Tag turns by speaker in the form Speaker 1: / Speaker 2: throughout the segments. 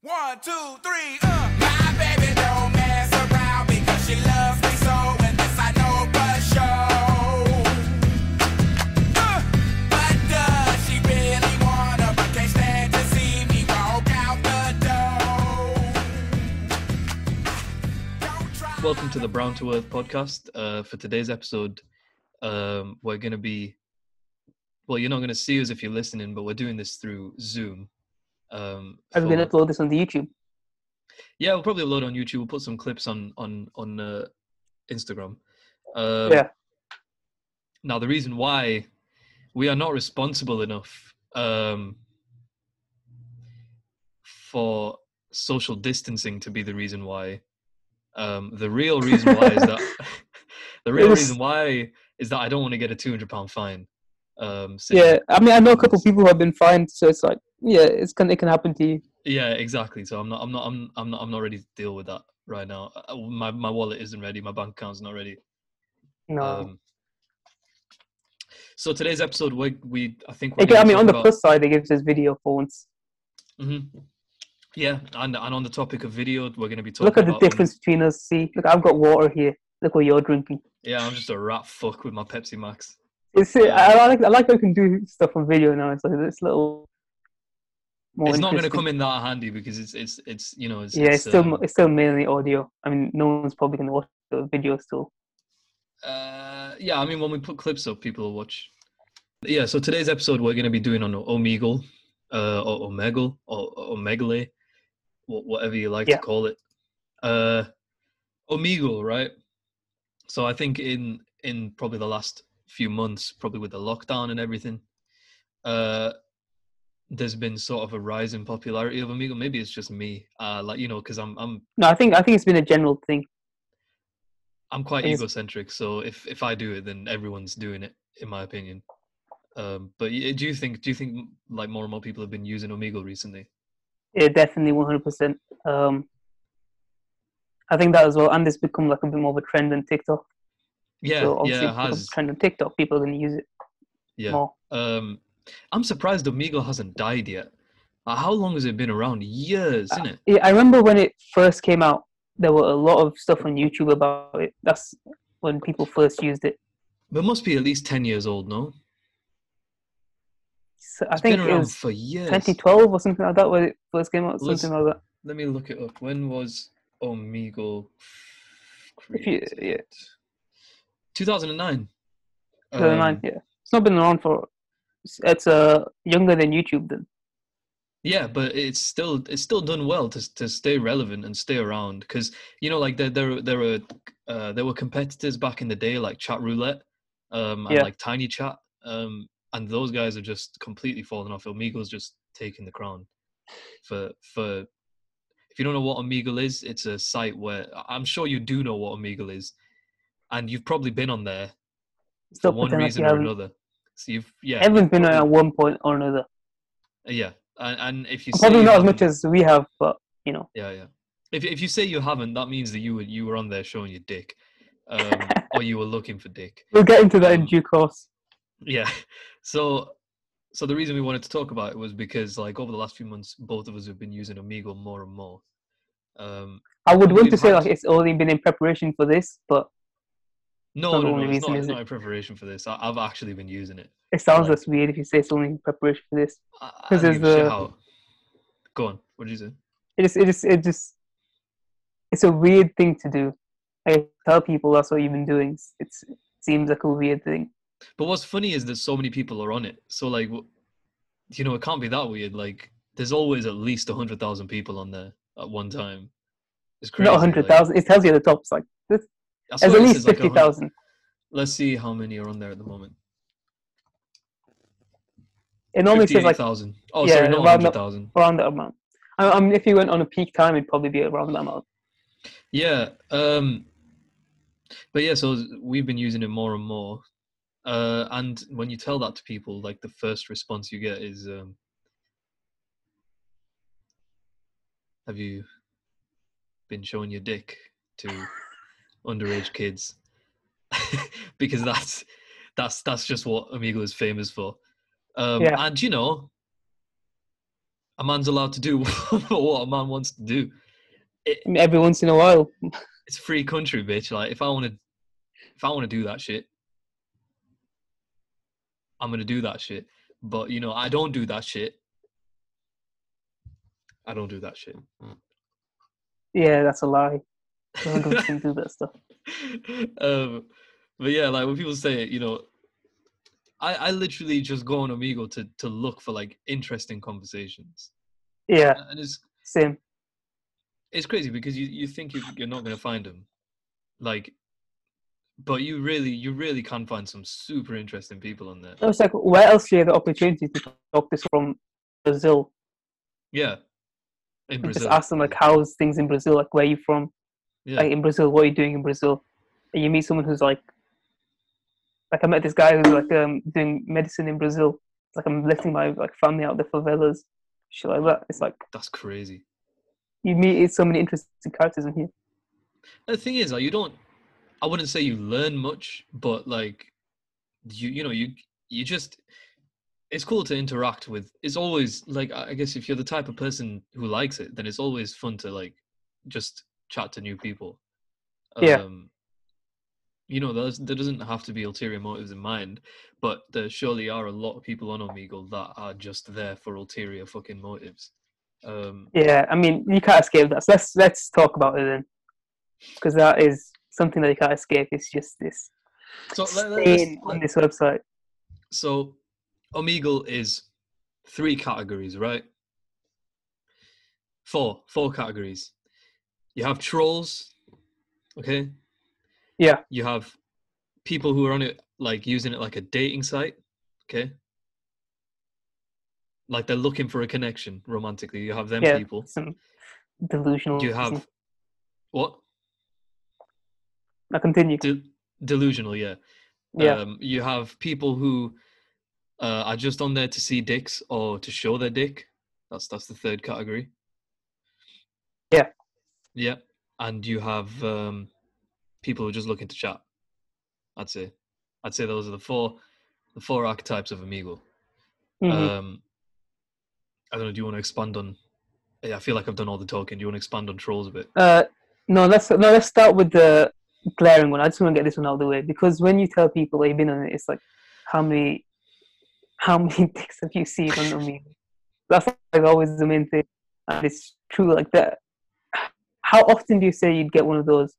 Speaker 1: One, two, three, uh. My baby don't mess around because she loves me so, and this I know for sure. Uh, but does she really wanna? But can't stand to see me walk out the door. Don't try
Speaker 2: Welcome to the Brown to Earth podcast. Uh, for today's episode, um, we're going to be, well, you're not going to see us if you're listening, but we're doing this through Zoom. Um,
Speaker 3: Are we
Speaker 2: for-
Speaker 3: gonna upload this on the YouTube?
Speaker 2: yeah, we'll probably upload on YouTube. We'll put some clips on on on uh, Instagram. Um,
Speaker 3: Yeah.
Speaker 2: Now, the reason why we are not responsible enough um, for social distancing to be the reason why. Um, the real reason why is that the real
Speaker 3: was-
Speaker 2: reason why is that I don't want to get a two hundred pound fine. Um, sitting-
Speaker 3: Yeah, I mean, I know a couple of people who have been fined, so it's like, yeah, it's can it can happen to you.
Speaker 2: Yeah, exactly. So I'm not, I'm not, I'm, I'm not, I'm not ready to deal with that right now. Uh, My my wallet isn't ready. My bank account's not ready.
Speaker 3: No,
Speaker 2: Um, so today's episode, we, we I think we're.
Speaker 3: okay, I
Speaker 2: gonna
Speaker 3: mean,
Speaker 2: talk
Speaker 3: on the
Speaker 2: about-
Speaker 3: plus side, they gave this video for once.
Speaker 2: Mhm. Yeah, and and on the topic of video, we're going to be talking.
Speaker 3: Look at the
Speaker 2: about-
Speaker 3: difference between us. See, look, I've got water here. Look what you're drinking.
Speaker 2: yeah, I'm just a rat fuck with my Pepsi Max.
Speaker 3: It's I, I like I like that we can do stuff on video now. It's like this little. More
Speaker 2: it's not going to
Speaker 3: interesting.
Speaker 2: come in that handy because it's it's it's you know it's
Speaker 3: Yeah, it's still
Speaker 2: um,
Speaker 3: it's still mainly audio. I mean, no one's probably gonna watch the video still.
Speaker 2: Uh, yeah, I mean, when we put clips up, people will watch. Yeah, so today's episode we're going to be doing on Omegle, uh, or Omegle, or Omegale, wh- whatever you like
Speaker 3: Yeah.
Speaker 2: to call it. Uh, Omegle, right? So I think in in probably the last few months, probably with the lockdown and everything, uh, there's been sort of a rise in popularity of Omegle. Maybe it's just me, uh, like you know, because I'm I'm
Speaker 3: No, I think I think it's been a general thing.
Speaker 2: I'm quite
Speaker 3: Is-
Speaker 2: egocentric, so if if I do it, then everyone's doing it, in my opinion. Um, but y- do you think do you think m- like more and more people have been using Omegle recently?
Speaker 3: Yeah, definitely, one hundred percent. Um, I think that as well, and it's become like a bit more of a trend than TikTok.
Speaker 2: Yeah,
Speaker 3: so obviously,
Speaker 2: yeah, it
Speaker 3: because it's
Speaker 2: has.
Speaker 3: a trend on TikTok, people are going to use it
Speaker 2: Yeah.
Speaker 3: more.
Speaker 2: Um, I'm surprised Omegle hasn't died yet. Uh, how long has it been around?
Speaker 3: Uh,
Speaker 2: Years, isn't it?
Speaker 3: Yeah, I remember when it first came out, there were a lot of stuff on YouTube about it. That's when people first used it.
Speaker 2: But it must be at least ten years old, no?
Speaker 3: So I
Speaker 2: It's
Speaker 3: think
Speaker 2: been
Speaker 3: it
Speaker 2: around
Speaker 3: was
Speaker 2: for years.
Speaker 3: 2012 or something like that when it first came out,
Speaker 2: Let's-
Speaker 3: something like that.
Speaker 2: Let me look it up. When was Omegle
Speaker 3: If you-
Speaker 2: created? 2009.
Speaker 3: 2009,
Speaker 2: Um,
Speaker 3: yeah. It's not been around for. It's, it's uh, younger than YouTube then.
Speaker 2: Yeah, but it's still it's still done well to to stay relevant and stay around because you know like there there there were uh, there were competitors back in the day like Chat Roulette, um, and
Speaker 3: Yeah.
Speaker 2: like Tiny Chat, um, and those guys are just completely falling off. Omega's just taking the crown. For for if you don't know what Omegle is, it's a site where I- I'm sure you do know what Omegle is, and you've probably been on there
Speaker 3: Stop
Speaker 2: for one
Speaker 3: pretending like
Speaker 2: reason
Speaker 3: you
Speaker 2: or
Speaker 3: haven't.
Speaker 2: another. So you've yeah
Speaker 3: Everyone's been on at one point or another.
Speaker 2: yeah, and, and if you um say
Speaker 3: Probably
Speaker 2: you
Speaker 3: not as
Speaker 2: haven't-
Speaker 3: much as we have, but you know.
Speaker 2: Yeah, yeah. If if you say you haven't, that means that you were you were on there showing your dick, um, or you were looking for dick.
Speaker 3: We'll get into that in
Speaker 2: Um,
Speaker 3: due course.
Speaker 2: Yeah. So, so the reason we wanted to talk about it was because like over the last few months, both of us have been using Omegle more and more. Um,
Speaker 3: I would want
Speaker 2: we've
Speaker 3: to say
Speaker 2: had-
Speaker 3: like it's only been in preparation for this, but
Speaker 2: no,
Speaker 3: Not the
Speaker 2: no, no, it's
Speaker 3: only reason,
Speaker 2: not,
Speaker 3: is
Speaker 2: it's
Speaker 3: it?
Speaker 2: not in preparation for this. I, I've actually been using it.
Speaker 3: It sounds
Speaker 2: Like-
Speaker 3: just weird if you say something in preparation for this.
Speaker 2: I, I
Speaker 3: 'Cause
Speaker 2: don't
Speaker 3: there's
Speaker 2: give a shit
Speaker 3: the-
Speaker 2: how. Go on. What did you say?
Speaker 3: It just, it just, it just, it's a weird thing to do. I tell people that's what you've been doing. It's, it's it seems like a weird thing.
Speaker 2: But what's funny is that so many people are on it. So like, w- you know, it can't be that weird. Like, there's always at least hundred thousand people on there at one time. It's crazy.
Speaker 3: Not
Speaker 2: like-
Speaker 3: hundred thousand. It tells you at the top. It's like
Speaker 2: I swear
Speaker 3: there's at
Speaker 2: it
Speaker 3: least
Speaker 2: says, like,
Speaker 3: fifty
Speaker 2: 100
Speaker 3: thousand.
Speaker 2: Let's see how many are on there at the moment.
Speaker 3: It normally says
Speaker 2: Fifty-eight
Speaker 3: like
Speaker 2: thousand. Oh,
Speaker 3: yeah,
Speaker 2: sorry, not
Speaker 3: around
Speaker 2: hundred
Speaker 3: that-
Speaker 2: thousand.
Speaker 3: around that amount. I, I mean, if you went on a peak time, it'd probably be around that amount.
Speaker 2: Yeah. Um. But yeah, so we've been using it more and more. Uh, and when you tell that to people, like the first response you get is, um, "Have you been showing your dick to underage kids?" because that's that's that's just what Omegle is famous for. Um,
Speaker 3: Yeah.
Speaker 2: And you know, a man's allowed to do what a man wants to do.
Speaker 3: I mean, every once in a while.
Speaker 2: It's a free country, bitch. Like if I want to, if I want to do that shit, I'm gonna do that shit. But you know, I don't do that shit. I don't do that shit.
Speaker 3: Yeah, that's a lie. 100% do that stuff.
Speaker 2: um, but yeah, like when people say it, you know, I, I literally just go on Omegle to to look for like interesting conversations,
Speaker 3: Yeah,
Speaker 2: and it's
Speaker 3: same.
Speaker 2: it's crazy because you you think you, you're not going to find them, like, but you really you really can find some super interesting people on there.
Speaker 3: I was like, where else do you have the opportunity to talk this from Brazil?
Speaker 2: Yeah, in
Speaker 3: And
Speaker 2: Brazil.
Speaker 3: Just ask them like, how's things in Brazil? Like, where are you from?
Speaker 2: yeah.
Speaker 3: Like in Brazil, what are you doing in Brazil? And you meet someone who's like, like I met this guy who's like um, doing medicine in Brazil. It's like I'm lifting my like family out of the favelas, shit like that. It's like
Speaker 2: That's crazy.
Speaker 3: you meet so many interesting characters in here.
Speaker 2: The thing is, like, you don't. I wouldn't say you learn much, but like, you you know you you just. It's cool to interact with. It's always like I I guess if you're the type of person who likes it, then it's always fun to like just chat to new people.
Speaker 3: Yeah.
Speaker 2: Um, you know, there's, there doesn't have to be ulterior motives in mind, but there surely are a lot of people on Omegle that are just there for ulterior fucking motives. Um,
Speaker 3: Yeah, I mean you can't escape that. So let's let's talk about it then, because that is something that you can't escape. It's just this
Speaker 2: so let- let- let's-
Speaker 3: stain on this website.
Speaker 2: So, Omegle is three categories, right? Four, four categories. You have trolls, okay?
Speaker 3: Yeah.
Speaker 2: You have people who are on it, like using it like a dating site, okay? Like they're looking for a connection romantically. You have them
Speaker 3: Yeah.
Speaker 2: people.
Speaker 3: Some delusional.
Speaker 2: You have what?
Speaker 3: Now continue.
Speaker 2: De- delusional, yeah.
Speaker 3: Yeah.
Speaker 2: Um, you have people who uh, are just on there to see dicks or to show their dick. That's that's the third category.
Speaker 3: Yeah.
Speaker 2: Yeah. And you have um, people who are just looking to chat. I'd say, I'd say those are the four, the four archetypes of Amigo.
Speaker 3: Mhm.
Speaker 2: Um, I don't know. Do you want to expand on? Yeah, I feel like I've done all the talking. Do you want to expand on trolls a bit?
Speaker 3: Uh, no, let's no, let's start with the glaring one. I just want to get this one out of the way because when you tell people that you've been on it, it's like how many how many dicks have you seen on the meme? That's like always the main thing, and it's true like that. How often do you say you'd get one of those?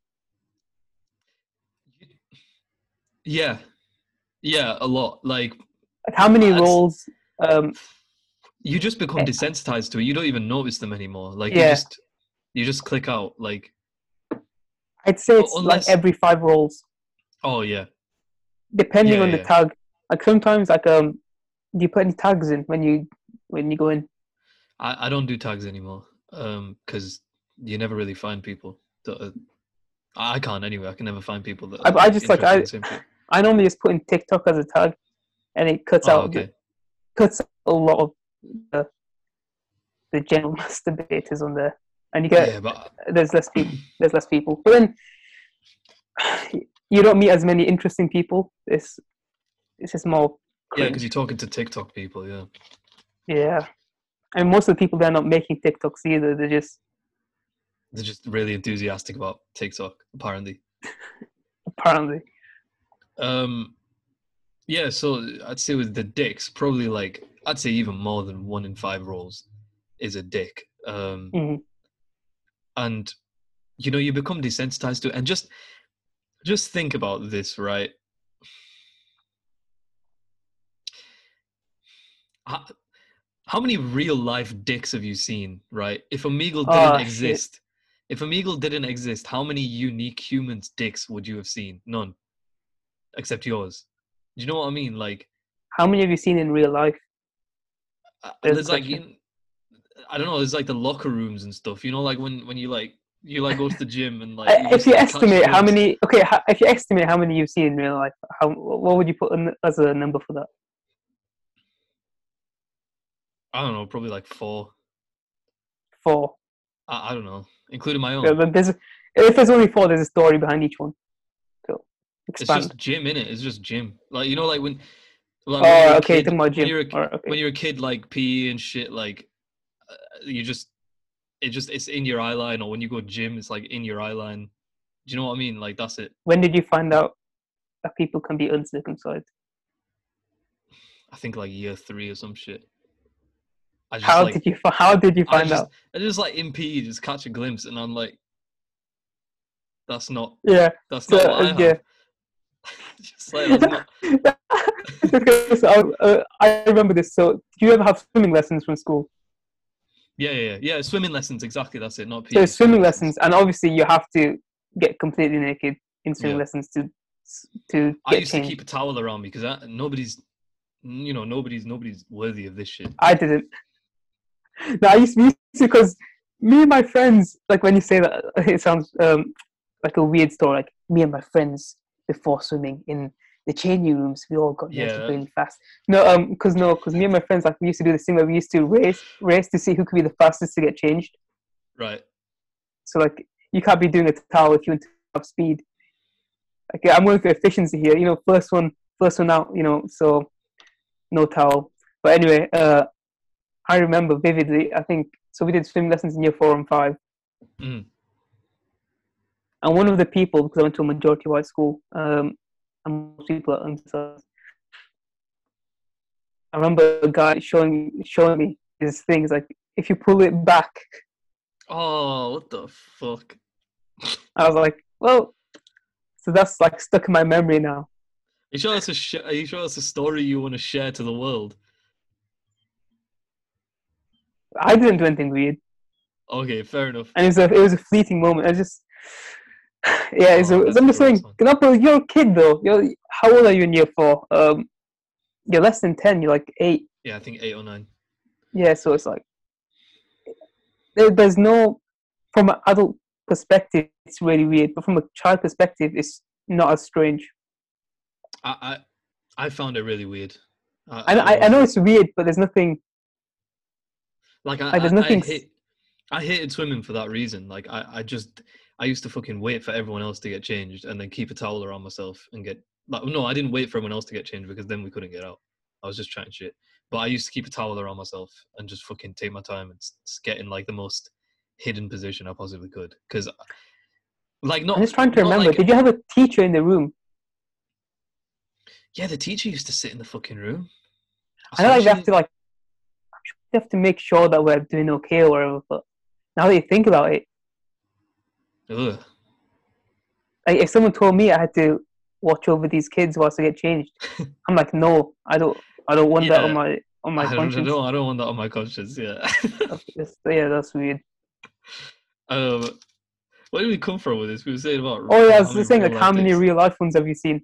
Speaker 2: Yeah, yeah, a lot. Like
Speaker 3: Like how many
Speaker 2: That's-
Speaker 3: roles? Um,
Speaker 2: you just become
Speaker 3: Yeah.
Speaker 2: desensitized to it. You don't even notice them anymore. Like you
Speaker 3: Yeah.
Speaker 2: just you just click out. Like
Speaker 3: I'd say it's
Speaker 2: Unless-
Speaker 3: like every five roles,
Speaker 2: oh yeah,
Speaker 3: depending
Speaker 2: Yeah,
Speaker 3: on the
Speaker 2: yeah.
Speaker 3: tag. Like sometimes, like um, do you put any tags in when you when you go in?
Speaker 2: I, I don't do tags anymore because you never really find people that are, I I can't anyway. I can never find people that.
Speaker 3: I- I just, like,
Speaker 2: interested in the same
Speaker 3: I normally just put in TikTok as a tag, and it cuts
Speaker 2: thing. Oh,
Speaker 3: out the-
Speaker 2: okay.
Speaker 3: cuts out a lot of the, the general masturbators on there, and you get
Speaker 2: Yeah, but
Speaker 3: there's less people. There's less people, but then you don't meet as many interesting people. It's it's just more
Speaker 2: yeah,
Speaker 3: cringe.
Speaker 2: because you're talking to TikTok people. Yeah,
Speaker 3: yeah. And most of the people they're not making TikToks either. They're just
Speaker 2: they're just really enthusiastic about TikTok apparently.
Speaker 3: apparently
Speaker 2: Um, yeah, so I'd say with the dicks, probably like I'd say even more than one in five rolls is a dick. Um,
Speaker 3: Mhm.
Speaker 2: and you know you become desensitized to it. And just just think about this, right? How, how many real life dicks have you seen, right? If Omegle didn't
Speaker 3: Ah, shit.
Speaker 2: exist, if Omegle didn't exist, how many unique humans' dicks would you have seen? None, except yours. Do you know what I mean? Like,
Speaker 3: how many have you seen in real life?
Speaker 2: uh,
Speaker 3: There's
Speaker 2: there's
Speaker 3: the
Speaker 2: like
Speaker 3: question.
Speaker 2: in- I don't know. There's like the locker rooms and stuff. You know, like when when you like you like go to the gym and like.
Speaker 3: Uh, if
Speaker 2: just,
Speaker 3: you
Speaker 2: like, catch
Speaker 3: estimate how
Speaker 2: loads.
Speaker 3: many, okay, ho- if you estimate how many you've seen in real life, how what would you put in, as a number for that?
Speaker 2: I don't know. Probably like four.
Speaker 3: Four.
Speaker 2: I, I don't know, including my own.
Speaker 3: Yeah, but there's, if there's only four, there's a story behind each one. So
Speaker 2: it's
Speaker 3: expand.
Speaker 2: just gym in it. It's just gym. Like you know, like when. Like,
Speaker 3: Oh,
Speaker 2: you're a
Speaker 3: okay,
Speaker 2: kid-
Speaker 3: talking about
Speaker 2: When
Speaker 3: gym.
Speaker 2: you're, a,
Speaker 3: All right, okay.
Speaker 2: when you're a kid, like PE and E shit, like uh, you just it just it's in your eye line, or when you go gym, it's like in your eye line. Do you know what I mean? Like that's it.
Speaker 3: When did you find out that people can be uncircumcised?
Speaker 2: I think like year three or some shit. I just
Speaker 3: How
Speaker 2: like
Speaker 3: did you fi- How did you
Speaker 2: I
Speaker 3: find
Speaker 2: just,
Speaker 3: out?
Speaker 2: I just like impede, just catch a glimpse, and I'm like, that's not
Speaker 3: Yeah.
Speaker 2: that's
Speaker 3: So,
Speaker 2: not what I
Speaker 3: uh,
Speaker 2: have.
Speaker 3: yeah.
Speaker 2: just like that's not,
Speaker 3: Because I, uh, I remember this. So, do you ever have swimming lessons from school?
Speaker 2: yeah, yeah, yeah, yeah. Swimming lessons, exactly. That's it. Not E.
Speaker 3: So
Speaker 2: PE,
Speaker 3: swimming lessons, and obviously you have to get completely naked in swimming
Speaker 2: Yeah.
Speaker 3: lessons to to
Speaker 2: I
Speaker 3: get
Speaker 2: used to
Speaker 3: changed.
Speaker 2: keep a towel around me because nobody's, you know, nobody's nobody's worthy of this shit.
Speaker 3: I didn't. No, I used to, used to because me and my friends, like when you say that, it sounds um, like a weird story. Like me and my friends before swimming in the changing rooms, we all got naked
Speaker 2: Yeah.
Speaker 3: really fast. No, um, because no, because me and my friends, like we used to do this thing where we used to race, race to see who could be the fastest to get changed.
Speaker 2: Right.
Speaker 3: So like you can't be doing a towel if you want to have speed. Okay, I'm going for efficiency here. You know, first one, first one out. You know, so no towel. But anyway, uh, I remember vividly. I think so. We did swim lessons in year four and five,
Speaker 2: Mm.
Speaker 3: and one of the people because I went to a majority white school, um, and most people are uncircumcised. I remember a guy showing showing me his thing. He's like, if you pull it back,
Speaker 2: Oh, what the fuck?
Speaker 3: I was like, well, so that's like stuck in my memory now.
Speaker 2: Are you sure that's a sh- are you sure that's a story you want to share to the world?
Speaker 3: I didn't do anything weird,
Speaker 2: Okay, fair enough.
Speaker 3: and it was a it was a fleeting moment. I just, yeah, it's
Speaker 2: Oh,
Speaker 3: a,
Speaker 2: that's
Speaker 3: I'm just
Speaker 2: gross,
Speaker 3: saying. No, but you're a kid though. You're how old are you in year four? Um, you're less than ten. You're like eight.
Speaker 2: Yeah, I think eight or nine.
Speaker 3: Yeah, so it's like there, there's no from an adult perspective. It's really weird, but from a child perspective, it's not as strange.
Speaker 2: I I, I found it really weird.
Speaker 3: I I, I know it's weird, but there's nothing.
Speaker 2: like I,
Speaker 3: like, there's
Speaker 2: I,
Speaker 3: nothing
Speaker 2: I,
Speaker 3: s-
Speaker 2: hate, I hated swimming for that reason. Like I, I just I used to fucking wait for everyone else to get changed and then keep a towel around myself and get. Like, no, I didn't wait for everyone else to get changed because then we couldn't get out. I was just chatting shit. But I used to keep a towel around myself and just fucking take my time and s- s- get in like the most hidden position I possibly could. Because like not
Speaker 3: I'm just trying to
Speaker 2: not
Speaker 3: remember.
Speaker 2: like-
Speaker 3: Did you have a teacher in the room?
Speaker 2: yeah, the teacher used to sit in the fucking room.
Speaker 3: I know like we
Speaker 2: swear
Speaker 3: have
Speaker 2: she-
Speaker 3: to like we have to make sure that we're doing okay or whatever. But now that you think about it,
Speaker 2: Ugh.
Speaker 3: like if someone told me I had to watch over these kids whilst I get changed, I'm like, no, I don't, I don't want that
Speaker 2: Yeah.
Speaker 3: on my on my
Speaker 2: I don't
Speaker 3: conscience.
Speaker 2: know. I don't want that on my conscience. Yeah.
Speaker 3: That's- yeah, that's weird.
Speaker 2: Um, where did we come from with this? We were saying about.
Speaker 3: Oh yeah, I was
Speaker 2: how many
Speaker 3: just saying like
Speaker 2: real
Speaker 3: how many
Speaker 2: updates.
Speaker 3: real life ones have you seen?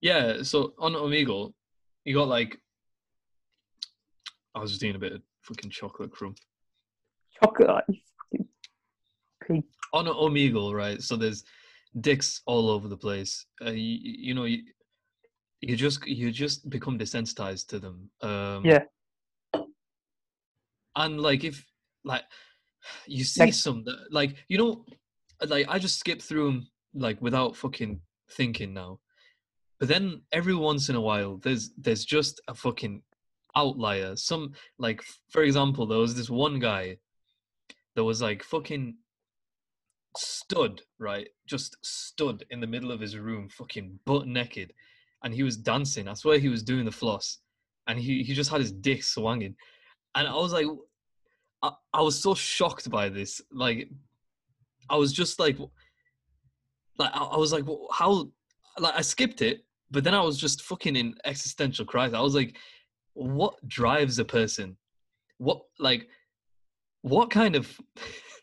Speaker 2: Yeah, so on Omegle, you got like. I was just eating a bit of fucking chocolate crumb.
Speaker 3: Chocolate. like, you fucking pig.
Speaker 2: On Omegle, right? So there's dicks all over the place. Uh, you, you know, you, you just you just become desensitized to them. Um,
Speaker 3: Yeah.
Speaker 2: And like if like you see
Speaker 3: Like-
Speaker 2: some that, like you know like I just skip through them like without fucking thinking now. But then every once in a while there's there's just a fucking outlier. Some like f- for example there was this one guy that was like fucking stood, right? Just stood in the middle of his room fucking butt naked and he was dancing. I swear he was doing the floss and he he just had his dick swinging. And I was like I, I was so shocked by this. Like, I was just like, w- like I, I was like, "Wha- how? Like, I skipped it, but then I was just fucking in existential crisis. I was like, what drives a person? What like, what kind of,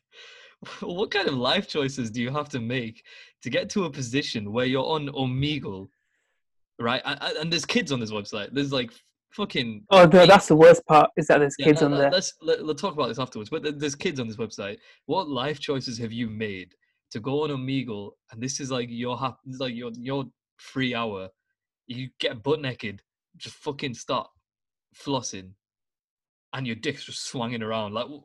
Speaker 2: what kind of life choices do you have to make to get to a position where you're on Omegle, right? And, and- and there's kids on this website. There's like fucking
Speaker 3: Oh, no, that's the worst part is that there's
Speaker 2: yeah,
Speaker 3: kids
Speaker 2: let-
Speaker 3: on
Speaker 2: let-
Speaker 3: there.
Speaker 2: Let's let, let's talk about this afterwards. But there- there's kids on this website. What life choices have you made to go on Omegle? And this is like your hap- this is like your your free hour. You get butt naked, just fucking start flossing, and your dick's just swinging around like w-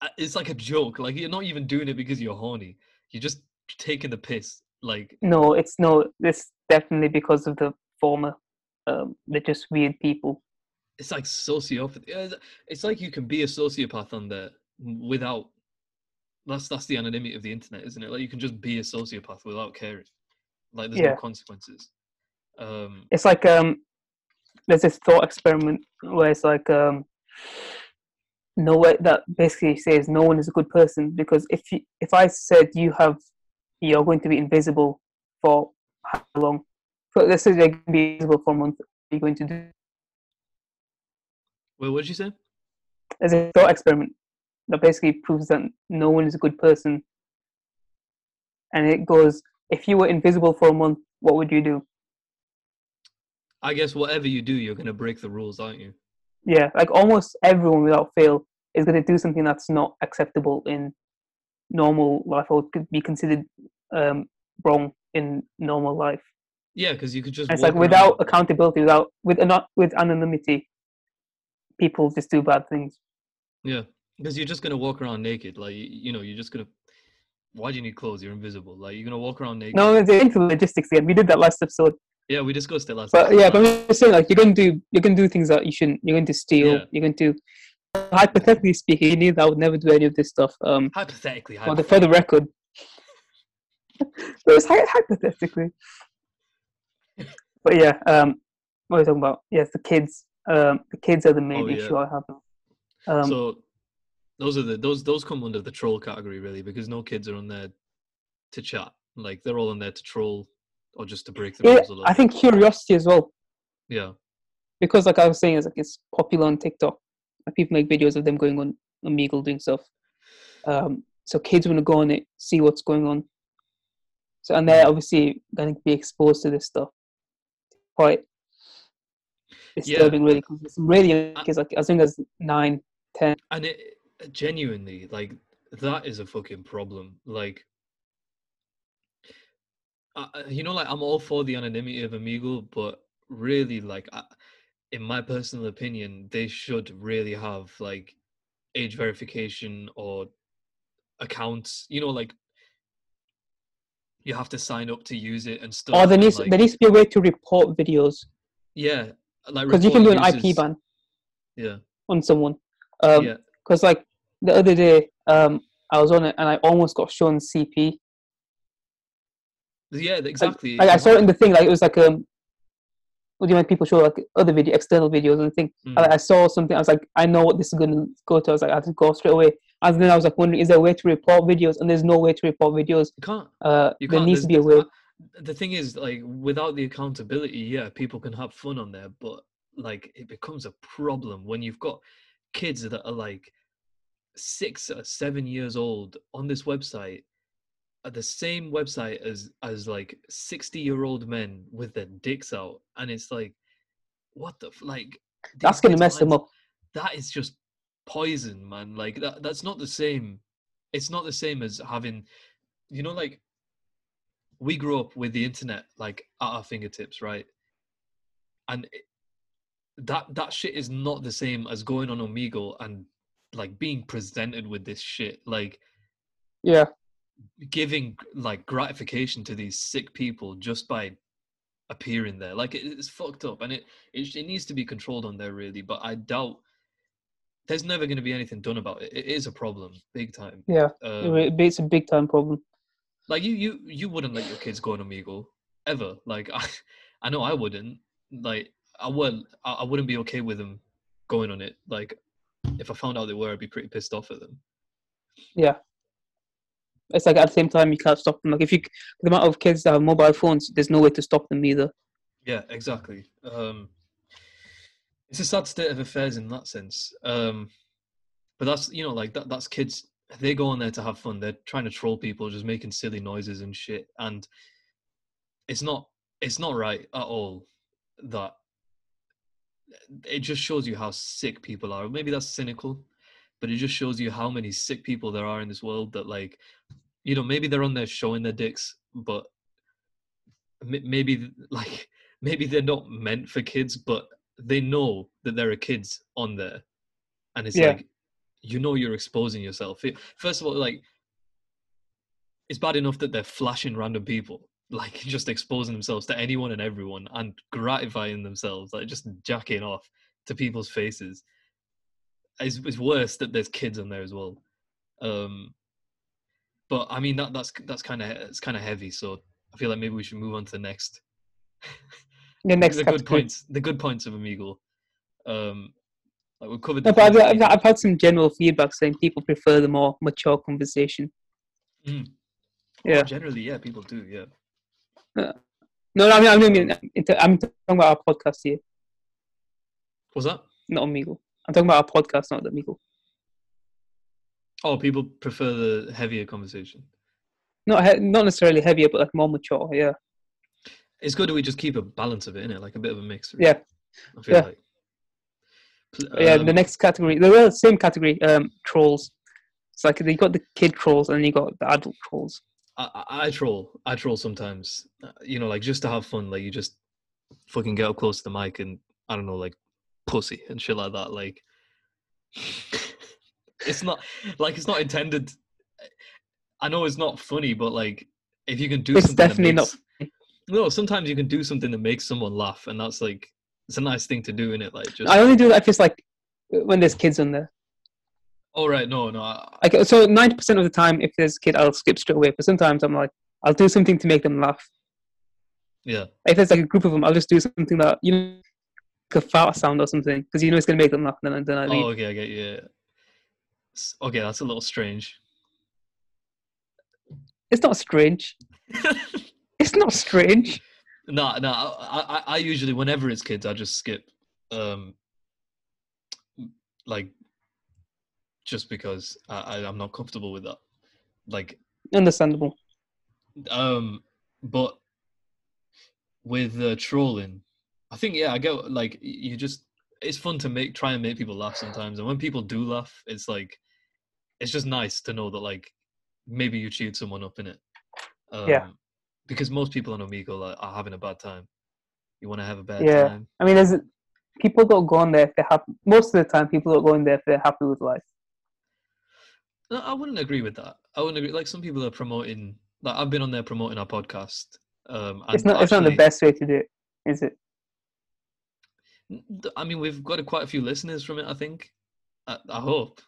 Speaker 2: uh, it's like a joke. Like you're not even doing it because you're horny. You're just taking the piss. Like
Speaker 3: No, it's no. It's definitely because of the former. Um, they're just weird people.
Speaker 2: it's like sociopathy. It's- It's like you can be a sociopath on there without. That's that's the anonymity of the internet, isn't it? Like you can just be a sociopath without caring. Like there's
Speaker 3: Yeah.
Speaker 2: no consequences. Um,
Speaker 3: it's like um there's this thought experiment where it's like um no way that basically says no one is a good person because if you if i said you have you're going to be invisible for how long so let's say you're going to be invisible for a month what are you going to do
Speaker 2: wait, what did you say?
Speaker 3: there's a thought experiment that basically proves that no one is a good person and it goes if you were invisible for a month what would you do
Speaker 2: I guess whatever you do, you're gonna break the rules, aren't you?
Speaker 3: yeah, like almost everyone without fail is going to do something that's not acceptable in normal life or could be considered um, wrong in normal life.
Speaker 2: Yeah, because you could just.
Speaker 3: And it's
Speaker 2: walk around-
Speaker 3: like without accountability, without with ano- with anonymity, people just do bad things.
Speaker 2: Yeah, because you're just gonna walk around naked. Like y- you know, you're just gonna. Why do you need clothes? You're invisible. Like you're gonna walk around naked.
Speaker 3: No, it's into the logistics again. We did that last episode,
Speaker 2: Yeah, we discussed it last.
Speaker 3: but
Speaker 2: episode.
Speaker 3: yeah, but I'm just saying like you're going to do you're going to do things that you shouldn't. You're going to steal.
Speaker 2: Yeah.
Speaker 3: You're going to hypothetically speaking, you knew that I would never do any of this stuff. Um,
Speaker 2: hypothetically,
Speaker 3: Well, the,
Speaker 2: hypothetically.
Speaker 3: for the record, it was hy- hypothetically. but yeah, um, what are we talking about? Yes, the kids. Um, the kids are the main
Speaker 2: Oh, yeah.
Speaker 3: issue I have. Um,
Speaker 2: so those are the those those come under the troll category really because no kids are on there to chat. Like they're all on there to troll or just to break the
Speaker 3: yeah,
Speaker 2: rules a little.
Speaker 3: I think curiosity as well,
Speaker 2: bit. yeah,
Speaker 3: because like I was saying, it's like it's popular on TikTok. Like, people make videos of them going on Omegle doing stuff. Um, so kids want to go on it, see what's going on. So and they're obviously going to be exposed to this stuff. Quite
Speaker 2: Yeah.
Speaker 3: disturbing, really, because it's really young
Speaker 2: I-
Speaker 3: kids, like as young as nine, ten.
Speaker 2: and it genuinely like that is a fucking problem. Like. I, I- you know, like I'm all for the anonymity of Amigo, but really, like, I, in my personal opinion, they should really have like age verification or accounts. You know, like you have to sign up to use it and stuff.
Speaker 3: Or Oh, there
Speaker 2: and,
Speaker 3: needs
Speaker 2: like,
Speaker 3: there needs to be a way to report videos
Speaker 2: yeah, like
Speaker 3: because you can do
Speaker 2: report
Speaker 3: an IP
Speaker 2: users-
Speaker 3: ban
Speaker 2: Yeah,
Speaker 3: on someone. Um
Speaker 2: yeah,
Speaker 3: 'cause because like the other day, um, I was on it and I almost got shown CP.
Speaker 2: yeah, exactly.
Speaker 3: Like I saw it in the thing, like it was like um, what do you mean people show like other video, external videos and thing.
Speaker 2: Mm.
Speaker 3: I, I saw something. I was like, I know what this is gonna go to. I was like, I have to go straight away. And then I was like wondering, is there a way to report videos? And there's no way to report videos.
Speaker 2: You can't.
Speaker 3: Uh,
Speaker 2: You
Speaker 3: there
Speaker 2: can't.
Speaker 3: needs to be a
Speaker 2: there's-
Speaker 3: way.
Speaker 2: uh, The thing is, like, without the accountability, yeah, people can have fun on there, but like, it becomes a problem when you've got kids that are like six or seven years old on this website, at the same website as as like sixty-year-old men with their dicks out, and it's like, what the f- like?
Speaker 3: That's
Speaker 2: these
Speaker 3: gonna
Speaker 2: kids'
Speaker 3: mess them
Speaker 2: minds-
Speaker 3: up.
Speaker 2: that is just poison, man. Like that that's not the same. It's not the same as having you know like we grew up with the internet like at our fingertips, right? And it, that that shit is not the same as going on Omegle and like being presented with this shit. Like
Speaker 3: Yeah,
Speaker 2: giving like gratification to these sick people just by appearing there like it, it's fucked up and it, it sh- it needs to be controlled on there really but i doubt there's never going to be anything done about it it is a problem big time
Speaker 3: yeah. It
Speaker 2: um,
Speaker 3: re- It's a big time problem.
Speaker 2: like you you you wouldn't let your kids go on omegle ever like i i know i wouldn't like i wouldn't i I wouldn't be okay with them going on it like if i found out they were i'd be pretty pissed off at them
Speaker 3: It's like at the same time you can't stop them. Like if you the amount of kids that have mobile phones, there's no way to stop them either.
Speaker 2: Yeah, exactly. Um, it's a sad state of affairs in that sense. Um, but that's you know like that that's kids. They go on there to have fun. They're trying to troll people, just making silly noises and shit. And it's not it's not right at all. That it just shows you how sick people are. Maybe that's cynical, but it just shows you how many sick people there are in this world. That like, you know, maybe they're on there showing their dicks, but m- maybe th- like maybe they're not meant for kids, but they know that there are kids on there, and it's
Speaker 3: Yeah.
Speaker 2: like you know you're exposing yourself. It- First of all, like it's bad enough that they're flashing random people, like just exposing themselves to anyone and everyone, and gratifying themselves, like just jacking off. to people's faces. It's, it's worse that there's kids on there as well. Um, but I mean that that's that's kind of it's kind of heavy. So I feel like maybe we should move on to the next
Speaker 3: The next
Speaker 2: the
Speaker 3: category.
Speaker 2: good points the good points of Amigo. Um, like we've covered.
Speaker 3: No,
Speaker 2: the
Speaker 3: but I've,
Speaker 2: things that
Speaker 3: I've,
Speaker 2: people-
Speaker 3: I've had some general feedback saying people prefer the more mature conversation.
Speaker 2: Mm.
Speaker 3: Yeah.
Speaker 2: Generally, yeah, people do. Yeah.
Speaker 3: No, no I mean, I mean, I mean, it- I'm talking about our podcast here,
Speaker 2: Was that?
Speaker 3: not Omegle. I'm talking about our podcast, not the Omegle.
Speaker 2: Oh, people prefer the heavier conversation.
Speaker 3: Not he- not necessarily heavier, but like more mature. Yeah,
Speaker 2: It's good that we just keep a balance of it, innit? Like a bit of a mix.
Speaker 3: Yeah.
Speaker 2: I feel
Speaker 3: Yeah.
Speaker 2: like. Pl-
Speaker 3: yeah.
Speaker 2: um,
Speaker 3: The next category, they're all the same category. Um, trolls. It's like you got the kid trolls and then you got the adult trolls.
Speaker 2: I, I- I troll. I troll sometimes. Uh, You know, like just to have fun. Like you just fucking get up close to the mic and I don't know, like pussy and shit like that. Like it's not like it's not intended. I know it's not funny, but like if you can do
Speaker 3: It's
Speaker 2: something, that
Speaker 3: definitely not
Speaker 2: makes- No, sometimes you can do something that makes someone laugh, and that's like it's a nice thing to do in it. Like just
Speaker 3: I only do that if it's like when there's kids on there.
Speaker 2: all right, no, no, I,
Speaker 3: Like so, ninety percent of the time, if there's a kid, I'll skip straight away. But sometimes I'm like, I'll do something to make them laugh.
Speaker 2: yeah,
Speaker 3: If there's like a group of them, I'll just do something that you know, like a fart sound or something, because you know it's gonna make them laugh. And then, then I leave.
Speaker 2: Oh, okay, I get you. yeah. S- Okay, that's a little strange.
Speaker 3: It's not strange. It's not strange.
Speaker 2: No, no. I, I, I usually, whenever it's kids, I just skip, um, like, just because I, I, I'm not comfortable with that. Like,
Speaker 3: Understandable.
Speaker 2: um, but with uh, trolling, I think yeah, I go like y- you just. It's fun to make try and make people laugh sometimes, and when people do laugh, it's like, it's just nice to know that like maybe you cheered someone up in it. Um,
Speaker 3: Yeah.
Speaker 2: Because most people on Omegle like, are having a bad time. You want to have a bad
Speaker 3: Yeah.
Speaker 2: time.
Speaker 3: I mean, there's people don't go on there if they're happy. Most of the time, people don't go in there if they're happy with life.
Speaker 2: No, I wouldn't agree with that. I wouldn't agree. Like some people are promoting. Like I've been on there promoting our podcast. Um, and
Speaker 3: It's not. It's not the
Speaker 2: actually-
Speaker 3: best way to do it, is it?
Speaker 2: N- th- I mean, we've got a, quite a few listeners from it. I think. I, I hope.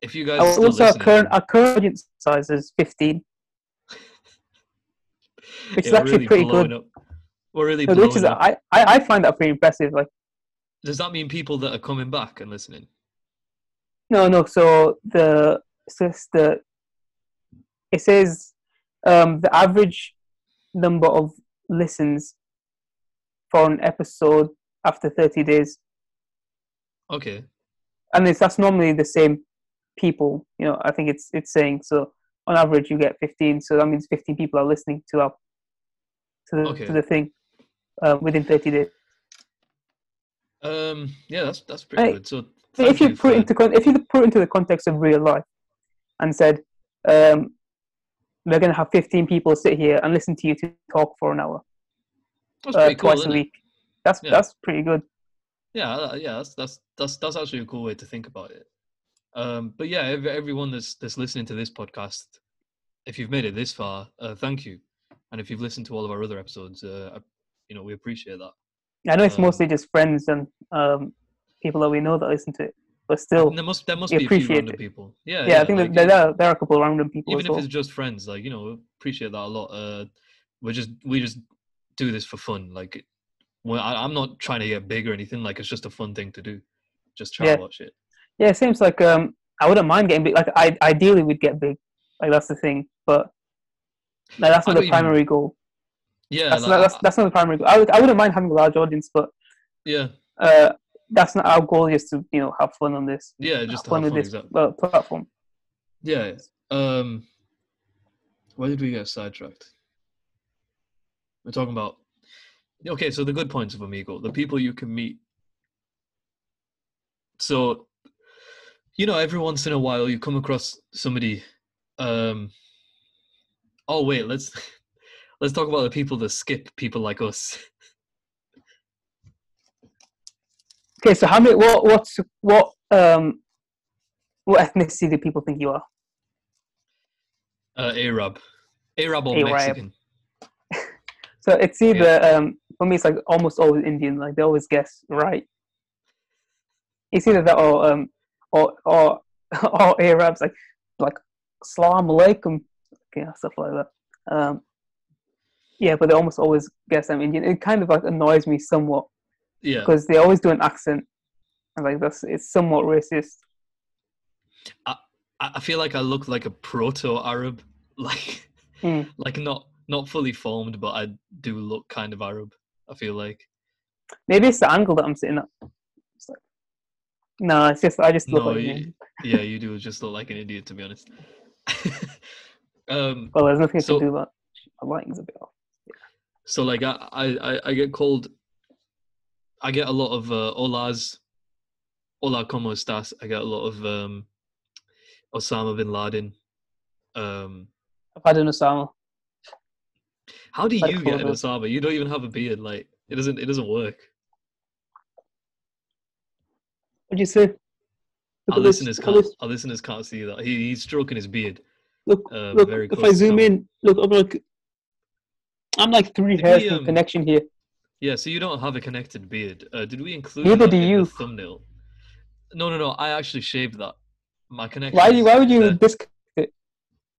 Speaker 2: If you guys are still
Speaker 3: Oh, Also, our
Speaker 2: listening,
Speaker 3: current uh, our current audience size is fifteen,
Speaker 2: yeah,
Speaker 3: which is
Speaker 2: we're
Speaker 3: actually
Speaker 2: really
Speaker 3: pretty
Speaker 2: blowing
Speaker 3: good.
Speaker 2: Up. We're really blowing
Speaker 3: Which is
Speaker 2: up.
Speaker 3: I, I I find that pretty impressive. Like
Speaker 2: Does that mean people that are coming back and listening?
Speaker 3: no no. So the it's just the it says um, the average number of listens for an episode after thirty days
Speaker 2: Okay.
Speaker 3: and it's that's normally the same people you know i think it's it's saying so on average you get 15 so that means 15 people are listening to our to the,
Speaker 2: Okay.
Speaker 3: to the thing uh, within 30 days
Speaker 2: Um. Yeah, that's that's pretty
Speaker 3: Hey,
Speaker 2: good. So
Speaker 3: So if
Speaker 2: thank
Speaker 3: you,
Speaker 2: for
Speaker 3: put it into con- if you put it into the context of real life and said um, we're going to have 15 people sit here and listen to you to talk for an hour
Speaker 2: that's
Speaker 3: uh,
Speaker 2: pretty cool,
Speaker 3: twice a
Speaker 2: isn't it?
Speaker 3: week that's
Speaker 2: Yeah.
Speaker 3: that's pretty good
Speaker 2: Yeah, uh, yeah, that's that's that's that's actually a cool way to think about it. Um, but yeah, ev everyone that's that's listening to this podcast, if you've made it this far, uh, thank you, and if you've listened to all of our other episodes, uh, I- you know we appreciate that.
Speaker 3: i know it's
Speaker 2: Um,
Speaker 3: mostly just friends and um, people that we know that listen to it but still
Speaker 2: And there must there must
Speaker 3: we
Speaker 2: be a few
Speaker 3: appreciate
Speaker 2: random
Speaker 3: it.
Speaker 2: people. Yeah,
Speaker 3: yeah, i think
Speaker 2: like,
Speaker 3: that there, there, are, there are a couple of random people
Speaker 2: even
Speaker 3: as
Speaker 2: if
Speaker 3: well.
Speaker 2: it's just friends, like you know, appreciate that a lot. Uh, we're just we just do this for fun. Like, it- well, I, I'm not trying to get big or anything. Like, it's just a fun thing to do. Just try and
Speaker 3: Yeah.
Speaker 2: watch it.
Speaker 3: Yeah, it seems like um, I wouldn't mind getting big. Like, I ideally we'd get big. Like that's the thing, but like, that's
Speaker 2: I
Speaker 3: not the
Speaker 2: don't even-
Speaker 3: primary goal.
Speaker 2: Yeah,
Speaker 3: That's
Speaker 2: like,
Speaker 3: not
Speaker 2: I-
Speaker 3: that's, that's not the primary goal. I would I wouldn't mind having a large audience, but
Speaker 2: yeah,
Speaker 3: uh, that's not our goal. Just to you know have fun on this,
Speaker 2: yeah. Just
Speaker 3: have
Speaker 2: to
Speaker 3: fun
Speaker 2: have
Speaker 3: with
Speaker 2: fun,
Speaker 3: this
Speaker 2: exactly.
Speaker 3: uh, platform.
Speaker 2: Yeah. Um where did we get sidetracked? We're talking about okay, so the good points of Amigo, the people you can meet. So you know, every once in a while you come across somebody um oh wait, let's let's talk about the people that skip people like us.
Speaker 3: Okay, so how many what what's what um what ethnicity do people think you are?
Speaker 2: Uh Arab. Arab or
Speaker 3: Arab.
Speaker 2: Mexican.
Speaker 3: So it's either um for me it's like almost always Indian. Like they always guess right. It's either that or um or or or Arabs like like Salam alaikum, yeah, stuff like that. Um, yeah, but they almost always guess I'm Indian. It kind of like annoys me somewhat
Speaker 2: Yeah,
Speaker 3: because they always do an accent, and like that's it's somewhat racist.
Speaker 2: I, I feel like I look like a proto-Arab, like
Speaker 3: Mm.
Speaker 2: like not not fully formed, but I do look kind of Arab. I feel like
Speaker 3: Maybe it's the angle that I'm sitting at. It's like, no, it's just I just look
Speaker 2: no,
Speaker 3: like an
Speaker 2: you,
Speaker 3: Indian.
Speaker 2: yeah, you do just look like an idiot, to be honest. um,
Speaker 3: Well, there's nothing
Speaker 2: so-
Speaker 3: to do about. My lighting's a bit off.
Speaker 2: So like I I I- I get called. I get a lot of uh, olas, hola como estás. I get a lot of um, Osama bin Laden. Um,
Speaker 3: I've had an Osama.
Speaker 2: how do
Speaker 3: I
Speaker 2: you get an
Speaker 3: call it-
Speaker 2: Osama? You don't even have a beard. Like it doesn't it doesn't work.
Speaker 3: What'd you say?
Speaker 2: Our
Speaker 4: at this,
Speaker 2: listeners
Speaker 4: look at
Speaker 2: can't
Speaker 4: this.
Speaker 2: our listeners can't see that. He, he's stroking his beard.
Speaker 4: Look,
Speaker 2: Uh,
Speaker 4: look.
Speaker 2: very
Speaker 4: If
Speaker 2: close
Speaker 4: I
Speaker 2: to
Speaker 4: zoom
Speaker 2: camera.
Speaker 4: in, look,
Speaker 3: oh,
Speaker 4: I'm like, I'm like three
Speaker 2: Did
Speaker 4: hairs.
Speaker 2: we,
Speaker 4: from-
Speaker 2: um,
Speaker 3: Connection here.
Speaker 2: Yeah, so you don't have a connected beard. Uh, did we include
Speaker 3: Neither
Speaker 2: that
Speaker 3: do
Speaker 2: in
Speaker 3: you.
Speaker 2: the thumbnail? No, no, no. I actually shaved that. My connection.
Speaker 3: Why? Why would you? Dis-
Speaker 2: Because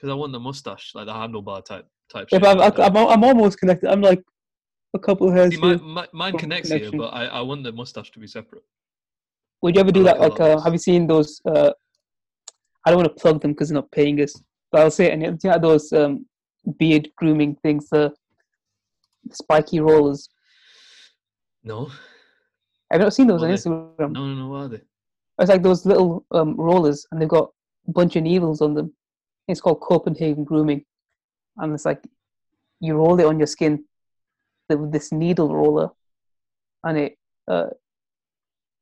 Speaker 2: I want the mustache, like the handlebar type type.
Speaker 4: If
Speaker 2: shape
Speaker 4: I'm,
Speaker 2: like
Speaker 4: I'm,
Speaker 2: that.
Speaker 4: I'm almost connected. I'm like a couple hairs.
Speaker 2: See, my,
Speaker 4: here.
Speaker 2: my, mine
Speaker 4: From
Speaker 2: connects
Speaker 4: connection.
Speaker 2: here, but I, I want the mustache to be separate.
Speaker 3: Would you ever
Speaker 2: I
Speaker 3: do
Speaker 2: like
Speaker 3: that?
Speaker 2: a lot
Speaker 3: Like,
Speaker 2: of
Speaker 3: uh,
Speaker 2: this.
Speaker 3: have you seen those? Uh, I don't want to plug them because they're not paying us. But I'll say it. And you know those um, beard grooming things, the spiky rollers.
Speaker 2: No,
Speaker 3: I've not seen those on
Speaker 2: What
Speaker 3: Instagram.
Speaker 2: no, no, no. What are they?
Speaker 3: It's like those little um, rollers, and they've got a bunch of needles on them. It's called Copenhagen grooming, and it's like you roll it on your skin th- with this needle roller, and it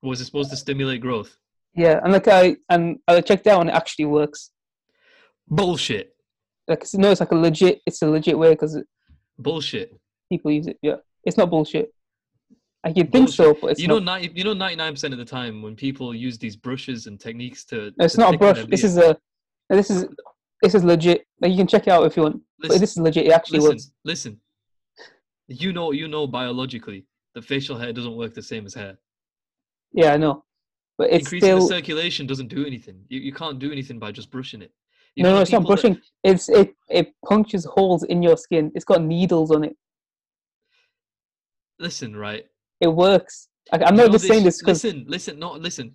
Speaker 2: Was it supposed to stimulate growth?
Speaker 3: yeah, and like I and I checked it out, and it actually works.
Speaker 2: Bullshit.
Speaker 3: Like it's- no, it's like a legit. It's a legit way because
Speaker 2: Bullshit.
Speaker 3: people use it. Yeah, it's not bullshit. Like you'd think so, but it's
Speaker 2: you
Speaker 3: not.
Speaker 2: know, ni- you know, ninety nine percent of the time when people use these brushes and techniques to,
Speaker 3: No, it's
Speaker 2: to
Speaker 3: not a
Speaker 2: thicken their
Speaker 3: brush. This
Speaker 2: beard-
Speaker 3: is a. no, This is this is legit. Like you can check it out if you want. But
Speaker 2: Listen-
Speaker 3: this is legit. It actually
Speaker 2: listen,
Speaker 3: works.
Speaker 2: listen. You know, you know biologically that facial hair doesn't work the same as hair.
Speaker 3: Yeah, I know. But it's
Speaker 2: Increasing
Speaker 3: still
Speaker 2: the circulation doesn't do anything. You, you can't do anything by just brushing it. You
Speaker 3: no,
Speaker 2: know
Speaker 3: no. It's not
Speaker 2: people that-
Speaker 3: brushing. It's it it punctures holes in your skin. It's got needles on it.
Speaker 2: listen, right?
Speaker 3: It works. Like, I'm
Speaker 2: You
Speaker 3: not
Speaker 2: know
Speaker 3: just saying this because
Speaker 2: Listen, listen, not listen.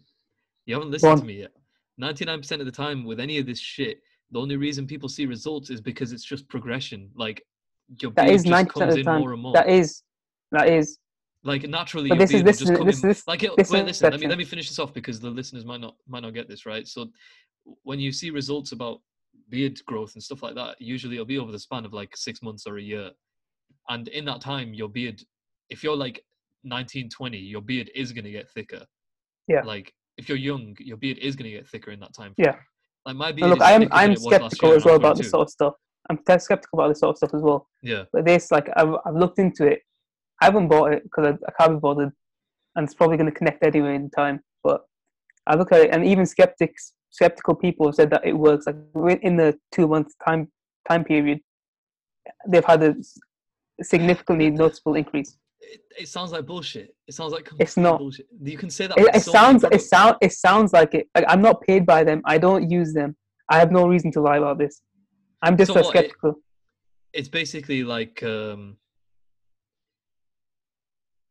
Speaker 2: You haven't listened to
Speaker 3: on.
Speaker 2: me yet. Ninety-nine percent of the time, with any of this shit, the only reason people see results is because it's just progression. Like your
Speaker 3: That
Speaker 2: beard
Speaker 3: is
Speaker 2: just
Speaker 3: 90%
Speaker 2: comes
Speaker 3: of the
Speaker 2: in
Speaker 3: time.
Speaker 2: more and more.
Speaker 3: that is that is.
Speaker 2: like naturally,
Speaker 3: But
Speaker 2: your
Speaker 3: this is
Speaker 2: beard will
Speaker 3: this
Speaker 2: just come
Speaker 3: is this
Speaker 2: in.
Speaker 3: is
Speaker 2: Like, it,
Speaker 3: this
Speaker 2: wait,
Speaker 3: is
Speaker 2: listen. Let me
Speaker 3: exception.
Speaker 2: let me finish this off because the listeners might not might not get this right. So, when you see results about beard growth and stuff like that, usually it'll be over the span of like six months or a year. And in that time, your beard, if you're like 19, 20, your beard is going to get thicker.
Speaker 3: Yeah.
Speaker 2: Like if you're young, your beard is going to get thicker in that time.
Speaker 3: Yeah.
Speaker 2: frame. Like my beard.
Speaker 3: Now, look,
Speaker 2: is thicker
Speaker 3: I'm
Speaker 2: than
Speaker 3: I'm
Speaker 2: it was last
Speaker 3: skeptical
Speaker 2: year
Speaker 3: as
Speaker 2: when I
Speaker 3: well
Speaker 2: was
Speaker 3: about
Speaker 2: 22.
Speaker 3: this sort of stuff. I'm te- skeptical about this sort of stuff as well.
Speaker 2: Yeah.
Speaker 3: But this, like, I've, I've looked into it. I haven't bought it because I, I can't be bothered, and it's probably going to connect anyway in time. But I look at it, and even skeptics, skeptical people have said that it works. Like wi- in the two month time time period, they've had a s- significantly noticeable increase.
Speaker 2: It, it sounds like bullshit. It sounds like
Speaker 3: It's
Speaker 2: complete
Speaker 3: not.
Speaker 2: Bullshit. You can say that.
Speaker 3: It,
Speaker 2: about
Speaker 3: it
Speaker 2: so many
Speaker 3: sounds it
Speaker 2: products.
Speaker 3: sound it sounds like it. Like, I'm not paid by them. I don't use them. I have no reason to lie about this. I'm just
Speaker 2: So
Speaker 3: a
Speaker 2: what, it-
Speaker 3: skeptical.
Speaker 2: It's basically like um,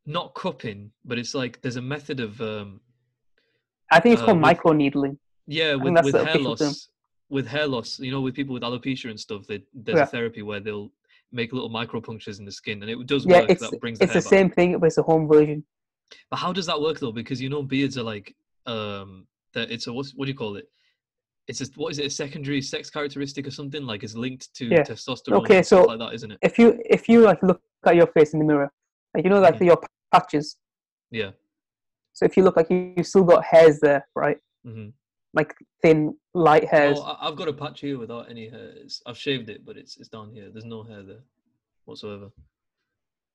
Speaker 2: not cupping, but it's like there's a method of um,
Speaker 3: I think it's
Speaker 2: uh,
Speaker 3: called
Speaker 2: with-
Speaker 3: micro needling.
Speaker 2: Yeah, with,
Speaker 3: that's
Speaker 2: with
Speaker 3: the
Speaker 2: hair
Speaker 3: official
Speaker 2: loss,
Speaker 3: term.
Speaker 2: with hair loss, you know, with people with alopecia and stuff, they, there's
Speaker 3: Yeah.
Speaker 2: a therapy where they'll make little micro punctures in the skin, and it does
Speaker 3: Yeah,
Speaker 2: work.
Speaker 3: it's
Speaker 2: that brings the
Speaker 3: it's
Speaker 2: hair
Speaker 3: the
Speaker 2: back.
Speaker 3: same thing, but it's a home version.
Speaker 2: But how does that work though? Because you know, beards are like, um, that it's a what's, what do you call it? It's a, what is it? A secondary sex characteristic or something like it's linked to
Speaker 3: Yeah.
Speaker 2: testosterone
Speaker 3: Okay,
Speaker 2: and stuff
Speaker 3: so-
Speaker 2: like that, isn't it?
Speaker 3: if you if you like look at your face in the mirror, like you know like
Speaker 2: Mhm.
Speaker 3: your patches.
Speaker 2: Yeah.
Speaker 3: So if you look like you, you've still got hairs there, right?
Speaker 2: hmm
Speaker 3: Like thin, light hairs.
Speaker 2: Oh, I, I've got a patch here without any hair. It's, I've shaved it, but it's it's down here. There's no hair there whatsoever.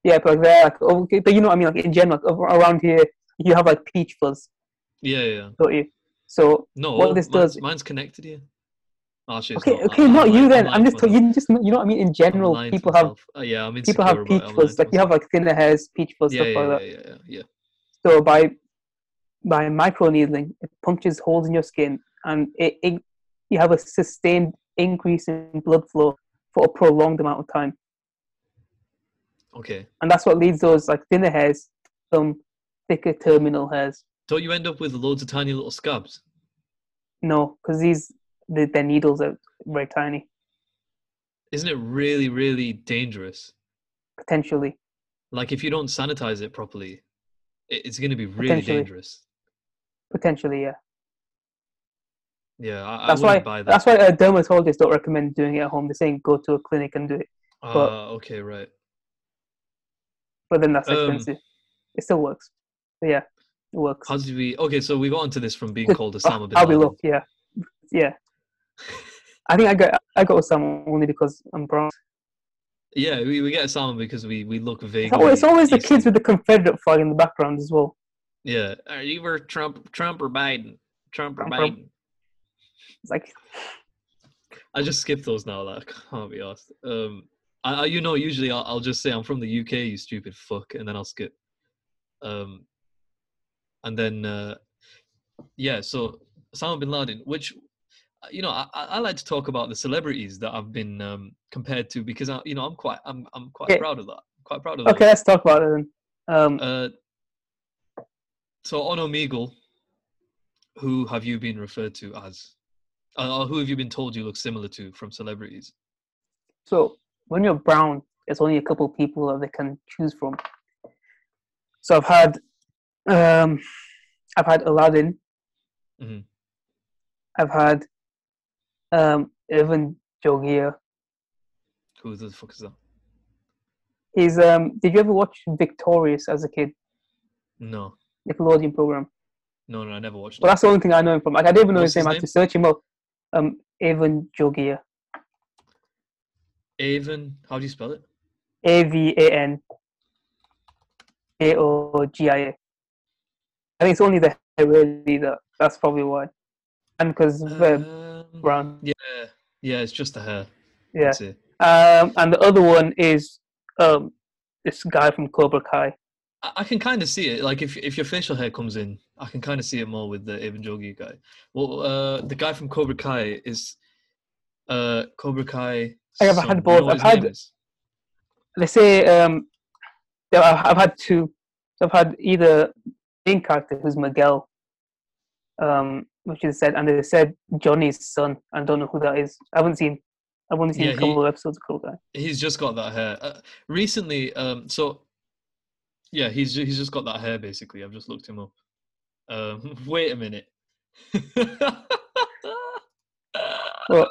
Speaker 3: yeah, but like there, like oh, okay, but you know what I mean. Like in general, like, over- around here, you have like peach fuzz,
Speaker 2: Yeah, yeah. yeah.
Speaker 3: don't you? So
Speaker 2: No, oh,
Speaker 3: What this
Speaker 2: mine's,
Speaker 3: does-
Speaker 2: mine's connected here. Oh, actually, it's
Speaker 3: okay,
Speaker 2: not.
Speaker 3: okay,
Speaker 2: I'm
Speaker 3: not you
Speaker 2: lying-
Speaker 3: then.
Speaker 2: lying
Speaker 3: I'm
Speaker 2: to
Speaker 3: just telling
Speaker 2: myself.
Speaker 3: you. Just you know what I mean. In general,
Speaker 2: lying to
Speaker 3: people have
Speaker 2: myself. Uh, yeah, I'm
Speaker 3: people
Speaker 2: insecure
Speaker 3: have
Speaker 2: about it.
Speaker 3: peach
Speaker 2: I'm lying
Speaker 3: fuzz.
Speaker 2: to
Speaker 3: Like you have like thinner hairs, peach fuzz
Speaker 2: myself. yeah,
Speaker 3: stuff like that.
Speaker 2: yeah, yeah, yeah, yeah.
Speaker 3: So by by microneedling, it punches holes in your skin and it, it, you have a sustained increase in blood flow for a prolonged amount of time.
Speaker 2: Okay.
Speaker 3: And that's what leads those like thinner hairs to some thicker terminal hairs.
Speaker 2: Don't you end up with loads of tiny little scabs?
Speaker 3: No, because these, the, their needles are very tiny,
Speaker 2: Isn't it really, really dangerous?
Speaker 3: potentially.
Speaker 2: Like if you don't sanitize it properly, it, it's going to be really
Speaker 3: Potentially.
Speaker 2: dangerous.
Speaker 3: Potentially, yeah.
Speaker 2: Yeah, I,
Speaker 3: That's
Speaker 2: I
Speaker 3: why.
Speaker 2: wouldn't buy that.
Speaker 3: That's why uh, dermatologists don't recommend doing it at home. They're saying go to a clinic and do it, but-
Speaker 2: Ah, okay, right.
Speaker 3: but then that's
Speaker 2: Um,
Speaker 3: expensive. It still works. But yeah, it works.
Speaker 2: How did we? Okay, so we got onto this from being
Speaker 3: Good.
Speaker 2: called
Speaker 3: I'll,
Speaker 2: Osama bin
Speaker 3: I'll be
Speaker 2: Laden.
Speaker 3: look. Yeah, yeah. I think I got I got Osama only because I'm brown.
Speaker 2: Yeah, we, we get Osama because we, we look vaguely.
Speaker 3: It's always, it's always the
Speaker 2: Eastern.
Speaker 3: kids with the Confederate flag in the background as well.
Speaker 2: Yeah, are you were Trump, Trump or Biden? Trump or
Speaker 3: Trump or-
Speaker 2: Biden?
Speaker 3: It's like
Speaker 2: I just skip those now. Like, I can't be asked. Um, I, I you know usually I'll, I'll just say I'm from the UK, you stupid fuck, and then I'll skip. Um, and then uh, yeah, so Osama bin Laden, which you know I, I I like to talk about the celebrities that I've been um, compared to because I you know I'm quite I'm I'm quite
Speaker 3: Okay.
Speaker 2: proud of that. Quite proud of that.
Speaker 3: okay, let's talk about it then. Um,
Speaker 2: Uh, so on Omegle, who have you been referred to as? Uh, or who have you been told you look similar to from celebrities?
Speaker 3: So when you're brown, it's only a couple people that they can choose from. So I've had, um, I've had Aladdin.
Speaker 2: Mhm.
Speaker 3: I've had um, Irvin Jogia.
Speaker 2: Who the fuck is that?
Speaker 3: He's. Um, did you ever watch Victorious as a kid?
Speaker 2: No,
Speaker 3: Nickelodeon program.
Speaker 2: no, no. I never watched.
Speaker 3: Well,
Speaker 2: it.
Speaker 3: that's the only thing I know him from. Like, I didn't even know
Speaker 2: What's
Speaker 3: his name.
Speaker 2: his
Speaker 3: I had to search him up. Um, Irvin Jogia.
Speaker 2: Avon. How do you spell it?
Speaker 3: A V A N A O G I A. I think it's only the hair really that that's probably why, and because
Speaker 2: Um,
Speaker 3: brown.
Speaker 2: yeah, yeah. It's just the hair.
Speaker 3: Yeah.
Speaker 2: That's it.
Speaker 3: Um, and the other one is um this guy from Cobra Kai.
Speaker 2: I, I can kind of see it. Like if if your facial hair comes in, I can kind of see it more with the Avon Jogi guy. Well, uh, the guy from Cobra Kai is uh Cobra Kai.
Speaker 3: I have
Speaker 2: son.
Speaker 3: had
Speaker 2: You know
Speaker 3: both.
Speaker 2: what his
Speaker 3: I've had-
Speaker 2: name is?
Speaker 3: They say um, there are- I've had two. So I've had either main character who's Miguel, um, which is said, and they said Johnny's son. I don't know who that is. I haven't seen. I've only seen
Speaker 2: Yeah,
Speaker 3: a couple
Speaker 2: he-
Speaker 3: of episodes of Cobra Kai.
Speaker 2: he's just got that hair uh, recently um so yeah he's ju- he's just got that hair basically i've just looked him up um wait a minute
Speaker 3: What?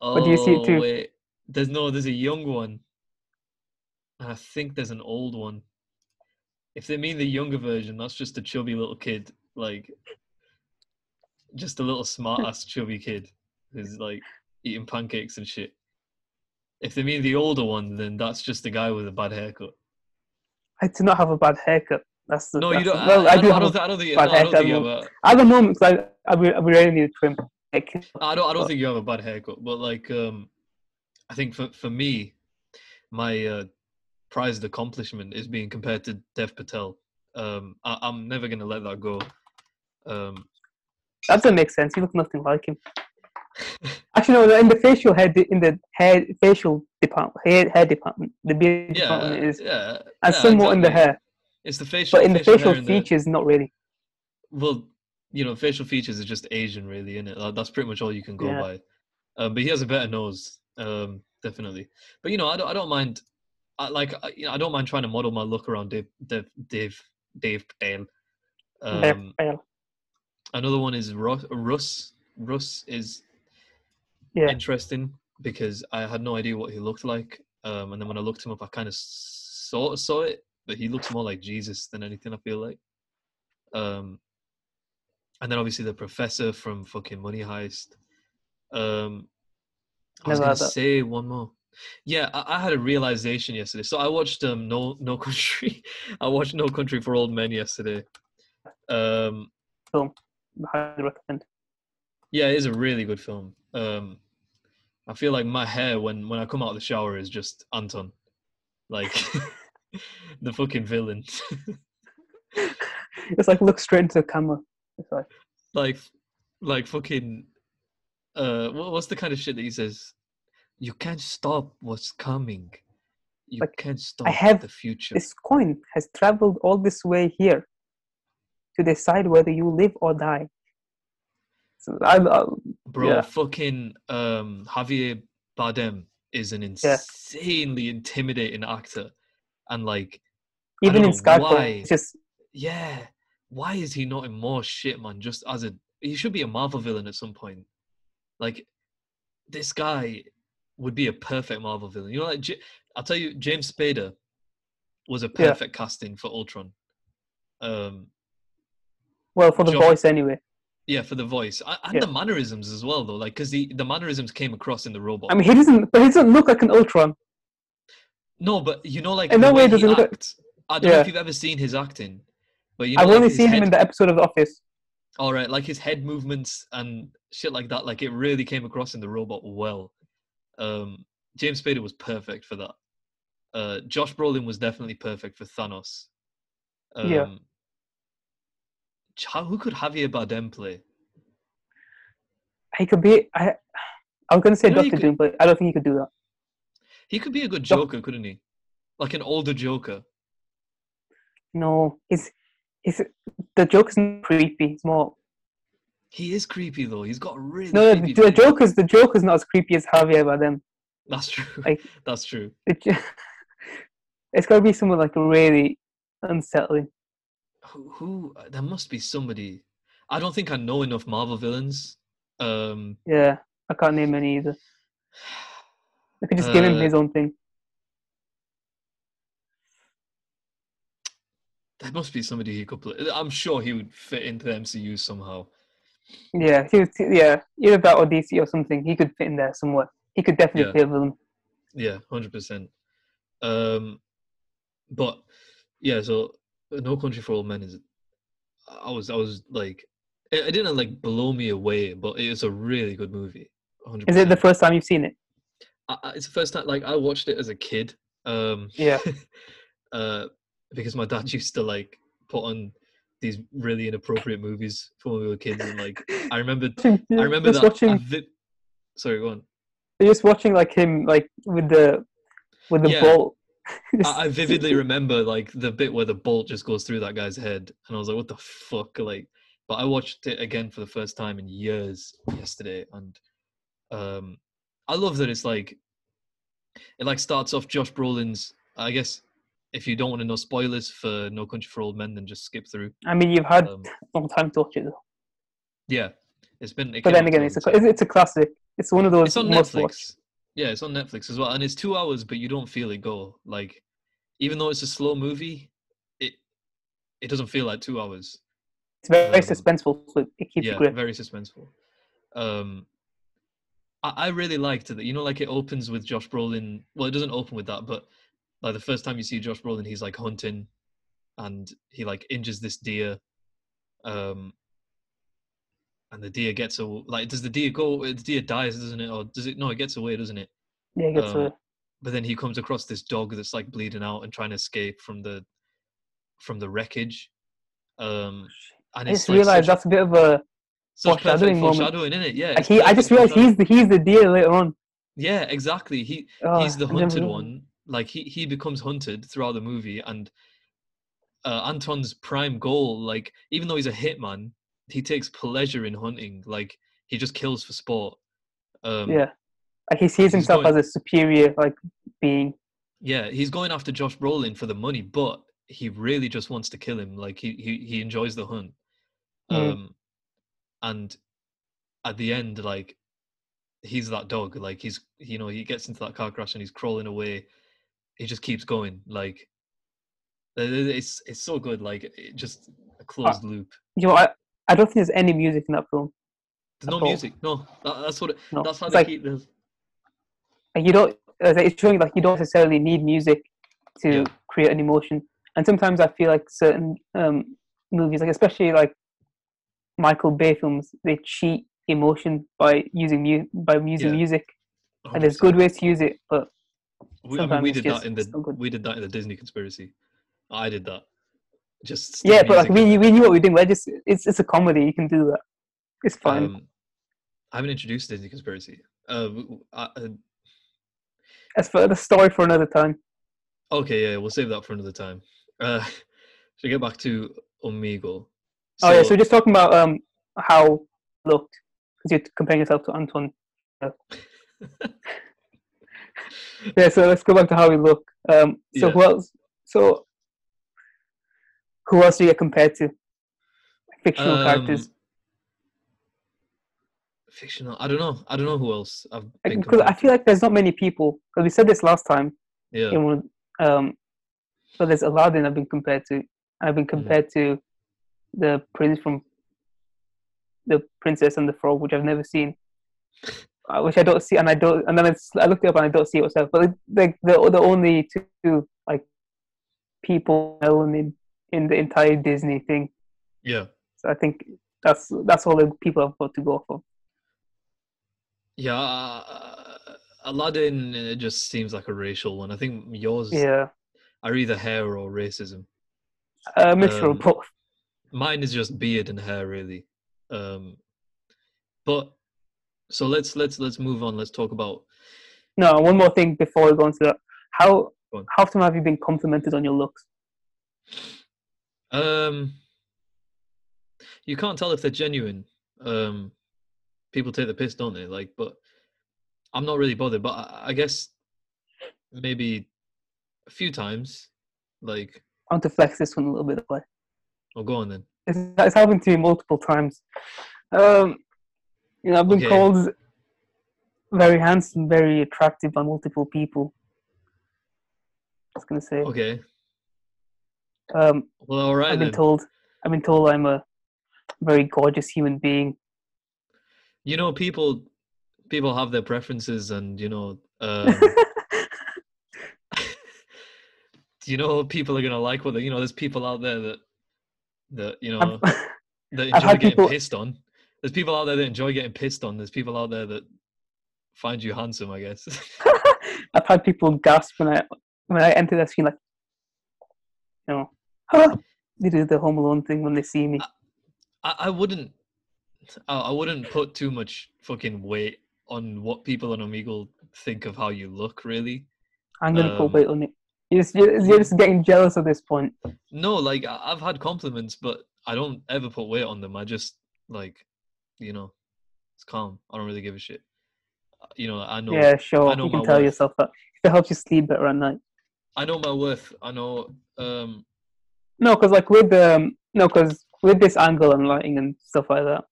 Speaker 2: oh
Speaker 3: do you see it too?
Speaker 2: wait there's no there's a young one and i think there's an old one if they mean the younger version that's just a chubby little kid like just a little smart ass chubby kid who's like eating pancakes and shit if they mean the older one, then that's just the guy with a bad haircut.
Speaker 3: I do not have a bad haircut. That's the,
Speaker 2: No, you
Speaker 3: that's the-
Speaker 2: don't.
Speaker 3: well, I, do
Speaker 2: I
Speaker 3: have.
Speaker 2: don't,
Speaker 3: a,
Speaker 2: I don't think.
Speaker 3: bad
Speaker 2: no, I don't
Speaker 3: haircut,
Speaker 2: think you have
Speaker 3: no.
Speaker 2: a.
Speaker 3: I don't know because I I re- I really need a trim. Like,
Speaker 2: I don't. I don't
Speaker 3: but-
Speaker 2: think you have a bad haircut. But like, um, I think for for me, my uh, prized accomplishment is being compared to Dev Patel. Um, I, I'm never gonna let that go. Um,
Speaker 3: that doesn't make sense. You look nothing like him. Actually, no. In the facial hair, de- in the hair facial department, hair hair department, the beard
Speaker 2: yeah,
Speaker 3: department is,
Speaker 2: yeah,
Speaker 3: and
Speaker 2: yeah,
Speaker 3: somewhat in the
Speaker 2: exactly.
Speaker 3: hair,
Speaker 2: It's the facial.
Speaker 3: but in the
Speaker 2: hair
Speaker 3: facial
Speaker 2: and the-
Speaker 3: features, not really.
Speaker 2: well, you know, facial features are just Asian, really, isn't it? Like, that's pretty much all you can go
Speaker 3: Yeah.
Speaker 2: by. Um, but he has a better nose, um, definitely. But you know, I don't, I don't mind. I like, I, you know, I don't mind trying to model my look around Dave, Dave, Dave, Dave Patel.
Speaker 3: They're
Speaker 2: Um,
Speaker 3: pale.
Speaker 2: another one is Ru- Russ. Russ is
Speaker 3: Yeah.
Speaker 2: interesting because I had no idea what he looked like. Um, and then when I looked him up, I kind of sort of saw it, but he looks more like Jesus than anything. I feel like. Um, and then obviously the professor from fucking Money Heist. Um, I was
Speaker 3: Never
Speaker 2: gonna
Speaker 3: had that.
Speaker 2: say one more. Yeah, I, I had a realization yesterday. So I watched um No No Country. I watched No Country for Old Men yesterday. Um,
Speaker 3: Highly recommend.
Speaker 2: yeah, it is a really good film. Um, I feel like my hair when when I come out of the shower is just Anton, like the fucking villain.
Speaker 3: It's like look straight into the camera. It's like
Speaker 2: like like fucking uh what, what's the kind of shit that he says you can't stop what's coming you
Speaker 3: Like,
Speaker 2: can't stop
Speaker 3: have
Speaker 2: the future
Speaker 3: this coin has traveled all this way here to decide whether you live or die. So I, I,
Speaker 2: bro
Speaker 3: yeah.
Speaker 2: fucking um javier bardem is an
Speaker 3: Yeah.
Speaker 2: insanely intimidating actor and like I
Speaker 3: even
Speaker 2: don't
Speaker 3: in
Speaker 2: know
Speaker 3: Skyfall,
Speaker 2: why.
Speaker 3: it's just
Speaker 2: yeah why is he not in more shit man just as a he should be a marvel villain at some point like this guy would be a perfect marvel villain you know like J- i'll tell you james spader was a
Speaker 3: Yeah.
Speaker 2: perfect casting for ultron um
Speaker 3: well for the
Speaker 2: Job-
Speaker 3: voice anyway.
Speaker 2: yeah for the voice A- and
Speaker 3: Yeah.
Speaker 2: the mannerisms as well though like because the the mannerisms came across in the robot
Speaker 3: I mean, he doesn't, but he doesn't look like an Ultron.
Speaker 2: no but you know like
Speaker 3: In
Speaker 2: the
Speaker 3: that way
Speaker 2: way
Speaker 3: it
Speaker 2: he
Speaker 3: doesn't look like-
Speaker 2: acts, i don't know if
Speaker 3: Yeah.
Speaker 2: you've ever seen his acting but you know
Speaker 3: I've
Speaker 2: like,
Speaker 3: only
Speaker 2: his
Speaker 3: seen
Speaker 2: head-
Speaker 3: him in the episode of The Office.
Speaker 2: all right like his head movements and shit like that like it really came across in the robot well um james spader was perfect for that uh josh brolin was definitely perfect for thanos um,
Speaker 3: Yeah.
Speaker 2: Ch- how, who could javier bardem play
Speaker 3: He could be. I, I was gonna say
Speaker 2: You know, you
Speaker 3: Doctor
Speaker 2: could-
Speaker 3: Doom, but I don't think he could do that.
Speaker 2: he could be a good
Speaker 3: Doc-
Speaker 2: joker couldn't he like an older joker
Speaker 3: No, he's, he's the Joker's not creepy. It's more
Speaker 2: he is creepy though he's got a really
Speaker 3: no, no.
Speaker 2: creepy
Speaker 3: The, the
Speaker 2: vibe.
Speaker 3: Joker's the Joker's not as creepy as Javier Bardem.
Speaker 2: that's true
Speaker 3: like-
Speaker 2: that's true
Speaker 3: The J- it's gotta be someone like really unsettling.
Speaker 2: who, who there must be somebody i don't think i know enough marvel villains um
Speaker 3: Yeah, I can't name any either. I could just give him
Speaker 2: Uh,
Speaker 3: his own thing.
Speaker 2: There must be somebody he could play. I'm sure he would fit into the MCU somehow.
Speaker 3: Yeah, he would, yeah, either that or DC or something. He could fit in there somewhere. He could definitely
Speaker 2: Yeah.
Speaker 3: play a villain.
Speaker 2: Yeah, hundred percent. Um, but yeah, so No Country for Old Men is. I was, I was like, it, it didn't like blow me away, but it is a really good movie. 100%.
Speaker 3: Is it the first time you've seen it?
Speaker 2: I, I- it's the first time like I watched it as a kid. Um,
Speaker 3: Yeah.
Speaker 2: uh, because my dad used to like put on these really inappropriate movies for when we were kids, and like I remember, I remember
Speaker 3: just
Speaker 2: that. I
Speaker 3: watching
Speaker 2: vi- Sorry, go on.
Speaker 3: They're just watching like him like with the with the
Speaker 2: Yeah.
Speaker 3: bolt. Just-
Speaker 2: I, I vividly remember like the bit where the bolt just goes through that guy's head, and I was like, "What the fuck?" Like, but I watched it again for the first time in years yesterday, and um, I love that it's like it like starts off Josh Brolin's. I guess if you don't want to know spoilers for No Country for Old Men, then just skip through.
Speaker 3: I mean, you've had
Speaker 2: Um,
Speaker 3: long time to watch it, though.
Speaker 2: yeah, it's been. it
Speaker 3: but
Speaker 2: came
Speaker 3: then
Speaker 2: out
Speaker 3: again,
Speaker 2: two
Speaker 3: it's a
Speaker 2: hours
Speaker 3: cla-
Speaker 2: ago.
Speaker 3: it's a classic. It's one of those
Speaker 2: it's on
Speaker 3: must
Speaker 2: Netflix.
Speaker 3: watch.
Speaker 2: Yeah, it's on Netflix as well, and it's two hours, but you don't feel it go. Like, even though it's a slow movie, it it doesn't feel like two hours.
Speaker 3: It's very
Speaker 2: Um,
Speaker 3: suspenseful, so it- it keeps
Speaker 2: yeah,
Speaker 3: you gripped.
Speaker 2: very suspenseful. Um, I, I really liked it. You know, like it opens with Josh Brolin. Well, it doesn't open with that, but like the first time you see Josh Brolin, he's like hunting, and he like injures this deer. Um, and the deer gets a like. Does the deer go? The deer dies, doesn't it? Or does it? No, it gets away, doesn't it?
Speaker 3: Yeah, it gets
Speaker 2: um,
Speaker 3: uh,
Speaker 2: but then he comes across this dog that's like bleeding out and trying to escape from the from the wreckage um and
Speaker 3: Oh, I
Speaker 2: it's
Speaker 3: just
Speaker 2: like
Speaker 3: realized
Speaker 2: such,
Speaker 3: that's a bit of a.
Speaker 2: such
Speaker 3: foreshadowing
Speaker 2: perfect
Speaker 3: moment.
Speaker 2: foreshadowing in it yeah it's
Speaker 3: He, I
Speaker 2: perfect
Speaker 3: just realized
Speaker 2: foreshadowing.
Speaker 3: he's the he's the deer later on.
Speaker 2: yeah exactly he
Speaker 3: Oh,
Speaker 2: he's the
Speaker 3: I never
Speaker 2: hunted
Speaker 3: realized.
Speaker 2: one like he he becomes hunted throughout the movie and uh, anton's prime goal like even though he's a hitman he takes pleasure in hunting like he just kills for sport um
Speaker 3: Yeah, like he sees
Speaker 2: he's
Speaker 3: himself
Speaker 2: going-
Speaker 3: as a superior like being.
Speaker 2: Yeah, he's going after Josh Brolin for the money, but he really just wants to kill him. Like he he, he enjoys the hunt.
Speaker 3: Mm.
Speaker 2: Um, and at the end, like he's that dog. Like he's you know he gets into that car crash and he's crawling away. He just keeps going. Like it- it- it's it's so good. Like it just
Speaker 3: Uh,
Speaker 2: a closed loop.
Speaker 3: You know, I, I don't think there's any music in that film.
Speaker 2: There's no
Speaker 3: thought-
Speaker 2: music. No, that, that's what. It,
Speaker 3: No,
Speaker 2: that's how
Speaker 3: it's
Speaker 2: they
Speaker 3: like,
Speaker 2: keep. The,
Speaker 3: like you don't. It's like- it's showing like you don't necessarily need music to
Speaker 2: Yeah.
Speaker 3: create an emotion. And sometimes I feel like certain um, movies, like especially like Michael Bay films, they cheat emotion by using mu- by using
Speaker 2: Yeah.
Speaker 3: music. And there's good ways to use it, but
Speaker 2: We, I mean,
Speaker 3: sometimes
Speaker 2: we
Speaker 3: it's
Speaker 2: did
Speaker 3: just-
Speaker 2: that in the
Speaker 3: it's not good.
Speaker 2: we did that in the Disney conspiracy. I did that. Just
Speaker 3: Yeah, but like
Speaker 2: music.
Speaker 3: we we knew what we were doing. We're just it's it's a comedy. You can do that. It's fine.
Speaker 2: Um, I haven't introduced Disney conspiracy. Uh, w- w- I- uh,
Speaker 3: That's for the story for another time.
Speaker 2: okay, yeah, we'll save that for another time. Uh, so get back to Omegle.
Speaker 3: oh yeah, so we're just talking about um how it looked because you're comparing yourself to Antoine. uh. yeah, so let's go back to how we look. Um, so
Speaker 2: Yeah.
Speaker 3: who else? So who else do you get compared to? Fictional characters.
Speaker 2: um, Fictional. I don't know. I don't know who else. I've been
Speaker 3: Because I
Speaker 2: compared-
Speaker 3: feel like there's not many people. Because we said this last time.
Speaker 2: yeah.
Speaker 3: in one of- um so there's Aladdin I've been compared to I've
Speaker 2: Mm-hmm.
Speaker 3: been compared to the prince from the princess and the frog which I've never seen uh, which I don't see and I don't and then I, s- I looked it up and I don't see it myself but like, like the the only two like people known in in the entire Disney thing
Speaker 2: Yeah.
Speaker 3: so I think that's that's all the people I've got to go for
Speaker 2: Yeah. Uh, Aladdin it just seems like a racial one. I think yours
Speaker 3: yeah
Speaker 2: are either hair or racism.
Speaker 3: a mixture
Speaker 2: Um,
Speaker 3: of both
Speaker 2: Mine is just beard and hair really. Um, but so let's let's let's move on. Let's talk about
Speaker 3: no one more thing before we go on to that how
Speaker 2: Go on.
Speaker 3: how often have you been complimented on your looks
Speaker 2: Um, you can't tell if they're genuine. Um, people take the piss, don't they? Like, but I'm not really bothered. But I, I guess maybe a few times. Like,
Speaker 3: I want to flex this one a little bit. But
Speaker 2: oh, go on then.
Speaker 3: it's, it's happened to me multiple times. Um, you know, I've been
Speaker 2: Okay.
Speaker 3: called very handsome, very attractive by multiple people. I was gonna say.
Speaker 2: Okay.
Speaker 3: Um,
Speaker 2: Well, all right
Speaker 3: I've been
Speaker 2: then.
Speaker 3: told. I've been told I'm a very gorgeous human being.
Speaker 2: you know, people people have their preferences, and you know, um, you know, people are gonna like what they. You know, there's people out there that that you know.
Speaker 3: I've,
Speaker 2: that
Speaker 3: I've
Speaker 2: enjoy
Speaker 3: had
Speaker 2: getting
Speaker 3: people-
Speaker 2: pissed on. There's people out there that enjoy getting pissed on. There's people out there that find you handsome, I guess.
Speaker 3: I've had people gasp when I when I enter their screen, like, you know, "Huh?" they do the Home Alone thing when they see me.
Speaker 2: I, I wouldn't, I, I wouldn't put too much fucking weight on what people on Omegle think of how you look. Really,
Speaker 3: I'm gonna
Speaker 2: um,
Speaker 3: put weight on it. You're just, you're, you're just getting jealous at this point.
Speaker 2: no, like I, I've had compliments, but I don't ever put weight on them. I just like, you know, it's calm. I don't really give a shit. Uh, You know, I know.
Speaker 3: Yeah, sure.
Speaker 2: I know
Speaker 3: you
Speaker 2: my
Speaker 3: can tell
Speaker 2: worth.
Speaker 3: yourself that. If it helps you sleep better at night.
Speaker 2: I know my worth. I know. Um,
Speaker 3: No, because like with um, no, because with this angle and lighting and stuff like that,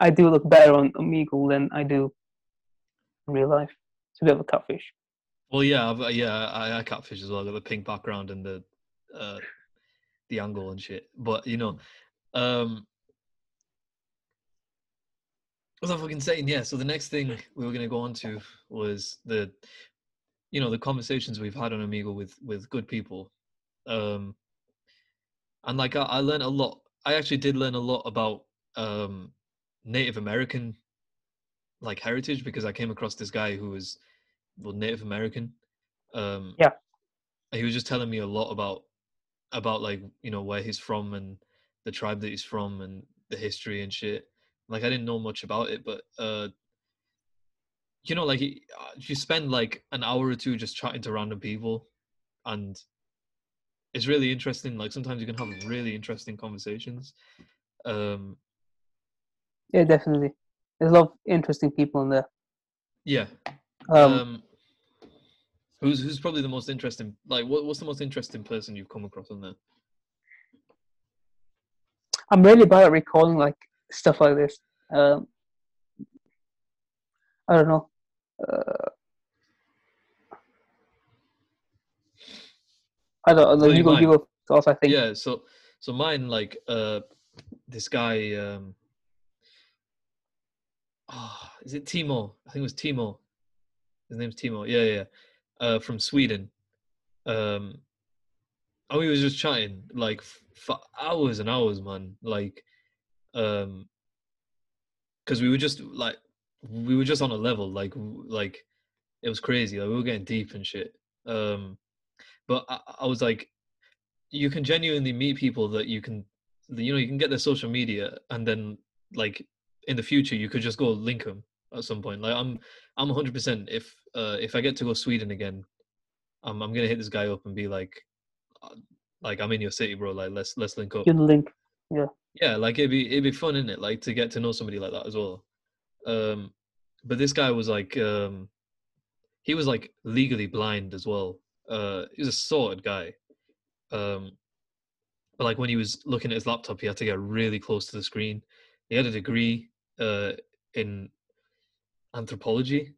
Speaker 3: I do look better on Omegle than I do in real life. It's a bit of a catfish.
Speaker 2: Well, yeah, I've, uh, yeah, I, I catfish as well. I got the pink background and the uh, the angle and shit. But you know, um, what was I fucking saying? Yeah. So the next thing we were gonna go on to was the, you know, the conversations we've had on Amigo with with good people, um, and like I, I learned a lot. I actually did learn a lot about um, Native American like heritage because I came across this guy who was well Native American. Um,
Speaker 3: Yeah.
Speaker 2: He was just telling me a lot about about like you know where he's from and the tribe that he's from and the history and shit. Like I didn't know much about it, but uh, you know, like he- uh, you spend like an hour or two just chatting to random people, and it's really interesting. Like sometimes you can have really interesting conversations. Um,
Speaker 3: Yeah, definitely. There's a lot of interesting people in there.
Speaker 2: yeah,
Speaker 3: Um,
Speaker 2: Um, who's who's probably the most interesting? Like, what, what's the most interesting person you've come across on there?
Speaker 3: I'm really bad at recalling like stuff like this. Um, I don't know. Uh, I don't know.
Speaker 2: So you
Speaker 3: You go,
Speaker 2: might-
Speaker 3: you go first, I think.
Speaker 2: Yeah. So so mine like uh, this guy. Um, ah, is it Timo? I think it was Timo. His name's Timo. Yeah, yeah. yeah. Uh, from Sweden. Um, and we was just chatting like f- for hours and hours, man. Like, um, because we were just like we were just on a level like w- like it was crazy. Like we were getting deep and shit. Um, but I, I was like, you can genuinely meet people that you can that, you know you can get their social media and then like in the future you could just go link them at some point like i'm i'm 100% if uh if i get to go sweden again i'm i'm going to hit this guy up and be like uh, like i'm in your city bro like let's let's link up
Speaker 3: Good link.
Speaker 2: yeah like it'd be it'd be fun in it like to get to know somebody like that as well um but this guy was like um he was like legally blind as well uh he was a sorted guy um but like when he was looking at his laptop he had to get really close to the screen he had a degree uh in anthropology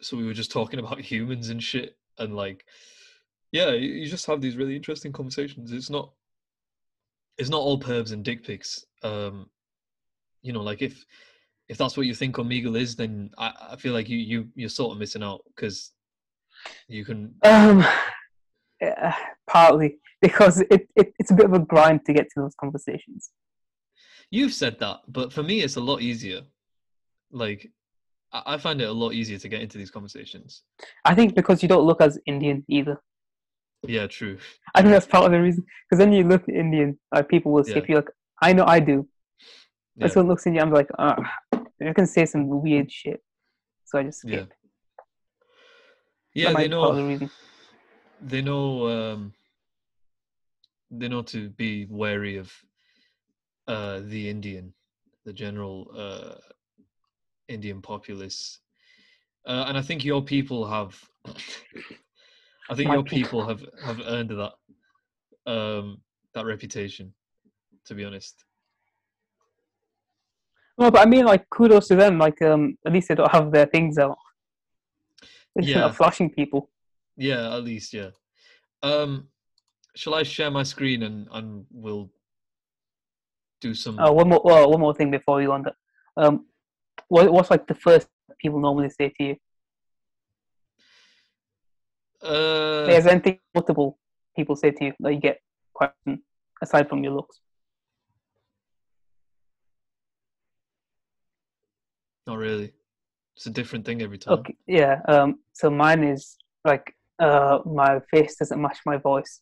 Speaker 2: so we were just talking about humans and shit and like yeah you you just have these really interesting conversations it's not it's not all pervs and dick pics. Um, you know, like if if that's what you think Omegle is, then I, I feel like you you you're sort of missing out because you can.
Speaker 3: Um, uh, partly because it, it it's a bit of a grind to get to those conversations.
Speaker 2: You've said that, but for me, it's a lot easier. Like, I, I find it a lot easier to get into these conversations.
Speaker 3: I think because you don't look as Indian either.
Speaker 2: Yeah, true.
Speaker 3: I think that's part of the reason. Because then you look Indian, like people will say
Speaker 2: Yeah.
Speaker 3: if you like, I know I do.
Speaker 2: Yeah.
Speaker 3: That's what looks in you. I'm like, ah, you can say some weird shit. So I just
Speaker 2: Yeah,
Speaker 3: skip.
Speaker 2: yeah.
Speaker 3: that might
Speaker 2: They
Speaker 3: be part of the
Speaker 2: know.
Speaker 3: reason.
Speaker 2: They know. Um, they know to be wary of uh, the Indian, the general uh, Indian populace, uh, and I think your people have. I think
Speaker 3: My
Speaker 2: your
Speaker 3: people.
Speaker 2: people have have earned that um, that reputation. To be honest,
Speaker 3: No, but I mean, like, kudos to them. Like, um, at least they don't have their things out. They're just
Speaker 2: Yeah.
Speaker 3: not flashing people.
Speaker 2: yeah, at least yeah. Um, shall I share my screen and and we'll do some?
Speaker 3: Oh, one more, well, one more thing before you on that. Um, what, what's like the first people normally say to you?
Speaker 2: uh,
Speaker 3: There's anything notable people say to you that you get quite often, aside from your looks?
Speaker 2: Not really. It's a different thing every time.
Speaker 3: Okay, yeah. Um, so mine is like uh, my face doesn't match my voice.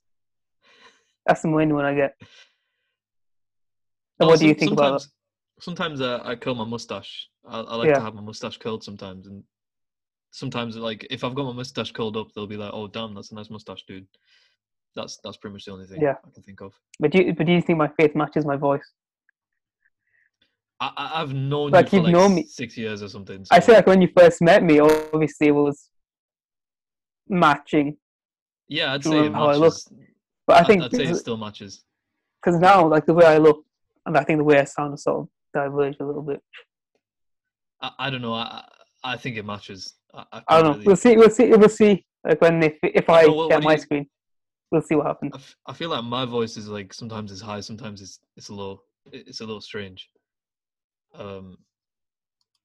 Speaker 3: That's the main one I get.
Speaker 2: No,
Speaker 3: And what do you
Speaker 2: Oh, some-
Speaker 3: think about that?
Speaker 2: sometimes- Sometimes uh, I curl my mustache. I, I like
Speaker 3: Yeah.
Speaker 2: to have my mustache curled sometimes, and sometimes like if I've got my mustache curled up, they'll be like, "Oh, damn, that's a nice mustache, dude." That's that's pretty much the only thing
Speaker 3: Yeah.
Speaker 2: I can think of.
Speaker 3: But do you, but do you think my face matches my voice?
Speaker 2: I, I I've known
Speaker 3: Like,
Speaker 2: you for
Speaker 3: you've
Speaker 2: like
Speaker 3: known me-
Speaker 2: six years or something.
Speaker 3: I
Speaker 2: so-
Speaker 3: feel like when you first met me, obviously it was matching.
Speaker 2: yeah, I'd
Speaker 3: you
Speaker 2: say it
Speaker 3: remember how I
Speaker 2: matches.
Speaker 3: look. But I
Speaker 2: I'd-
Speaker 3: think
Speaker 2: I'd, say it still matches.
Speaker 3: because now, like the way I look, and I think the way I sound sort of diverge a little bit.
Speaker 2: I, I don't know. I I I think it matches. I, I,
Speaker 3: I
Speaker 2: can't
Speaker 3: don't know.
Speaker 2: really-
Speaker 3: We'll see. We'll see. We'll see. Like when if if I
Speaker 2: what- what
Speaker 3: get
Speaker 2: do
Speaker 3: my
Speaker 2: you-
Speaker 3: screen, we'll see what happens.
Speaker 2: I, f- I feel like my voice is like sometimes it's high, sometimes it's it's low. It- It's a little strange. Um,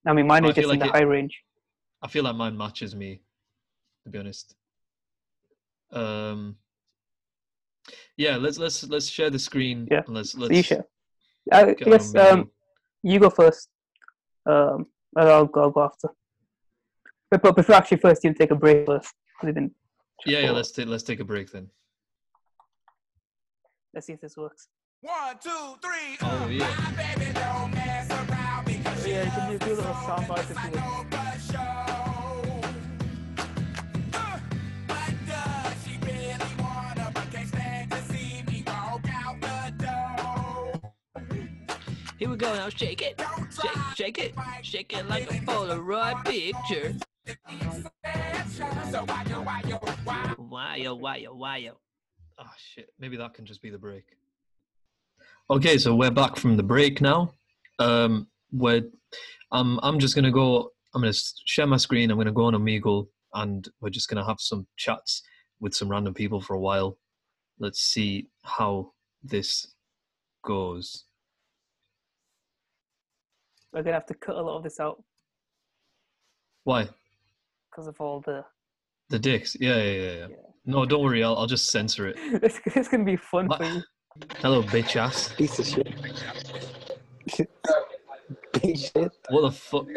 Speaker 3: I mean, mine
Speaker 2: I
Speaker 3: is just
Speaker 2: feel
Speaker 3: in the
Speaker 2: like it-
Speaker 3: high range.
Speaker 2: I feel like mine matches me, to be honest. Um, yeah, let's let's let's share the screen.
Speaker 3: Yeah.
Speaker 2: and let's
Speaker 3: So
Speaker 2: let's
Speaker 3: you should. I
Speaker 2: get on
Speaker 3: guess
Speaker 2: with
Speaker 3: um, you go first. Um, and I'll go, I'll go after. But, but before actually, first you take a break first. 'cause we didn't
Speaker 2: it. yeah, yeah.
Speaker 3: before.
Speaker 2: Let's take let's take a break then.
Speaker 3: Let's see if this works.
Speaker 1: One, two, three.
Speaker 2: Oh,
Speaker 1: uh,
Speaker 2: yeah.
Speaker 1: My baby don't mess around because she
Speaker 4: Yeah, you can
Speaker 1: loves
Speaker 4: do
Speaker 1: me
Speaker 4: a little
Speaker 1: so,
Speaker 4: sound
Speaker 1: and
Speaker 4: bite
Speaker 1: this
Speaker 4: if
Speaker 1: I
Speaker 4: you would.
Speaker 1: know for sure. Uh, but does she really wanna, but can't stand to see me walk out the door.
Speaker 5: Here we go now, shake it,
Speaker 1: Don't
Speaker 5: shake,
Speaker 1: try
Speaker 5: shake it, shake it like a Polaroid picture.
Speaker 1: to exception, so why you, why you, why
Speaker 5: Wire, wire, wire.
Speaker 2: Ah, shit. Maybe that can just be the break. Okay, so we're back from the break now. Um, we're, um, I'm just gonna go. I'm gonna s- share my screen. I'm gonna go on Omegle, and we're just gonna have some chats with some random people for a while. Let's see how this goes.
Speaker 3: We're gonna have to cut a lot of this out
Speaker 2: Why
Speaker 3: because of all the.
Speaker 2: the dicks? Yeah, yeah, yeah. yeah.
Speaker 3: Yeah.
Speaker 2: No, don't worry. I'll, I'll just censor it.
Speaker 3: it's, it's gonna be fun
Speaker 2: What?
Speaker 3: for you.
Speaker 2: Hello, bitch ass.
Speaker 4: Piece of shit. Piece of shit.
Speaker 2: What the fuck?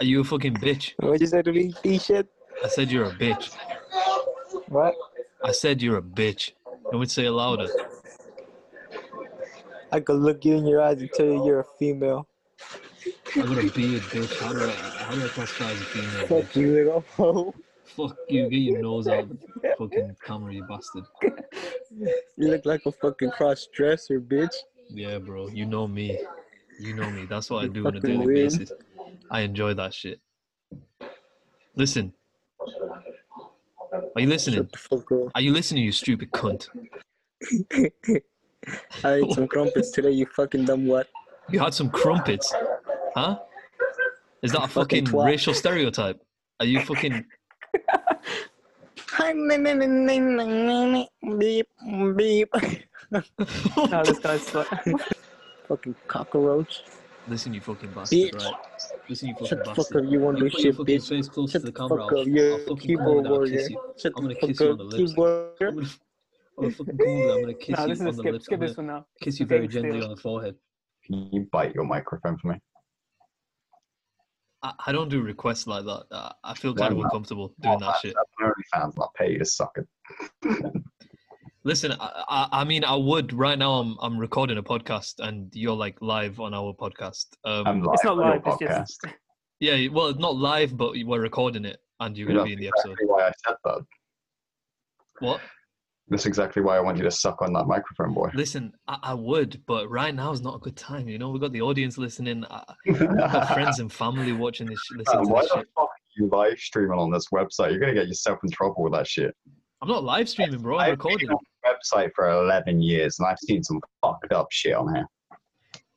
Speaker 2: Are you a fucking bitch?
Speaker 4: What'd you say to me? Piece of shit.
Speaker 2: I said you're a bitch.
Speaker 4: What?
Speaker 2: I said you're a bitch. I would say it louder.
Speaker 6: I could look you in your eyes and tell you you're a female.
Speaker 2: I got a beard, bitch. How do I, how do I classify as a female? bitch?
Speaker 6: Fuck you, little hoe.
Speaker 2: Fuck you, get your nose out of the fucking camera, you bastard.
Speaker 6: You look like a fucking cross dresser, bitch.
Speaker 2: Yeah, bro, you know me. You know me. That's what I do on a
Speaker 6: fucking
Speaker 2: daily
Speaker 6: weird.
Speaker 2: basis. I enjoy that shit. Listen. Are you listening?
Speaker 6: Shut the fuck up.
Speaker 2: Are you listening, you stupid cunt?
Speaker 6: I ate some crumpets today, you fucking dumb what?
Speaker 2: You had some crumpets, huh? Is that a
Speaker 6: Fucking
Speaker 2: fucking
Speaker 6: twat.
Speaker 2: racial stereotype? Are you fucking?
Speaker 6: Beep, beep.
Speaker 3: No, this guy's like,
Speaker 6: fucking cockroach.
Speaker 2: Listen, you fucking bastard,
Speaker 6: Bitch.
Speaker 2: right? Listen, you fucking
Speaker 6: Shut the
Speaker 2: bastard.
Speaker 6: fuck up, you won't
Speaker 2: You
Speaker 6: do
Speaker 2: put your
Speaker 6: shit,
Speaker 2: fucking
Speaker 6: bitch.
Speaker 2: face close
Speaker 6: Shut
Speaker 2: to
Speaker 6: the
Speaker 2: the camera.
Speaker 6: fuck
Speaker 2: I'll,
Speaker 6: up, you're
Speaker 2: I'll
Speaker 6: a
Speaker 2: fucking come
Speaker 6: keyboard
Speaker 2: down and
Speaker 6: warrior.
Speaker 2: kiss you.
Speaker 6: Shut
Speaker 2: I'm
Speaker 6: the
Speaker 2: gonna kiss
Speaker 6: fuck
Speaker 2: you on the
Speaker 6: up,
Speaker 2: lips.
Speaker 6: keyboard.
Speaker 2: I'm gonna, I'm gonna fucking Google it. I'm gonna kiss
Speaker 3: no,
Speaker 2: you
Speaker 3: this is
Speaker 2: on
Speaker 3: a
Speaker 2: the
Speaker 3: skip.
Speaker 2: lips.
Speaker 3: Skip
Speaker 2: I'm
Speaker 3: this
Speaker 2: gonna
Speaker 3: one now.
Speaker 2: kiss you
Speaker 3: Game
Speaker 2: very gently
Speaker 3: theory.
Speaker 2: on the forehead.
Speaker 7: Can you bite your microphone for me?
Speaker 2: I, I don't do requests like that. I, I feel
Speaker 7: Why
Speaker 2: kind of
Speaker 7: not?
Speaker 2: uncomfortable doing that shit.
Speaker 7: Only fans not pay you to suck it.
Speaker 2: Listen, I, I, I mean, I would right now. I'm I'm recording a podcast, and you're like live on our podcast. Um,
Speaker 7: I'm live
Speaker 3: It's not
Speaker 7: on your
Speaker 3: live, it's
Speaker 7: podcast.
Speaker 3: just-
Speaker 2: yeah, well, not live, but we're recording it, and you're gonna
Speaker 7: That's
Speaker 2: be in the
Speaker 7: exactly
Speaker 2: episode.
Speaker 7: why I said that.
Speaker 2: What?
Speaker 7: That's exactly why I want you to suck on that microphone, boy.
Speaker 2: Listen, I, I would, but right now is not a good time. You know, we've got the audience listening. I, I've got friends and family watching this. Sh- listening
Speaker 7: Man,
Speaker 2: to
Speaker 7: Uh, why
Speaker 2: this
Speaker 7: the
Speaker 2: shit.
Speaker 7: fuck are you live streaming on this website? You're gonna get yourself in trouble with that shit.
Speaker 2: I'm not live streaming, bro. I'm
Speaker 7: I've been
Speaker 2: recording.
Speaker 7: on the website for 11 years, and I've seen some fucked up shit on here.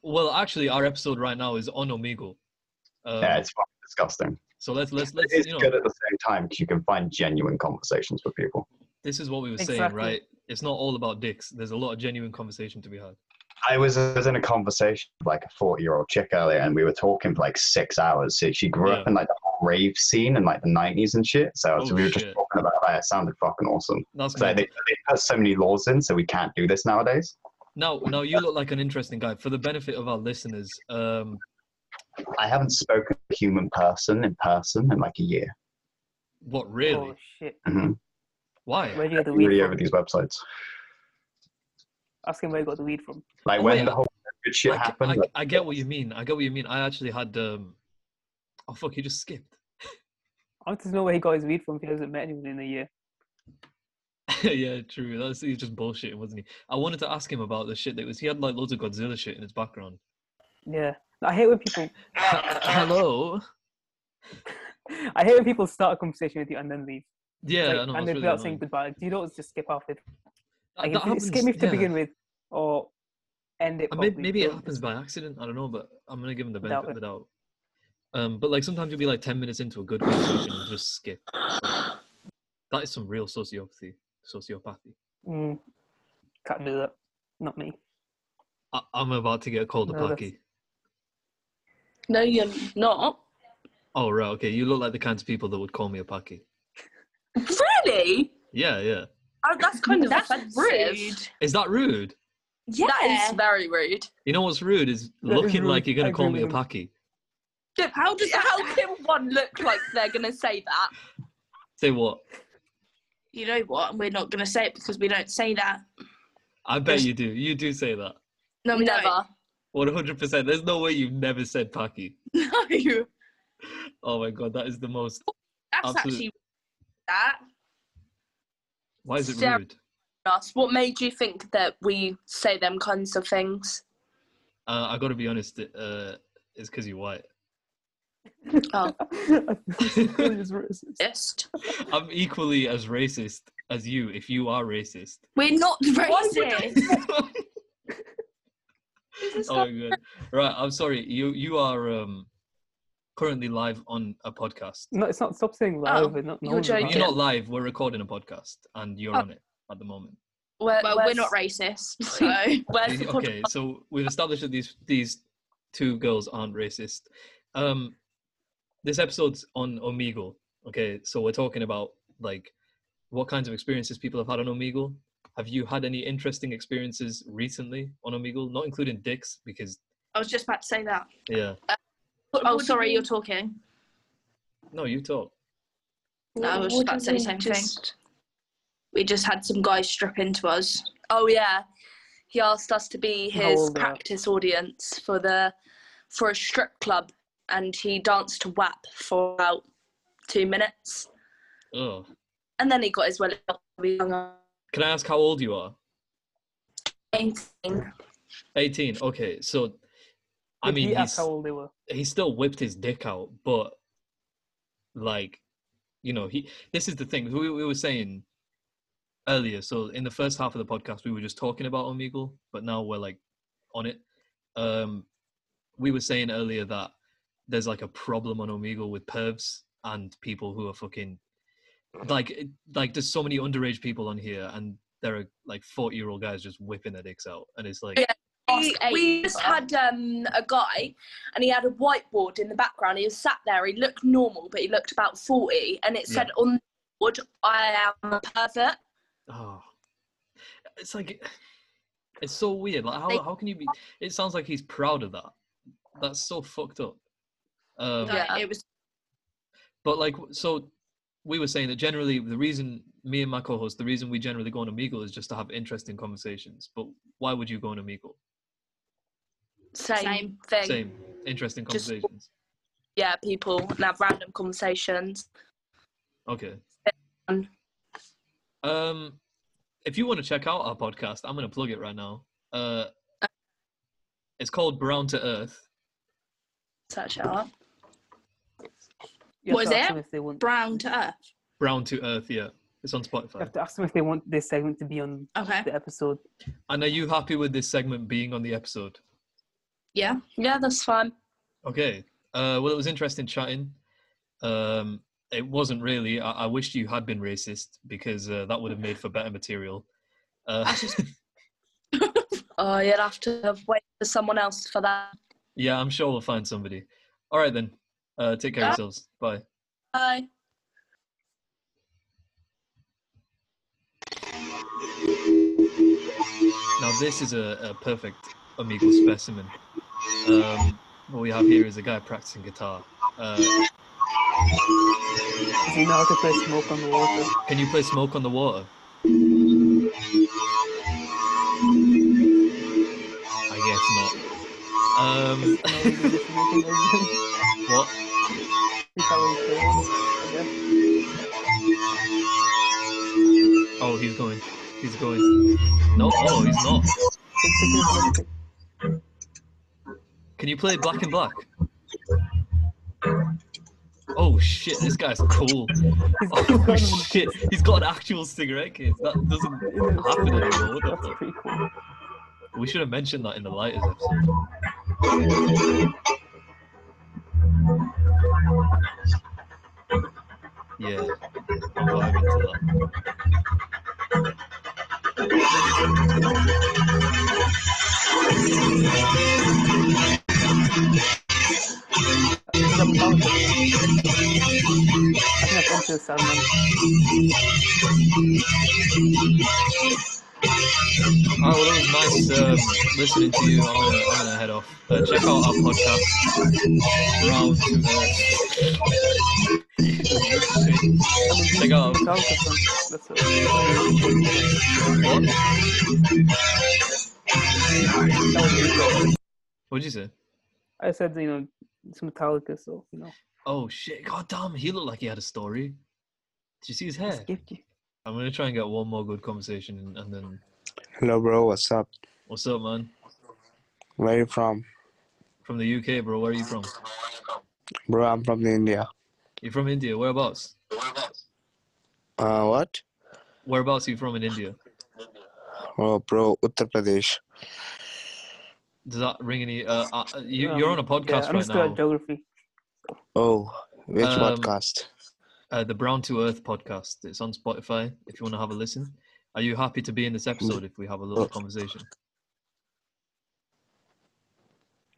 Speaker 2: Well, actually, our episode right now is on Omegle. Um,
Speaker 7: yeah, it's fucking disgusting.
Speaker 2: so let's let's
Speaker 7: But
Speaker 2: let's
Speaker 7: It's
Speaker 2: you know.
Speaker 7: good at the same time because you can find genuine conversations with people.
Speaker 2: this is what we were saying,
Speaker 3: Exactly.
Speaker 2: right? It's not all about dicks. There's a lot of genuine conversation to be had.
Speaker 7: I was, I was in a conversation with like a 40 year old chick earlier, and we were talking for like six hours. So she grew up
Speaker 2: Yeah.
Speaker 7: in like the whole rave scene in like the 90s and shit. So, so
Speaker 2: Oh,
Speaker 7: we were just
Speaker 2: shit.
Speaker 7: talking about that. It sounded fucking awesome.
Speaker 2: That's
Speaker 7: So they,
Speaker 2: mental.
Speaker 7: they put so many laws in, so we can't do this nowadays.
Speaker 2: now now you look like an interesting guy. For the benefit of our listeners, um,
Speaker 7: I haven't spoken to a human person in person in like a year.
Speaker 2: what really?
Speaker 3: Oh shit!
Speaker 7: hmm
Speaker 2: Why?
Speaker 3: Where do you get the weed
Speaker 7: Really over
Speaker 3: from?
Speaker 7: these websites.
Speaker 3: Ask him where you got the weed from.
Speaker 7: Like
Speaker 2: Oh,
Speaker 7: when
Speaker 2: yeah.
Speaker 7: the whole good shit
Speaker 2: I, ge-
Speaker 7: happened,
Speaker 2: I,
Speaker 7: like,
Speaker 2: I get what you mean. I get what you mean. I actually had um, oh fuck, he just skipped.
Speaker 3: I want to know where he got his weed from. If he hasn't met anyone in a year.
Speaker 2: yeah, true. That's he's just bullshitting, wasn't he? I wanted to ask him about the shit that was. He had like loads of Godzilla shit in his background.
Speaker 3: Yeah, I hate when people.
Speaker 2: Hello.
Speaker 3: I hate when people start a conversation with you and then leave.
Speaker 2: Yeah,
Speaker 3: Like,
Speaker 2: I know.
Speaker 3: and
Speaker 2: it's
Speaker 3: then
Speaker 2: really
Speaker 3: without saying
Speaker 2: annoying.
Speaker 3: goodbye. Do you not just skip off it?
Speaker 2: That-
Speaker 3: Like,
Speaker 2: that
Speaker 3: if you skip
Speaker 2: happens,
Speaker 3: me to
Speaker 2: yeah.
Speaker 3: begin with, or end it.
Speaker 2: Uh, may-
Speaker 3: properly.
Speaker 2: maybe it
Speaker 3: Don't-
Speaker 2: happens by accident. I don't know, but I'm gonna give him the
Speaker 3: Doubt
Speaker 2: benefit of the doubt. Um, but like sometimes you'll be like ten minutes into a good conversation and just skip. That is some real sociopathy. Sociopathy.
Speaker 3: Mm, can't do that. Not me.
Speaker 2: I- I'm about to get called a
Speaker 3: No, that's-
Speaker 2: packy.
Speaker 8: No, you're not.
Speaker 2: Oh right, okay. You look like the kinds of people that would call me a packy.
Speaker 8: Really?
Speaker 2: Yeah, yeah.
Speaker 8: Oh, that's kind of
Speaker 9: That's
Speaker 8: offensive.
Speaker 9: rude.
Speaker 2: Is that rude?
Speaker 9: Yeah.
Speaker 8: That is very rude.
Speaker 2: You know what's rude is
Speaker 3: That is
Speaker 2: looking
Speaker 3: rude.
Speaker 2: like you're
Speaker 3: I
Speaker 2: gonna call
Speaker 3: agree
Speaker 2: me a
Speaker 3: with
Speaker 2: packy.
Speaker 8: Dip, how does how can one look like they're gonna say that?
Speaker 2: Say what?
Speaker 9: You know what? We're not going to say it because we don't say that.
Speaker 2: I bet you do. You do say that.
Speaker 9: No, we don't.
Speaker 8: Never.
Speaker 2: One hundred percent. There's no way you've never said packy.
Speaker 9: No.
Speaker 2: Oh my god, that is the most.
Speaker 9: That's
Speaker 2: Absolute-
Speaker 9: actually that.
Speaker 2: Why is it
Speaker 8: Sarah-
Speaker 2: rude?
Speaker 8: Us. What made you think that we say them kinds of things?
Speaker 2: Uh, I got to be honest. Uh, it's because you're white.
Speaker 8: Oh.
Speaker 3: It's
Speaker 9: Just.
Speaker 2: I'm equally as racist as you if you are racist.
Speaker 9: We're not
Speaker 8: would
Speaker 9: racist.
Speaker 2: oh my god! Right, I'm sorry. You you are um currently live on a podcast.
Speaker 3: not. It's not. Stop saying
Speaker 9: Oh,
Speaker 3: live. and not
Speaker 8: you're
Speaker 3: knowing about
Speaker 8: joking.
Speaker 2: You're
Speaker 3: it.
Speaker 2: not live. We're recording a podcast, and you're
Speaker 8: Oh.
Speaker 2: on it at the moment.
Speaker 8: Where,
Speaker 9: Well, we're
Speaker 8: where's-
Speaker 9: not racist. So.
Speaker 8: Where's the podcast?
Speaker 2: Okay, so we've established that these these two girls aren't racist. Um, this episode's on Omegle. Okay, so we're talking about like what kinds of experiences people have had on Omegle. Have you had any interesting experiences recently on Omegle? Not including dicks, because
Speaker 9: I was just about to say that.
Speaker 2: yeah,
Speaker 9: Oh, sorry, you're talking.
Speaker 2: no, you talk.
Speaker 9: No, I was just about to say the same thing. we just had some guy strip into us.
Speaker 8: Oh yeah, he asked us to be
Speaker 3: How
Speaker 8: his
Speaker 3: old are-
Speaker 8: practice audience for the for a strip club, and he danced to WAP for about two minutes,
Speaker 2: Oh,
Speaker 8: and then he got his well out of the young
Speaker 2: can I ask how old you are?
Speaker 8: 18.
Speaker 2: 18. Okay, so I
Speaker 3: Did
Speaker 2: mean,
Speaker 3: he ask
Speaker 2: he's,
Speaker 3: how old they were.
Speaker 2: he still whipped his dick out, but like, you know, he. This is the thing we, we were saying earlier. So in the first half of the podcast, we were just talking about Omegle, but now we're like on it. Um, we were saying earlier that there's like a problem on Omegle with pervs and people who are fucking like it- like there's so many underage people on here and there are like 40 year old guys just whipping their dicks out and it's like
Speaker 8: Yeah. We,
Speaker 9: Ask
Speaker 8: we
Speaker 9: eight.
Speaker 8: just had um, a guy, and he had a whiteboard in the background. He was sat there. He looked normal, but he looked about 40, and it said on the board, "I am a pervert."
Speaker 2: Oh, it's like it's so weird. Like how
Speaker 8: They-
Speaker 2: how can you be? It sounds like he's proud of that. That's so fucked up. Um,
Speaker 9: Like,
Speaker 8: Yeah.
Speaker 9: It was
Speaker 2: But like, so we were saying that generally the reason me and my co-host, the reason we generally go on Omegle is just to have interesting conversations. But why would you go on Omegle?
Speaker 8: Same,
Speaker 9: Same.
Speaker 8: thing.
Speaker 2: Same, interesting
Speaker 8: Just-
Speaker 2: conversations.
Speaker 8: Yeah, people and have random conversations.
Speaker 2: Okay.
Speaker 8: Um,
Speaker 2: Um, if you want to check out our podcast, I'm going to plug it right now. Uh, it's called Brown to Earth.
Speaker 8: Such art.
Speaker 3: You have
Speaker 9: What
Speaker 3: to
Speaker 9: is
Speaker 3: ask
Speaker 9: it?
Speaker 3: them If they want,
Speaker 9: brown to earth.
Speaker 2: Brown to Earth, yeah. It's on
Speaker 3: you
Speaker 2: Spotify.
Speaker 3: have to ask them if they want this segment to be on
Speaker 9: Okay.
Speaker 3: the episode.
Speaker 2: And are you happy with this segment being on the episode?
Speaker 9: Yeah.
Speaker 8: Yeah, that's fun.
Speaker 2: Okay. Uh, well, it was interesting chatting. Um, it wasn't really. I, I wished you had been racist because uh, that would have made for better material. Uh,
Speaker 8: Oh, you'd have to wait for someone else for that.
Speaker 2: yeah, I'm sure we'll find somebody. All right, then. Uh, take care of yourselves. Bye.
Speaker 8: Bye.
Speaker 2: Now this is a, a perfect Omegle specimen. Um, what we have here is a guy practicing guitar. Uh,
Speaker 3: Do you know how to play smoke on the water?
Speaker 2: can you play "Smoke on the Water"? I guess
Speaker 3: No, you do this smoking, you
Speaker 2: not. Um, what?
Speaker 3: can't really play it, I guess.
Speaker 2: Oh, he's going. He's going. No, oh, he's not. Can you play Black and Black? Oh shit, this guy's cool. Oh shit, he's got an actual cigarette case. That doesn't happen anymore. What the
Speaker 3: That's
Speaker 2: fuck?
Speaker 3: pretty cool.
Speaker 2: We should have mentioned that in the lighters episode. Yeah. I'm glad we did that.
Speaker 3: I think I've found it. I think I've gone to the salmon.
Speaker 2: Oh, well, it was nice um, listening to you. I'm gonna, I'm gonna head off. Uh, check out our podcast. Round to the- Check out.
Speaker 3: Look out for some. That's it.
Speaker 2: uh, What'd you say?
Speaker 3: I said, you know, it's Metallica, so, you know,
Speaker 2: Oh shit! God damn, he looked like he had a story. Did you see his
Speaker 3: it's
Speaker 2: hair?
Speaker 3: gifty.
Speaker 2: I'm gonna try and get one more good conversation, and- and then
Speaker 6: Hello, bro. What's up?
Speaker 2: what's up, man?
Speaker 6: Where you from?
Speaker 2: From the UK, bro. Where are you from?
Speaker 6: Bro, I'm from India.
Speaker 2: You're from India. Whereabouts?
Speaker 6: Uh, what?
Speaker 2: Whereabouts are you from in India?
Speaker 6: Oh, bro, Uttar Pradesh.
Speaker 2: Does that ring any? Uh, uh, you, you're on a
Speaker 3: Um, Yeah,
Speaker 2: podcast
Speaker 3: I'm
Speaker 2: right
Speaker 3: just good
Speaker 2: now.
Speaker 3: at geography.
Speaker 6: Oh, which
Speaker 2: Um,
Speaker 6: podcast?
Speaker 2: uh, the Brown to Earth podcast. It's on Spotify if you want to have a listen. Are you happy to be in this episode if we have a little conversation?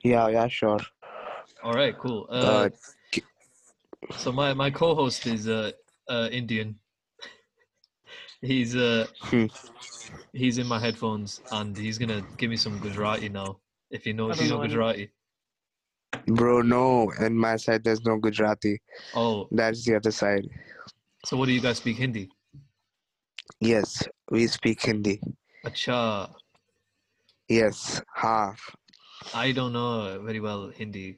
Speaker 6: Yeah, yeah, sure.
Speaker 2: All right, cool. Uh,
Speaker 6: Uh,
Speaker 2: so my, my co-host is uh, uh, Indian. He's uh,
Speaker 6: Hmm.
Speaker 2: he's in my headphones and he's gonna give me some Gujarati now. If you know,
Speaker 3: I
Speaker 2: if you
Speaker 3: don't
Speaker 2: know
Speaker 3: know any.
Speaker 2: Gujarati.
Speaker 6: bro, no. In my side, there's no Gujarati.
Speaker 2: Oh,
Speaker 6: That's the other side.
Speaker 2: so what do you guys speak Hindi?
Speaker 10: Yes, we speak Hindi.
Speaker 2: Acha.
Speaker 10: Yes, half.
Speaker 2: I don't know very well Hindi.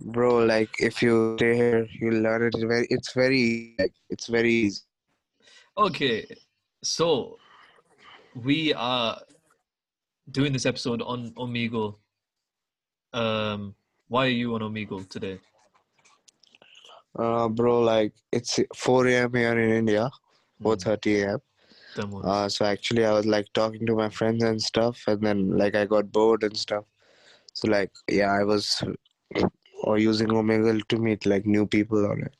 Speaker 10: Bro, like if you stay here, you learn it. Very, it's very, like, it's very easy.
Speaker 2: Okay, so we are doing this episode on Omegle. Um, why are you on Omegle today?
Speaker 10: Uh, bro, like it's 4 a.m. here in India,
Speaker 2: Hmm,
Speaker 10: 4:30 a.m.
Speaker 2: don't worry.
Speaker 10: Uh, so actually, I was like talking to my friends and stuff, and then like I got bored and stuff. So like, yeah, I was or using Omegle to meet like new people on it.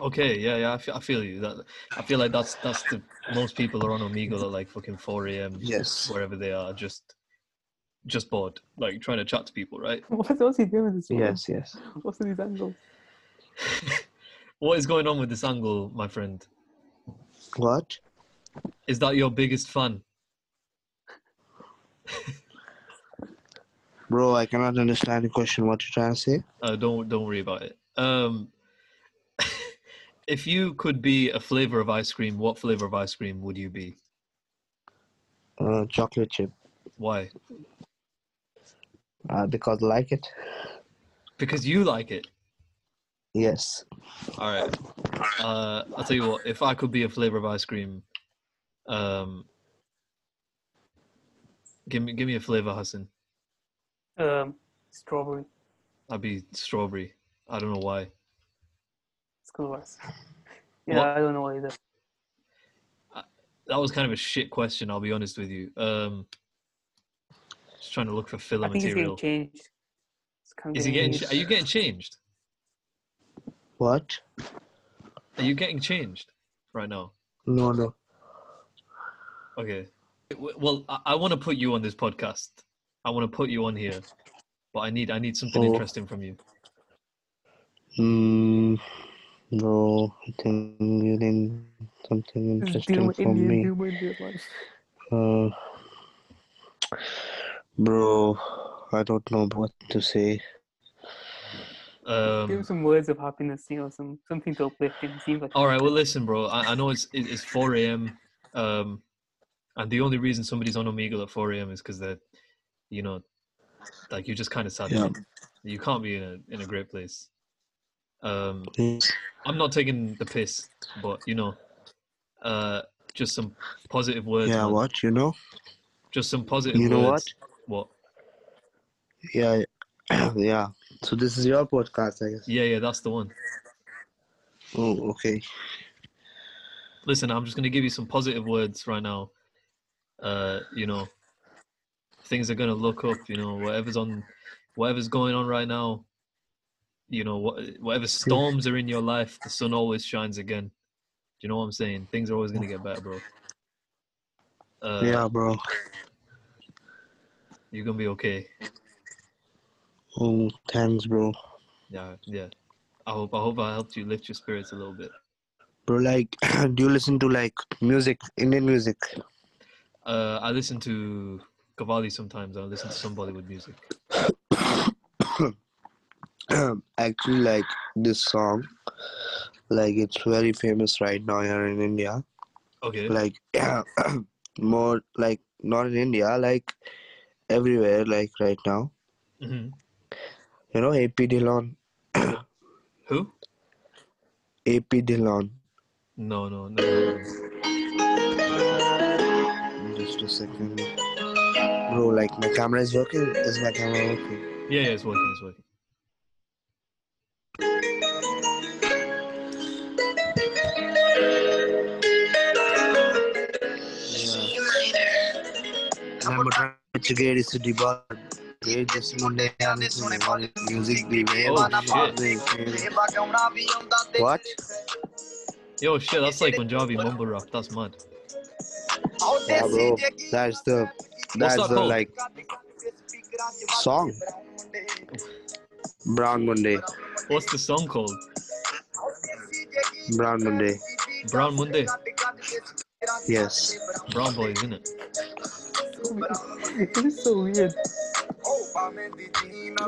Speaker 2: Okay, yeah, yeah, I feel, I feel you. That I feel like that's that's the most people are on Omegle at like fucking four a.m.
Speaker 10: Yes.
Speaker 2: wherever they are, just just bored, like trying to chat to people, right?
Speaker 3: What's, what's he doing with this? one?
Speaker 10: Yes, yes.
Speaker 3: What's in his angle?
Speaker 2: What is going on with this angle, my friend?
Speaker 10: What?
Speaker 2: Is that your biggest fan?
Speaker 10: Bro, I cannot understand the question. What you trying to say?
Speaker 2: Uh, don't don't worry about it. Um, if you could be a flavor of ice cream, what flavor of ice cream would you be?
Speaker 10: Uh, chocolate chip.
Speaker 2: Why?
Speaker 10: Uh, because I like it.
Speaker 2: Because you like it.
Speaker 10: Yes.
Speaker 2: All right. Uh, I'll tell you what. If I could be a flavor of ice cream, um, give me give me a flavor, Hassan.
Speaker 3: Um, strawberry.
Speaker 2: I'd be strawberry. I don't know why.
Speaker 3: It's gonna work. Yeah,
Speaker 2: What?
Speaker 3: I don't know either.
Speaker 2: That was kind of a shit question. I'll be honest with you. Um, just trying to look for filler
Speaker 3: I think
Speaker 2: material.
Speaker 3: it's getting changed. It's kind of
Speaker 2: Is he getting? Are you getting changed?
Speaker 10: What?
Speaker 2: Are you getting changed right now?
Speaker 10: No, no.
Speaker 2: Okay. W- Well, I, I want to put you on this podcast. I want to put you on here, but I need I need something
Speaker 10: Oh.
Speaker 2: interesting from you.
Speaker 10: Mm, no, I think you need something interesting from me. Uh, bro, I don't know what to say.
Speaker 3: Give him
Speaker 2: Um,
Speaker 3: some words of happiness, you know, some something to uplift him. It seems like
Speaker 2: all right. Well, listen, bro. I, I know it's it- it's four a.m. Um, and the only reason somebody's on Omegle at four a.m. is because they're, you know, like you're just kind of sad.
Speaker 10: Yeah.
Speaker 2: You can't be in a in a great place. Um,
Speaker 10: Yes.
Speaker 2: I'm not taking the piss, but you know, uh, just some positive words.
Speaker 10: Yeah,
Speaker 2: man.
Speaker 10: what? You know?
Speaker 2: Just some positive.
Speaker 10: You know
Speaker 2: words. What?
Speaker 10: Yeah, yeah. So this is your podcast, I guess.
Speaker 2: Yeah, yeah, that's the one.
Speaker 10: Oh, okay.
Speaker 2: Listen, I'm just going to give you some positive words right now. Uh, you know, things are going to look up. You know, whatever's on, whatever's going on right now. You know, what, whatever storms are in your life, the sun always shines again. Do you know what I'm saying? Things are always going to get better, bro. Uh,
Speaker 10: yeah, bro.
Speaker 2: you're gonna be okay.
Speaker 10: Oh, thanks, bro.
Speaker 2: Yeah, yeah. I hope I hope I helped you lift your spirits a little bit.
Speaker 10: Bro, like, do you listen to like music, Indian music?
Speaker 2: Uh, I listen to Cavalli sometimes. I listen to some Bollywood music.
Speaker 10: Actually, like this song, like it's very famous right now here in India.
Speaker 2: Okay.
Speaker 10: Like, more like not in India, like everywhere, like right now.
Speaker 2: hmm
Speaker 10: You know, AP Dillon,
Speaker 2: Who?
Speaker 10: AP Dillon.
Speaker 2: No, no, no. no, no.
Speaker 10: Just a second, bro. Like my camera is working. Is my camera working?
Speaker 2: Yeah, yeah, it's working. It's working.
Speaker 10: I'm trying to get is to debug. ये जिस मुंडे ने सुने वाले music भी वे
Speaker 2: Oh,
Speaker 10: वाला
Speaker 2: shit.
Speaker 10: What?
Speaker 2: Yo, shit, that's like Punjabi mumble rap. That's mad. "Oh,
Speaker 10: Yeah, bro. That's the
Speaker 2: that
Speaker 10: that's the
Speaker 2: called?
Speaker 10: like song. Brown Monday,
Speaker 2: What's the song called?
Speaker 1: Oh,
Speaker 10: Brown Monday.
Speaker 2: Brown Monday.
Speaker 10: Yes.
Speaker 2: Brown Boys, isn't it?
Speaker 1: Oh,
Speaker 3: it is so weird.
Speaker 2: Oh,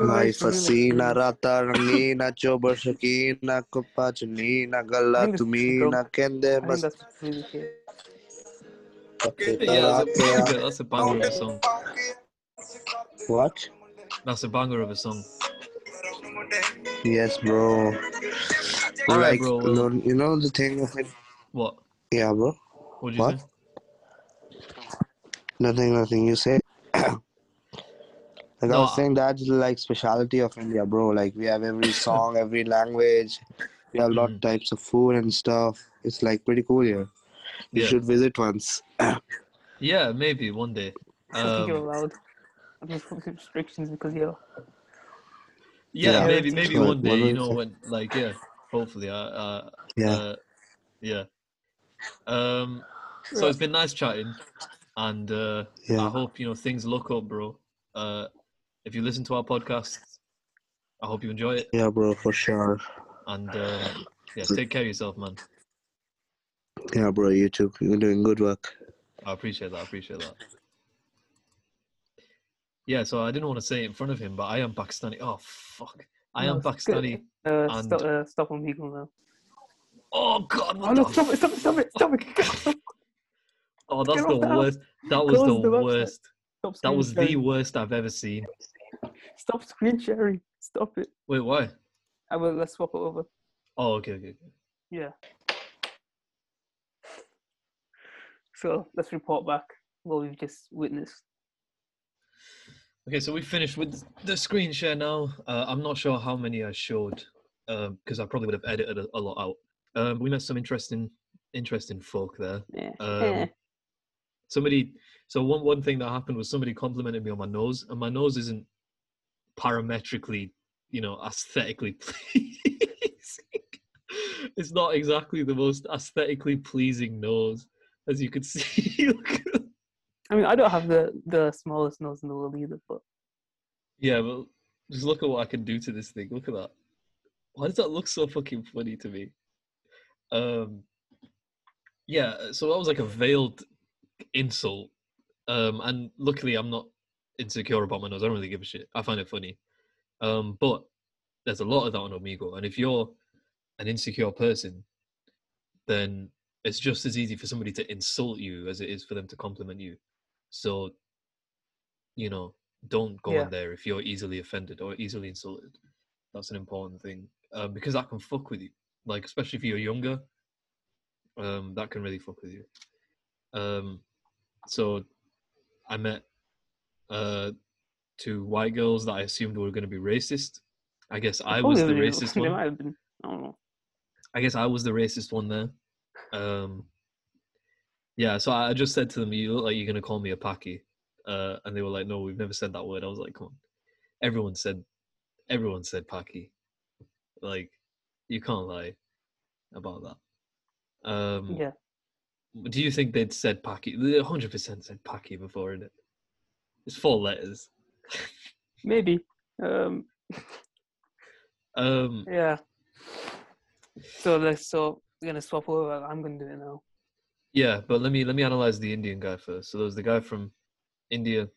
Speaker 10: Life हसीना राता रंगीना चोबर शकीना कुप्पा चुनीना गल्ला
Speaker 3: think this is
Speaker 10: तुमीना कहंदे
Speaker 3: I think
Speaker 10: बस
Speaker 3: that's really good.
Speaker 2: Yeah, that's a, that's a, that's a banger of a song.
Speaker 10: What?
Speaker 2: That's a banger of a song.
Speaker 10: Yes,
Speaker 2: All
Speaker 10: bro.
Speaker 2: right,
Speaker 10: like,
Speaker 2: bro, well-
Speaker 10: lo- you know the thing of it.
Speaker 2: What?
Speaker 10: Yeah, bro.
Speaker 2: What did you
Speaker 10: What?
Speaker 2: say?
Speaker 10: Nothing, nothing. You say. Like I
Speaker 2: No, uh
Speaker 10: was saying, that's like speciality of India, bro. Like we have every song, every language. We have a
Speaker 2: Mm.
Speaker 10: lot types of food and stuff. It's like pretty cool here. You
Speaker 2: Yeah.
Speaker 10: should visit once.
Speaker 2: Yeah, maybe one day.
Speaker 3: I don't think you're
Speaker 2: Um,
Speaker 3: allowed. I mean, some restrictions because you're.
Speaker 2: yeah,
Speaker 10: Yeah.
Speaker 2: maybe maybe
Speaker 10: Sure.
Speaker 2: one day.
Speaker 10: What
Speaker 2: You
Speaker 10: was
Speaker 2: know
Speaker 10: it?
Speaker 2: when? Like yeah, hopefully. Uh, uh,
Speaker 10: Yeah.
Speaker 2: uh, yeah. Um, so it's been nice chatting, and uh,
Speaker 10: Yeah.
Speaker 2: I hope you know things look up, bro. Uh, if you listen to our podcast, I hope you enjoy it,
Speaker 10: Yeah, bro, for sure.
Speaker 2: and um, yeah, take care of yourself, man.
Speaker 10: Yeah, bro, you too. You're doing good work.
Speaker 2: I appreciate that. I appreciate that. Yeah, so I didn't want to say it in front of him, but I am Pakistani. Oh fuck, I
Speaker 3: No,
Speaker 2: am
Speaker 3: it's good.
Speaker 2: Pakistani.
Speaker 3: Uh,
Speaker 2: and-
Speaker 3: stop, uh, stop on people now.
Speaker 2: Oh god, what
Speaker 3: Oh no!
Speaker 2: the
Speaker 3: Stop it! Stop it! Stop it! Stop it!
Speaker 2: Oh, that's
Speaker 3: Get
Speaker 2: the
Speaker 3: off the app.
Speaker 2: worst. That was
Speaker 3: Close
Speaker 2: the,
Speaker 3: the website.
Speaker 2: worst.
Speaker 3: Stop
Speaker 2: That
Speaker 3: screen
Speaker 2: was the
Speaker 3: sharing.
Speaker 2: worst I've ever seen.
Speaker 3: Stop screen sharing. Stop it.
Speaker 2: Wait, why?
Speaker 3: I will. Let's swap it over.
Speaker 2: Oh, okay, okay. okay.
Speaker 3: Yeah. So let's report back what we've just witnessed.
Speaker 2: Okay, so we finished with the screen share now. Uh, I'm not sure how many I showed because I probably would have edited a, a lot out. Um, we met some interesting, interesting folk there.
Speaker 3: Yeah. Eh.
Speaker 2: Um, somebody, so one one thing that happened was somebody complimented me on my nose, and my nose isn't parametrically, you know, aesthetically pleasing. it's not exactly the most aesthetically pleasing nose, as you could see. Look at-
Speaker 3: I mean, I don't have the the smallest nose in the world either, but
Speaker 2: yeah, but just look at what I can do to this thing. Look at that. Why does that look so fucking funny to me? Um, yeah, so that was like a veiled insult. Um, and luckily, I'm not insecure about my nose. I don't really give a shit. I find it funny. Um, but there's a lot of that on Omigo. And if you're an insecure person, then it's just as easy for somebody to insult you as it is for them to compliment you. So, you know, don't go
Speaker 3: Yeah.
Speaker 2: on there if you're easily offended or easily insulted. That's an important thing um, because that can fuck with you. Like, especially if you're younger, um, that can really fuck with you. Um, so, I met uh, two white girls that I assumed were going to be racist. I guess I was the
Speaker 3: Probably they-
Speaker 2: racist
Speaker 3: they
Speaker 2: one.
Speaker 3: might have been. I don't know.
Speaker 2: I guess I was the racist one there. Um, yeah, so I I just said to them, "You look like you're gonna call me a packy," uh, and they were like, "No, we've never said that word." I was like, "Come on, everyone said, everyone said packy. Like, you can't lie about that." Um,
Speaker 3: Yeah.
Speaker 2: Do you think they'd said packy? They 100% said packy before, innit? It's four letters.
Speaker 3: Maybe. Um.
Speaker 2: Um,
Speaker 3: Yeah. So let's. So we're gonna swap over. I'm gonna do it now.
Speaker 2: yeah, but let me let me analyze the Indian guy first. So there was the guy from India,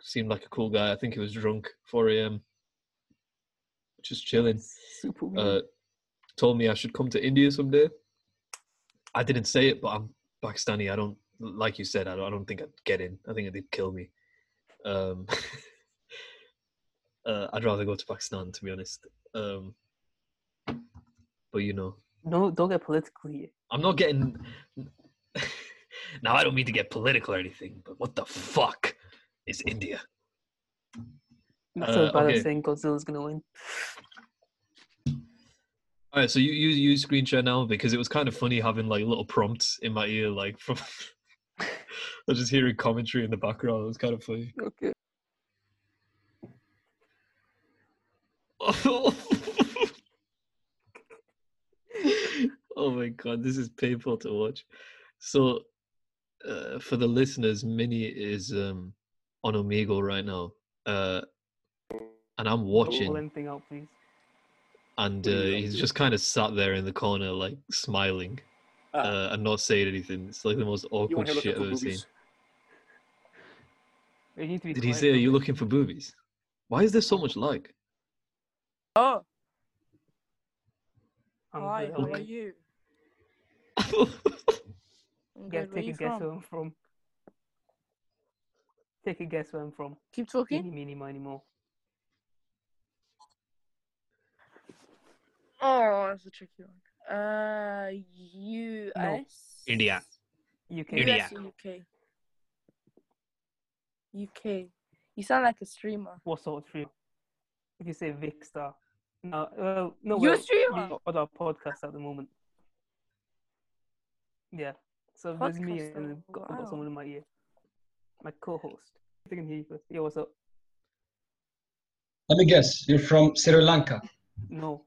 Speaker 2: seemed like a cool guy. I think he was drunk, 4 a.m. Just chilling.
Speaker 3: Super
Speaker 2: uh,
Speaker 3: weird.
Speaker 2: told me I should come to India someday. I didn't say it, but I'm Pakistani. I don't, like you said, I don't, I don't think I'd get in. I think they'd kill me. Um, uh, I'd rather go to Pakistan, to be honest. Um, but you know,
Speaker 3: no, don't get political here.
Speaker 2: I'm not getting. now, I don't mean to get political or anything, but what the fuck is India?
Speaker 3: That's
Speaker 2: Uh,
Speaker 3: as bad
Speaker 2: okay.
Speaker 3: as saying Godzilla's gonna win.
Speaker 2: All right, so you you you screen share now because it was kind of funny having like little prompts in my ear, like from I was just hearing commentary in the background. It was kind of funny.
Speaker 3: Okay.
Speaker 2: oh my god, this is painful to watch. So, uh, for the listeners, Minnie is um, on Omegle right now, uh, and I'm watching.
Speaker 3: Pull anything out, please.
Speaker 2: and uh, he's just kind of sat there in the corner, like smiling uh, and not saying anything. It's like the most awkward shit I've ever seen.
Speaker 3: You need to be
Speaker 2: Did he
Speaker 3: quiet
Speaker 2: say, "Are
Speaker 3: now.
Speaker 2: you looking for boobies"? Why is there so much like?
Speaker 11: Oh.
Speaker 3: I'm
Speaker 11: Hi,
Speaker 3: good,
Speaker 11: how
Speaker 3: I'm
Speaker 11: are
Speaker 3: good.
Speaker 11: you? I'm
Speaker 3: Yeah,
Speaker 11: good. Where
Speaker 3: take
Speaker 11: you
Speaker 3: a guess
Speaker 11: from?
Speaker 3: where I'm from. Take a guess where I'm from.
Speaker 11: Keep talking.
Speaker 3: Eeny, meeny, miny, more.
Speaker 11: Oh, that's a tricky one. Uh, U.S.
Speaker 2: India.
Speaker 3: UK.
Speaker 11: US or UK? UK. You sound like a streamer.
Speaker 3: What sort of stream? If you say Vic Star. No, well, no,
Speaker 11: You're a
Speaker 3: well,
Speaker 11: streamer?
Speaker 3: we've got other podcasts at the moment. Yeah. So there's me
Speaker 11: Podcaster,
Speaker 3: and I've got, I've
Speaker 11: wow.
Speaker 3: got someone in my ear. My co-host. I think I can hear you first. Yeah, what's up?
Speaker 12: Let me guess. You're from Sri Lanka,
Speaker 3: No,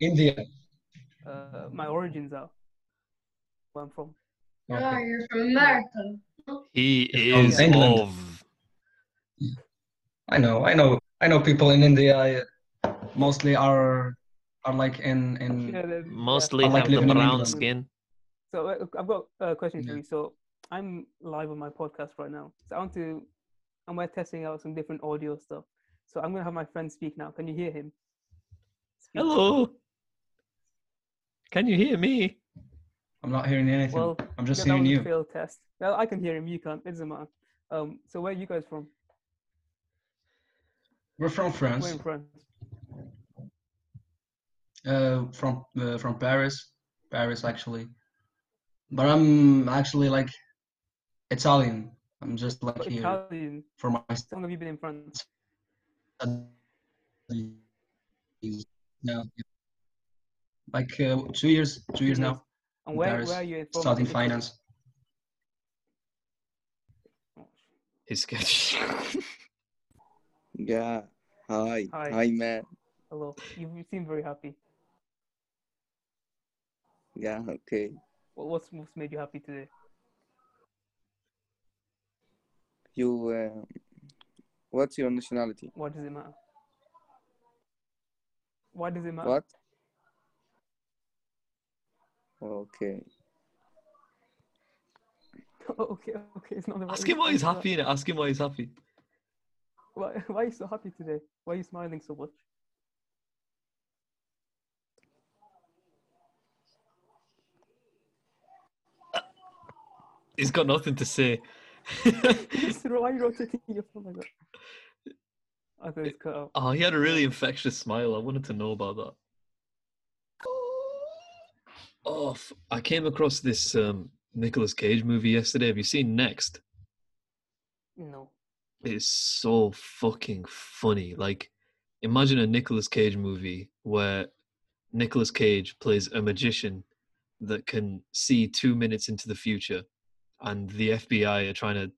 Speaker 12: India.
Speaker 3: uh, my origins are where I'm from.
Speaker 9: Ah,
Speaker 13: Oh, you're from America.
Speaker 2: He
Speaker 12: from
Speaker 2: is
Speaker 12: England.
Speaker 2: of.
Speaker 12: I know. I know. I know. People in India uh, mostly are are like in in
Speaker 3: Yeah, they're-
Speaker 2: Mostly
Speaker 12: are like
Speaker 2: have the
Speaker 12: living in
Speaker 2: brown
Speaker 12: England.
Speaker 2: skin.
Speaker 3: So uh, I've got a question
Speaker 12: Mm-hmm.
Speaker 3: for you. So I'm live on my podcast right now. So I want to, and we're testing out some different audio stuff. So I'm gonna have my friend speak now. Can you hear him? Speak.
Speaker 2: Hello. Can you hear me?
Speaker 12: I'm not hearing anything.
Speaker 3: Well,
Speaker 12: I'm just
Speaker 3: yeah, that
Speaker 12: hearing
Speaker 3: was
Speaker 12: you.
Speaker 3: a failed test. Well, I can hear him. You can't. It doesn't matter. Um, so where are you guys from?
Speaker 12: We're from
Speaker 3: We're
Speaker 12: France.
Speaker 3: in France.
Speaker 12: Uh, from uh, from Paris. Paris actually. But I'm actually like Italian. I'm just like
Speaker 3: But
Speaker 12: here
Speaker 3: Italian.
Speaker 12: for my
Speaker 3: How long have you been in France?
Speaker 12: studies now. Like uh, two years. Two years now.
Speaker 3: And
Speaker 12: in
Speaker 3: where,
Speaker 12: Paris,
Speaker 3: where are you from?
Speaker 12: Studying
Speaker 3: Is it-
Speaker 12: finance.
Speaker 2: His sketch.
Speaker 10: Yeah. Hi.
Speaker 3: Hi.
Speaker 10: Hi, man.
Speaker 3: Hello. You you seem very happy.
Speaker 10: Yeah. Okay.
Speaker 3: What, what's what's made you happy today?
Speaker 10: You. Uh, what's your nationality?
Speaker 3: Why does it matter? Why does it matter?
Speaker 10: What? Okay.
Speaker 3: okay, okay, it's not the right
Speaker 2: Ask him why he's
Speaker 3: response,
Speaker 2: happy. innit? Ask him why he's happy.
Speaker 3: but Why, why are you so happy today? Why are you smiling so much?
Speaker 2: He's got nothing to say.
Speaker 3: Just ro- why are you rotating your phone like that? I thought it's cut out.
Speaker 2: Oh, he had a really infectious smile. I wanted to know about that. Oh, f- I came across this um, Nicolas Cage movie yesterday. Have you seen Next?
Speaker 3: No.
Speaker 2: It's so fucking funny. Like, imagine a Nicolas Cage movie where Nicolas Cage plays a magician that can see two minutes into the future, and the FBI are trying to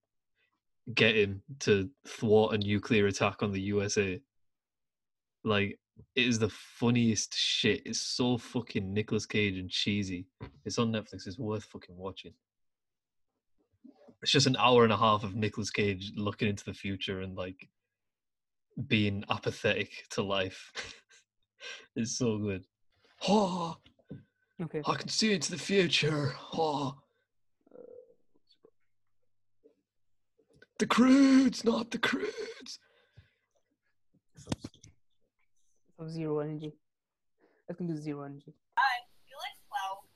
Speaker 2: get him to thwart a nuclear attack on the USA. Like, it is the funniest shit. It's so fucking Nicolas Cage and cheesy. It's on Netflix. It's worth fucking watching. It's just an hour and a half of Nicolas Cage looking into the future and like being apathetic to life. it's so good. Oh,
Speaker 3: Okay.
Speaker 2: I can see into the future. Oh. The crudes, not the crudes.
Speaker 3: So zero energy. Let's do zero energy.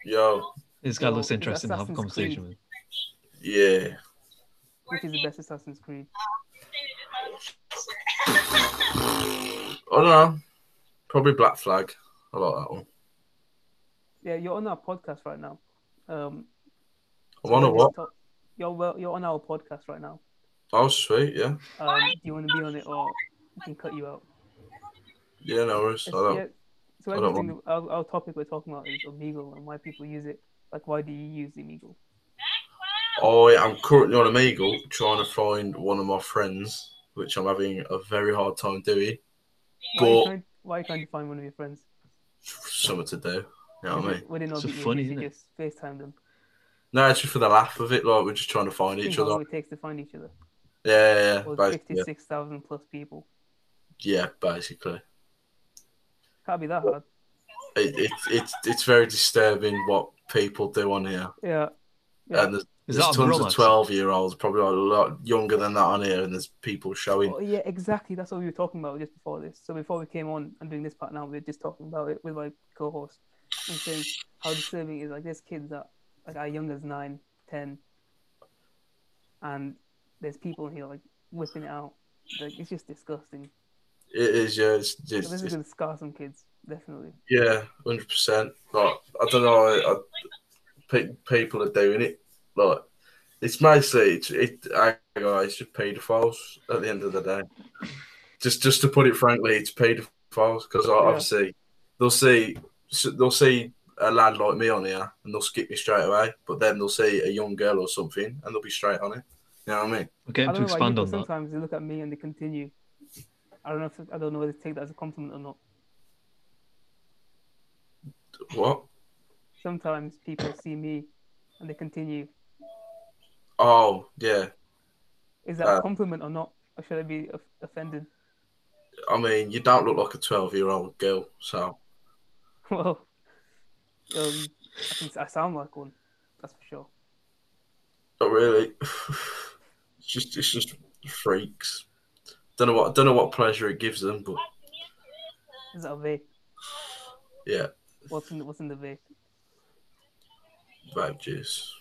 Speaker 14: Yo,
Speaker 2: This guy
Speaker 3: Yo,
Speaker 2: looks
Speaker 3: is
Speaker 2: interesting to have a
Speaker 3: Assassin's
Speaker 2: conversation with.
Speaker 14: yeah.
Speaker 3: Which is the best Assassin's Creed?
Speaker 14: Oh no, probably Black Flag. I like that one.
Speaker 3: Yeah, you're on our podcast right now. Um,
Speaker 14: I'm on a
Speaker 3: we're
Speaker 14: what?
Speaker 3: just talk- you're well, you're on our podcast right now.
Speaker 14: Oh sweet, yeah,
Speaker 3: Um, do you want to be on it or we can cut you out?
Speaker 14: yeah. No worries. I
Speaker 3: It's-
Speaker 14: don't.
Speaker 3: yeah, so
Speaker 14: I don't
Speaker 3: everything that- our, our topic we're talking about is Omegle and why people use it. Like, why do you use Omegle?
Speaker 14: I am currently on Omegle trying to find one of my friends, which I'm having a very hard time doing.
Speaker 3: Why, you
Speaker 14: But
Speaker 3: can't, why can't you find one of your friends?
Speaker 14: something to do. You know what I mean?
Speaker 3: Would it not be easy to just FaceTime them?
Speaker 14: No, it's just for the laugh of it. Like we're just trying to find
Speaker 3: Think
Speaker 14: each
Speaker 3: how long
Speaker 14: other.
Speaker 3: it takes to find each other.
Speaker 14: Yeah, yeah, yeah.
Speaker 3: Well,
Speaker 14: basically, yeah.
Speaker 3: 56,000 plus people.
Speaker 14: Yeah, basically.
Speaker 3: Can't be that hard.
Speaker 14: It, it, it's it's very disturbing what people do on here.
Speaker 3: Yeah.
Speaker 14: And there's there's
Speaker 2: Is that a
Speaker 14: tons
Speaker 2: Rolex?
Speaker 14: of twelve-year-olds, probably a lot younger than that on here, and there's people showing.
Speaker 3: Well, yeah, exactly. That's what we were talking about just before this. So before we came on and doing this part now, we were just talking about it with my co-host and saying how disturbing it is. Like there's kids that like are young as nine, ten, and there's people in here like whipping it out. Like it's just disgusting.
Speaker 14: It is, yeah, it's,
Speaker 3: So
Speaker 14: it's,
Speaker 3: this
Speaker 14: it's
Speaker 3: is gonna scar some kids, definitely.
Speaker 14: Yeah, hundred percent. Like I don't know, I, I, pe- people are doing it. Like it's mostly it's it. I it's just paedophiles at the end of the day. Just just to put it frankly, it's paedophiles because obviously they'll see so they'll see a lad like me on here and they'll skip me straight away. But then they'll see a young girl or something and they'll be straight on it. You know what I mean?
Speaker 2: Okay,
Speaker 3: I don't know about you, but Sometimes they look at me and they continue. I don't know. If, I don't know whether to take that as a compliment or not.
Speaker 14: What?
Speaker 3: Sometimes people see me and they continue.
Speaker 14: Oh yeah.
Speaker 3: Is that
Speaker 14: Uh,
Speaker 3: a compliment or not? Or should I be of- offended?
Speaker 14: I mean, you don't look like a twelve-year-old girl, so.
Speaker 3: well, um, I, think I sound like one. That's for sure.
Speaker 14: Not really. it's just it's just freaks. Don't know what don't know what pleasure it gives them, but
Speaker 3: Is that a vape?
Speaker 14: yeah,
Speaker 3: What's in the, what's in the vape?
Speaker 14: vape juice.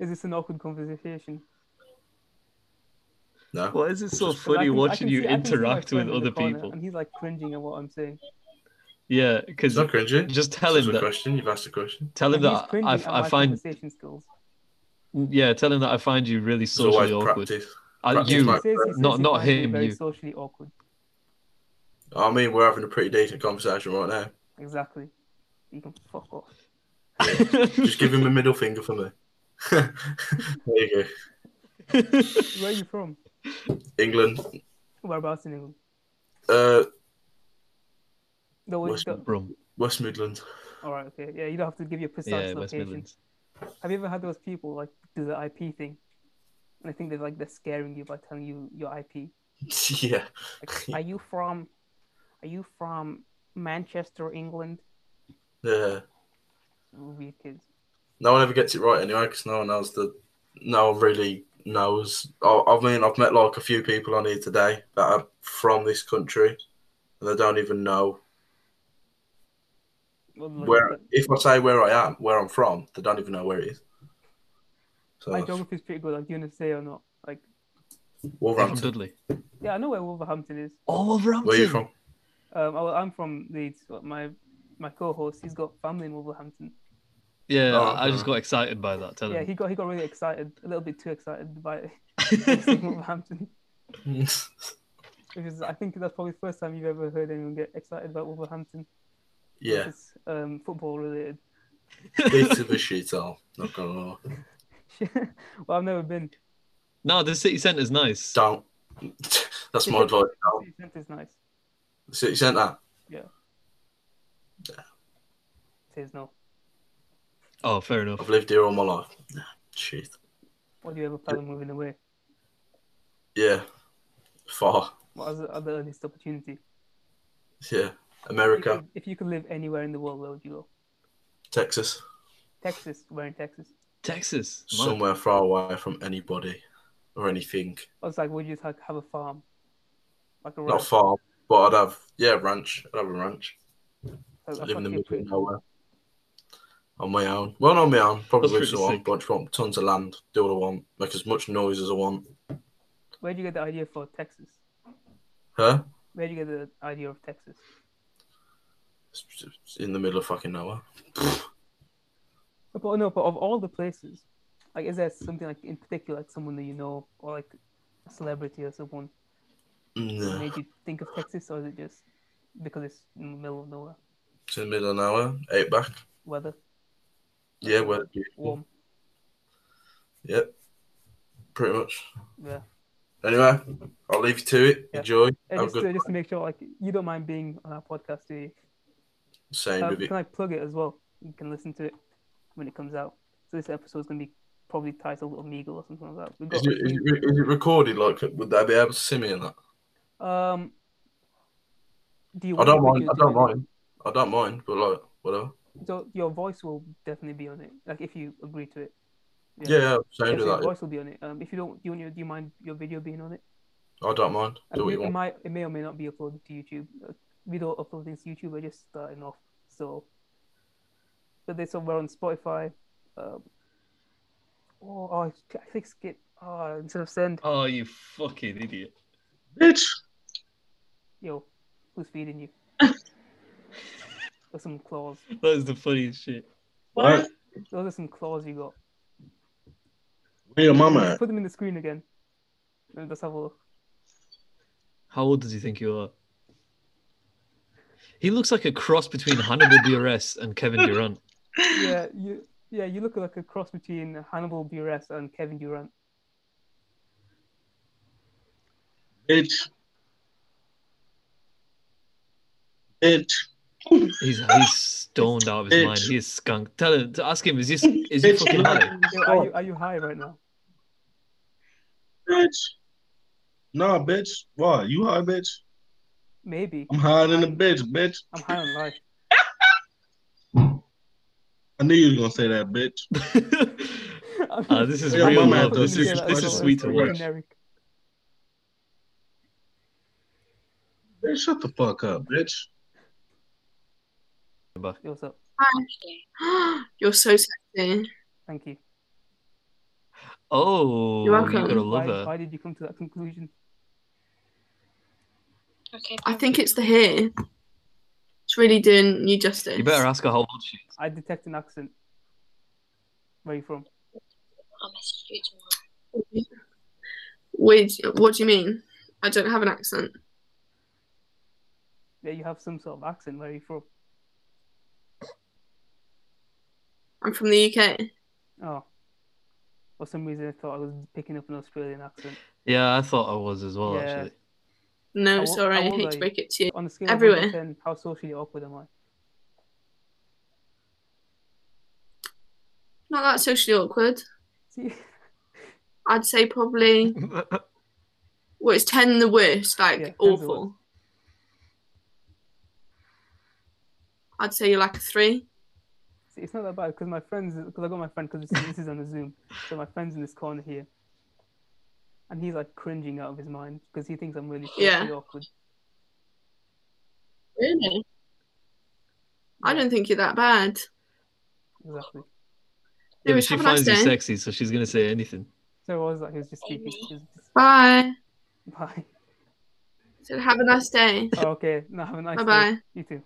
Speaker 3: Is this an awkward conversation?
Speaker 14: No.
Speaker 2: Why is it so
Speaker 3: But I
Speaker 2: funny
Speaker 3: can- I
Speaker 2: watching
Speaker 3: can
Speaker 2: you
Speaker 3: see- I can see my
Speaker 2: interact
Speaker 3: friend
Speaker 2: with
Speaker 3: in the
Speaker 2: other
Speaker 3: corner
Speaker 2: people?
Speaker 3: And he's like cringing at what I'm saying.
Speaker 2: Yeah, because
Speaker 14: not cringy.
Speaker 2: Just tell him that.
Speaker 14: Question you've asked a question.
Speaker 2: Tell him
Speaker 3: And he's
Speaker 2: that
Speaker 3: cringing
Speaker 2: I,
Speaker 3: at
Speaker 2: I
Speaker 3: my
Speaker 2: find
Speaker 3: conversation skills.
Speaker 2: yeah. Tell him that I find you really
Speaker 14: always
Speaker 2: socially awkward.
Speaker 14: practice.
Speaker 2: I-
Speaker 14: Practice
Speaker 2: you,
Speaker 14: makes
Speaker 3: Says he says
Speaker 2: not
Speaker 3: he
Speaker 2: not
Speaker 3: finds me
Speaker 2: him.
Speaker 3: Very
Speaker 2: You.
Speaker 3: socially awkward.
Speaker 14: I mean, we're having a pretty decent conversation right now.
Speaker 3: Exactly. You can fuck off.
Speaker 14: just give him a middle finger for me. there you
Speaker 3: Where are you from?
Speaker 14: go, England.
Speaker 3: Whereabouts in England?
Speaker 14: Uh,
Speaker 3: No,
Speaker 14: West,
Speaker 3: don't-
Speaker 14: West Midlands.
Speaker 3: All right, okay. Yeah, you don't have to give your
Speaker 14: Yeah,
Speaker 3: precise
Speaker 14: West
Speaker 3: location.
Speaker 14: Midlands.
Speaker 3: Have you ever had those people like do the IP thing? And I think they're like they're scaring you by telling you your IP.
Speaker 14: yeah.
Speaker 3: Like, are you from are you from Manchester, England?
Speaker 14: Yeah.
Speaker 3: Weird kids.
Speaker 14: no one ever gets it right anyway because no one knows the no one really knows I, I mean i've met like a few people on here today that are from this country and they don't even know
Speaker 3: Well, like,
Speaker 14: where if i say where i am where i'm from they don't even know where it is so
Speaker 3: my geography is pretty good, like do you say or not? Like
Speaker 14: Wolverhampton.
Speaker 2: Dudley.
Speaker 3: yeah, I know where Wolverhampton is.
Speaker 2: Oh, Wolverhampton.
Speaker 14: where are you from
Speaker 3: Um, I, I'm from Leeds. But my my co-host, he's got family in Wolverhampton.
Speaker 2: Yeah,
Speaker 14: Oh,
Speaker 2: I, I just
Speaker 14: alright.
Speaker 2: got excited by that. Tell
Speaker 3: Yeah,
Speaker 2: him.
Speaker 3: he got he got really excited, a little bit too excited by it. facing Wolverhampton. Which is, I think that's probably the first time you've ever heard anyone get excited about Wolverhampton.
Speaker 14: Yeah.
Speaker 3: Unless It's um, football related.
Speaker 14: bit of a shithole not gonna lie
Speaker 3: Well, I've never been.
Speaker 2: No, the city centre's nice.
Speaker 14: Don't. that's my advice now.
Speaker 3: City Centre's nice.
Speaker 14: city centre
Speaker 3: Yeah. Says no.
Speaker 2: oh fair enough
Speaker 14: i've lived here all my life shit
Speaker 3: What do you ever plan on moving away?
Speaker 14: yeah far
Speaker 3: What was the other earliest opportunity?
Speaker 14: yeah
Speaker 3: If you,
Speaker 14: america
Speaker 3: could, if you could live anywhere in the world, where would you go?
Speaker 14: texas
Speaker 3: Texas. Where in Texas?
Speaker 2: Texas.
Speaker 3: Mad.
Speaker 14: Somewhere far away from anybody or anything.
Speaker 3: I was like, would you just like, have a farm? Like a
Speaker 14: Not
Speaker 3: ranch?
Speaker 14: far, but I'd have yeah, ranch. I'd have a ranch.
Speaker 3: I- I
Speaker 14: live in the
Speaker 3: fucking
Speaker 14: middle
Speaker 3: agree.
Speaker 14: of nowhere. On my own. Well not on my own, probably
Speaker 2: That's
Speaker 14: with
Speaker 2: pretty
Speaker 14: someone,
Speaker 2: sick.
Speaker 14: bunch want tons of land, do what I want, make as much noise as I want.
Speaker 3: Where would you get the idea for Texas?
Speaker 14: Huh?
Speaker 3: Where would you get the idea of Texas?
Speaker 14: It's In the middle of fucking nowhere.
Speaker 3: But no, but of all the places, like, is there something like in particular, like someone that you know, or like a celebrity or someone that
Speaker 14: No.
Speaker 3: made you think of Texas, or is it just because it's in the middle of nowhere?
Speaker 14: It's in the middle of nowhere. Eight back.
Speaker 3: Weather,
Speaker 14: Yeah, where
Speaker 3: warm,
Speaker 14: Yep. Pretty much.
Speaker 3: yeah.
Speaker 14: Anyway, I'll leave you to it.
Speaker 3: yeah.
Speaker 14: Enjoy.
Speaker 3: Uh,
Speaker 14: Have a
Speaker 3: just, to,
Speaker 14: good
Speaker 3: just to make sure, like, you don't mind being on our podcast, do you?
Speaker 14: same
Speaker 3: Uh,
Speaker 14: with it.
Speaker 3: can I plug it as well? You can listen to it when it comes out. So this episode is going to be probably titled Omegle or something like that. We've
Speaker 14: Is
Speaker 3: got
Speaker 14: it,
Speaker 3: a
Speaker 14: is,
Speaker 3: few-
Speaker 14: it, is it recorded? Like, would they be able to see me in that?
Speaker 3: um, do you
Speaker 14: I
Speaker 3: want
Speaker 14: don't
Speaker 3: me to
Speaker 14: mind. I
Speaker 3: do- do you
Speaker 14: don't
Speaker 3: want me to-
Speaker 14: mind. I don't mind. But like, whatever.
Speaker 3: So your voice will definitely be on it, like if you agree to it.
Speaker 14: Yeah, I'm saying
Speaker 3: Yes,
Speaker 14: do
Speaker 3: your
Speaker 14: that.
Speaker 3: voice will be on it. Um, if you don't, do you, want your- do you mind your video being on it?
Speaker 14: I don't mind.
Speaker 3: I
Speaker 14: Do what
Speaker 3: mean,
Speaker 14: you
Speaker 3: it
Speaker 14: want.
Speaker 3: might, it may or may not be uploaded to YouTube. Uh, We don't upload things to YouTube. We're just starting off, so. But this one, we're on Spotify. Um, oh, oh, I think skip. Oh, instead of send.
Speaker 2: Oh, you fucking idiot.
Speaker 3: Bitch. Yo, who's feeding you? Those some claws.
Speaker 2: That is the funniest shit.
Speaker 14: What?
Speaker 3: Those are some claws you got.
Speaker 14: Where your mum at?
Speaker 3: Put them in the screen again. And Let's have a look.
Speaker 2: How old does he think you are? He looks like a cross between Hannibal DRS and Kevin Durant.
Speaker 3: Yeah, you. Yeah, you look like a cross between Hannibal Buress and Kevin Durant.
Speaker 14: Bitch. Bitch.
Speaker 2: He's he's stoned out of his
Speaker 3: Bitch.
Speaker 2: mind. He is skunk. Tell him to ask him. Is this is he
Speaker 3: Bitch,
Speaker 2: fucking high?
Speaker 3: Yo, Are you, are you high right now?
Speaker 14: Bitch. Nah, bitch. Why? You high, bitch?
Speaker 3: Maybe.
Speaker 14: I'm higher than a bitch, bitch.
Speaker 3: I'm high on life.
Speaker 14: I knew you was gonna say that, bitch.
Speaker 2: Ah, this is
Speaker 14: Where your
Speaker 2: real
Speaker 14: mama at,
Speaker 2: love.
Speaker 14: though?
Speaker 2: This is
Speaker 14: Seriously,
Speaker 2: this
Speaker 14: I
Speaker 2: is
Speaker 14: don't
Speaker 2: sweet to
Speaker 14: know.
Speaker 2: watch.
Speaker 3: Generic.
Speaker 14: Bitch, shut the fuck up, bitch.
Speaker 3: What's up?
Speaker 9: You're so sexy.
Speaker 3: Thank you.
Speaker 2: Oh,
Speaker 9: You're
Speaker 2: you
Speaker 9: welcome.
Speaker 2: gotta love
Speaker 3: why,
Speaker 2: her.
Speaker 3: why did you come to that conclusion?
Speaker 9: Okay. I think it's the hair. It's really doing you justice.
Speaker 2: You better ask her how old she is.
Speaker 3: I detect an accent. Where are you from?
Speaker 9: Wait, what do you mean? I don't have an accent.
Speaker 3: Yeah, you have some sort of accent. Where are you from?
Speaker 9: I'm from the UK.
Speaker 3: Oh. For some reason, I thought I was picking up an Australian accent.
Speaker 2: Yeah, I thought I was as well.
Speaker 3: Yeah.
Speaker 2: Actually,
Speaker 9: No,
Speaker 3: How old-
Speaker 9: sorry,
Speaker 3: how
Speaker 9: I
Speaker 3: old
Speaker 9: hate
Speaker 3: are
Speaker 9: to
Speaker 3: you?
Speaker 9: break it to you.
Speaker 3: On a scale of one
Speaker 9: Everywhere.
Speaker 3: to 10, how socially awkward am I?
Speaker 9: Not that socially awkward. I'd say probably. Well, it's 10 the worst, like awful. I'd say you're like a three.
Speaker 3: See, it's not that bad because my friends, because I got my friend, because this, this is on the Zoom. So my friend's in this corner here. And he's like cringing out of his mind because he thinks I'm really socially
Speaker 9: Yeah.
Speaker 3: awkward.
Speaker 9: Really? I don't think you're that bad.
Speaker 3: Exactly.
Speaker 2: yeah, but
Speaker 9: Anyways,
Speaker 2: she
Speaker 9: have a nice
Speaker 2: finds you
Speaker 9: day.
Speaker 2: sexy, so she's gonna say anything.
Speaker 3: So it was like he was just speaking. he was just-
Speaker 9: Bye.
Speaker 3: Bye.
Speaker 9: So have a nice day.
Speaker 3: Oh, okay. Now have a nice
Speaker 9: Bye-bye.
Speaker 3: day. You too.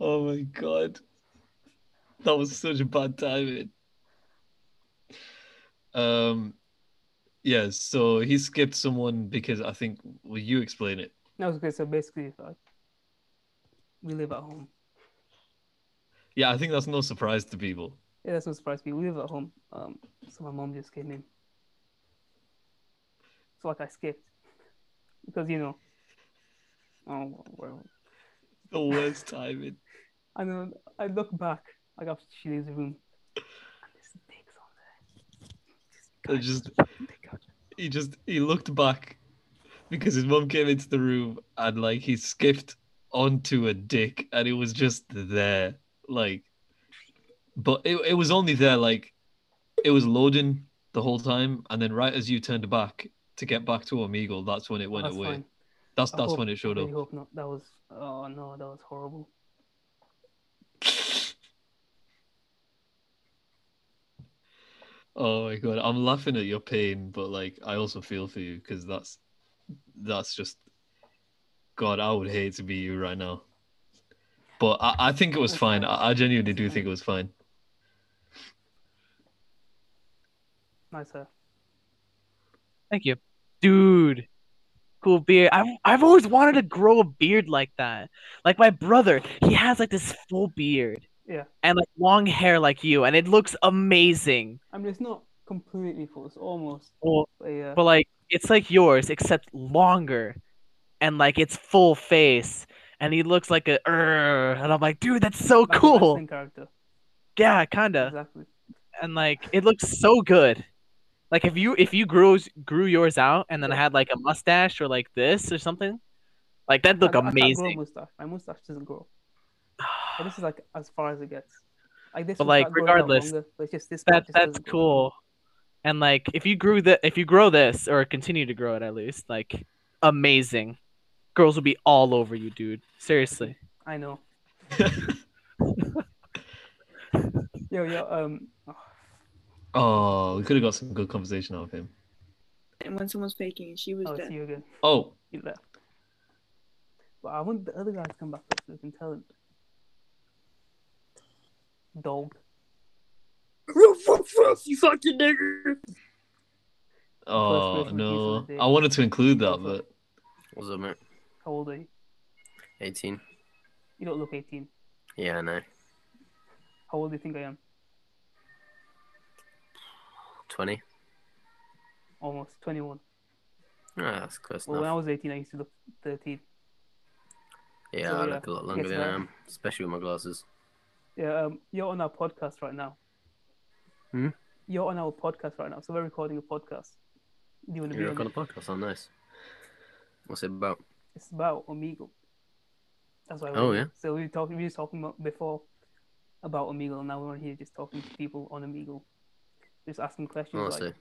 Speaker 2: Oh my god, that was such a bad timing. Um, yeah. So he skipped someone because I think. Will you explain it?
Speaker 3: That was good. So basically, like, we live at home.
Speaker 2: Yeah, I think that's no surprise to people.
Speaker 3: Yeah, that's no surprise to me. We live at home. Um, so my mom just came in. So like I skipped because you know. Oh well.
Speaker 2: The worst timing.
Speaker 3: And then I look back. Like after she leaves the room.
Speaker 2: I just he just he looked back because his mum came into the room and like he skipped onto a dick and it was just there like but it, it was only there like it was loading the whole time and then right as you turned back to get back to Omegle that's when it went
Speaker 3: That's
Speaker 2: away
Speaker 3: fine.
Speaker 2: that's
Speaker 3: I
Speaker 2: that's
Speaker 3: hope-
Speaker 2: when it showed
Speaker 3: I
Speaker 2: up
Speaker 3: really hope not. That was. Oh no, that was horrible.
Speaker 2: oh my god I'm laughing at your pain but like I also feel for you because that's that's just God, I would hate to be you right now. But I, I think it was fine. I, I genuinely do think it was fine.
Speaker 3: Nice hair.
Speaker 15: Thank you. Dude. Cool beard. I've, I've always wanted to grow a beard like that. Like my brother, he has like this full beard
Speaker 3: Yeah.
Speaker 15: and like long hair like you, and it looks amazing.
Speaker 3: I mean, it's not completely full. It's almost. uh,
Speaker 15: Well,
Speaker 3: But yeah.
Speaker 15: But like it's like yours, except longer, and like it's full face, and he looks like a "Urgh," and I'm like, dude, that's so
Speaker 3: Like a
Speaker 15: cool.
Speaker 3: wrestling character.
Speaker 15: Yeah, kinda.
Speaker 3: Exactly.
Speaker 15: And like it looks so good. Like if you if you grew grew yours out and then had like a mustache or like this or something, like that'd look
Speaker 3: I- I can't grow a
Speaker 15: amazing.
Speaker 3: mustache. My mustache doesn't grow. And this is like as far as it gets. Like this.
Speaker 15: But
Speaker 3: will
Speaker 15: like
Speaker 3: start growing out
Speaker 15: regardless,
Speaker 3: longer, but it's just this.
Speaker 15: that that's cool. And like if you grew the if you grow this or continue to grow it at least, like amazing. Girls will be all over you, dude. Seriously.
Speaker 3: I know. yo, yo, um,
Speaker 2: Oh, we could have got some good conversation out of him.
Speaker 16: And when someone's faking, and she was
Speaker 3: oh,
Speaker 16: dead.
Speaker 3: it's you again.
Speaker 2: Oh,
Speaker 3: You left. But I want the other guy to come back up so we can tell him. Dog.
Speaker 16: you fucking nigger.
Speaker 2: oh
Speaker 3: First
Speaker 2: no!
Speaker 3: day.
Speaker 2: I wanted to include that, but
Speaker 17: What's up, mate?
Speaker 3: How old are you?
Speaker 17: 18.
Speaker 3: You don't look 18.
Speaker 17: Yeah, I know.
Speaker 3: How old do you think I am?
Speaker 17: 20.
Speaker 3: Almost 21.
Speaker 17: Oh, that's close
Speaker 3: Well, when I
Speaker 17: enough.
Speaker 3: was 18, I used to look 13.
Speaker 17: Yeah,
Speaker 3: so,
Speaker 17: I
Speaker 3: yeah,
Speaker 17: look a lot longer
Speaker 3: yes,
Speaker 17: than
Speaker 3: mate.
Speaker 17: I am, especially with my glasses.
Speaker 3: Yeah, um, you're on our podcast right now.
Speaker 17: Hmm?
Speaker 3: You're on our podcast right now, so we're recording a podcast. Do you want to be
Speaker 17: You
Speaker 3: on
Speaker 17: rock on a
Speaker 3: it?
Speaker 17: podcast. Oh, nice. What's it about?
Speaker 3: It's about Omegle. That's why.
Speaker 17: Oh,
Speaker 3: we're here.
Speaker 17: yeah?
Speaker 3: So we were talking. We were talking about before about Omegle, and now we're on here just talking to people on Omegle, just asking questions
Speaker 17: Oh, I
Speaker 3: like,
Speaker 17: see.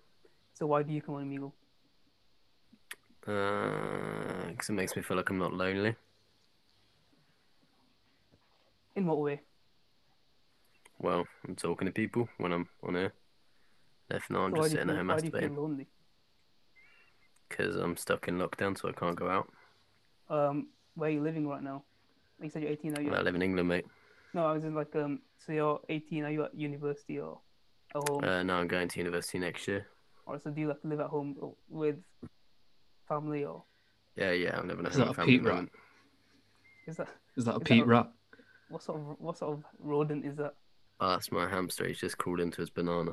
Speaker 3: "So why do you come on Omegle?"
Speaker 17: Because Uh, it makes me feel like I'm not lonely.
Speaker 3: In what way?
Speaker 17: Well, I'm talking to people when I'm on here. If not, I'm
Speaker 3: so why
Speaker 17: just
Speaker 3: do you
Speaker 17: sitting at
Speaker 3: feel-
Speaker 17: home
Speaker 3: why do you feel
Speaker 17: masturbating
Speaker 3: lonely?
Speaker 17: because I'm stuck in lockdown, so I can't go out.
Speaker 3: Um, where are you living right now? You said you're 18. Are you?
Speaker 17: I live in England, mate.
Speaker 3: No, I was in like um. So you're 18. Are you at university or at home?
Speaker 17: Uh, no, I'm going to university next year.
Speaker 3: or so do you like live at home or- with family or
Speaker 17: Yeah, yeah, I'm living at
Speaker 2: Is
Speaker 17: home
Speaker 2: that
Speaker 17: with
Speaker 2: a
Speaker 17: family.
Speaker 2: Pete
Speaker 17: at the
Speaker 2: Rat?
Speaker 17: moment.
Speaker 3: is that
Speaker 2: is that a
Speaker 3: is
Speaker 2: Pete Rat?
Speaker 3: What sort of what sort of rodent is that?
Speaker 17: Oh, that's my hamster. He's just crawled into his banana.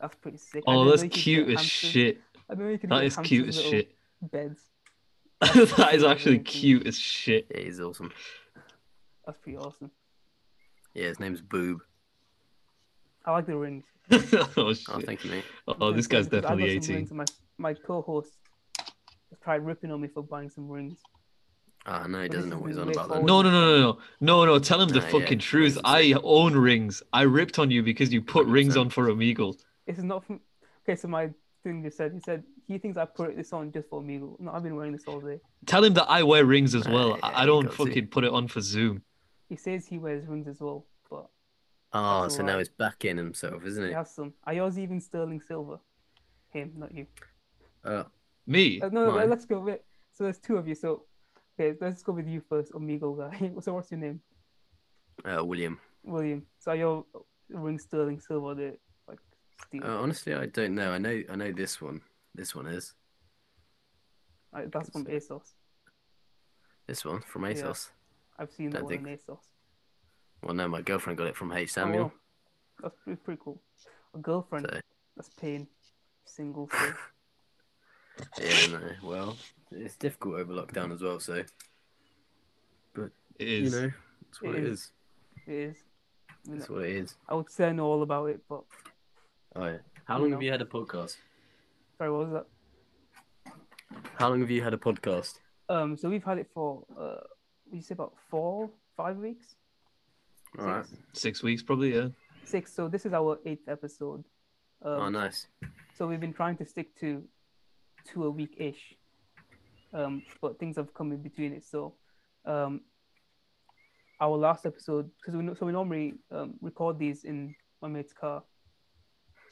Speaker 3: That's pretty sick. I
Speaker 2: Oh,
Speaker 3: didn't know
Speaker 2: that's
Speaker 3: you could
Speaker 2: cute
Speaker 3: get
Speaker 2: as
Speaker 3: hamsters-
Speaker 2: shit.
Speaker 3: I didn't know you could
Speaker 2: That
Speaker 3: get
Speaker 2: is cute as
Speaker 3: hamsters little
Speaker 2: shit.
Speaker 3: Beds.
Speaker 2: that is actually cute as shit.
Speaker 17: Yeah, he's awesome.
Speaker 3: That's pretty awesome.
Speaker 17: Yeah, his name's Boob.
Speaker 3: I like the rings.
Speaker 2: oh,
Speaker 17: Oh, thank you, mate.
Speaker 2: Oh, this guy's
Speaker 3: Because I got
Speaker 2: definitely
Speaker 3: some
Speaker 2: 18.
Speaker 3: rings and My my co-host tried ripping on me for buying some rings.
Speaker 17: Ah, no, he
Speaker 3: But
Speaker 17: doesn't
Speaker 3: this
Speaker 17: know what
Speaker 3: is
Speaker 17: he's on
Speaker 3: way
Speaker 17: about
Speaker 3: forward.
Speaker 17: then.
Speaker 2: No, no, no, no, no, no, no. Tell him the
Speaker 17: Ah, yeah,
Speaker 2: fucking truth. I own rings. I ripped on you because you put rings on for Omegle.
Speaker 3: This is not from. Okay, so my thing just said he said he thinks I put this on just for me. No, I've been wearing this all day.
Speaker 2: Tell him that I wear rings as well. I I don't fucking put it on for Zoom.
Speaker 3: He says he wears rings as well, but
Speaker 17: Oh,
Speaker 3: That's
Speaker 17: so now
Speaker 3: alright.
Speaker 17: he's back in himself, isn't
Speaker 3: He
Speaker 17: he?
Speaker 3: has some. Are yours even sterling silver? Him, not you.
Speaker 17: Uh, me?
Speaker 3: Uh, no, no,
Speaker 17: Mine?
Speaker 3: let's go with. So there's two of you. So okay, let's go with you first, Omegle guy. so what's your name,
Speaker 17: Uh, William.
Speaker 3: William? So are your ring sterling silver? The like steel.
Speaker 17: Uh, honestly, I don't know. I know. I know this one. This one is.
Speaker 3: Uh, that's from ASOS.
Speaker 17: This one from
Speaker 3: Yeah.
Speaker 17: ASOS.
Speaker 3: I've seen that
Speaker 17: Don't
Speaker 3: one
Speaker 17: think-
Speaker 3: in ASOS.
Speaker 17: Well, no, my girlfriend got it from H.
Speaker 3: Oh,
Speaker 17: Samuel.
Speaker 3: wow. That's pretty, pretty cool. A girlfriend. That's pain. Single. so-
Speaker 17: Yeah, no. Well, it's difficult over lockdown as well, so. But
Speaker 2: it
Speaker 3: is.
Speaker 17: You know, it's what
Speaker 3: It
Speaker 17: it
Speaker 3: is.
Speaker 17: is.
Speaker 3: it is. You
Speaker 17: It's
Speaker 3: know,
Speaker 17: what it is.
Speaker 3: I would say I know all about it, but
Speaker 17: Oh yeah. How
Speaker 3: You
Speaker 17: long
Speaker 3: know.
Speaker 17: have you had a podcast?
Speaker 3: sorry, what was that?
Speaker 17: How long have you had a podcast?
Speaker 3: Um, so we've had it for uh, would you say about four, five weeks,
Speaker 17: All right.
Speaker 2: Six weeks, probably, yeah.
Speaker 3: six. So this is our eighth episode. Um,
Speaker 17: Oh, nice.
Speaker 3: So we've been trying to stick to two a week ish, um, but things have come in between it. So um, our last episode, because we no- so we normally um, record these in my mate's car,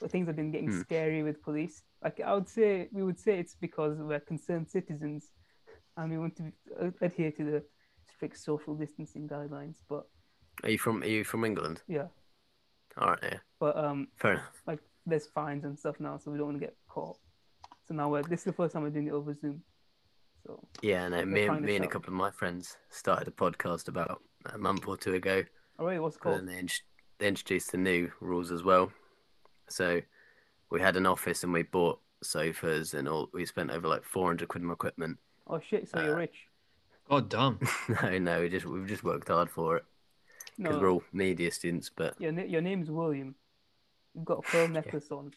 Speaker 3: but things have been getting
Speaker 17: Hmm.
Speaker 3: scary with police. Like I would say, we would say it's because we're concerned citizens, and we want to uh, adhere to the strict social distancing guidelines. But
Speaker 17: Are you from Are you from England?
Speaker 3: yeah,
Speaker 17: All right. Yeah.
Speaker 3: but um,
Speaker 17: Fair enough.
Speaker 3: like there's fines and stuff now, so we don't want to get caught. So now we're this is the first time we're doing it over Zoom. So
Speaker 17: Yeah, no,
Speaker 3: we're
Speaker 17: me,
Speaker 3: trying
Speaker 17: and
Speaker 3: this
Speaker 17: me and a
Speaker 3: out.
Speaker 17: couple of my friends started a podcast about a month or two ago.
Speaker 3: All right, what's it
Speaker 17: And
Speaker 3: called?
Speaker 17: then they, int- they introduced the new rules as well. So we had an office and we bought sofas and all. We spent over like 400 quid on equipment.
Speaker 3: Oh shit! So
Speaker 17: Uh,
Speaker 3: you're rich.
Speaker 2: God Oh, damn.
Speaker 17: no, no, we just, we've just worked hard for it. Because
Speaker 3: No.
Speaker 17: we're all media students, but
Speaker 3: Your na- your name's William. You've got a pearl necklace on.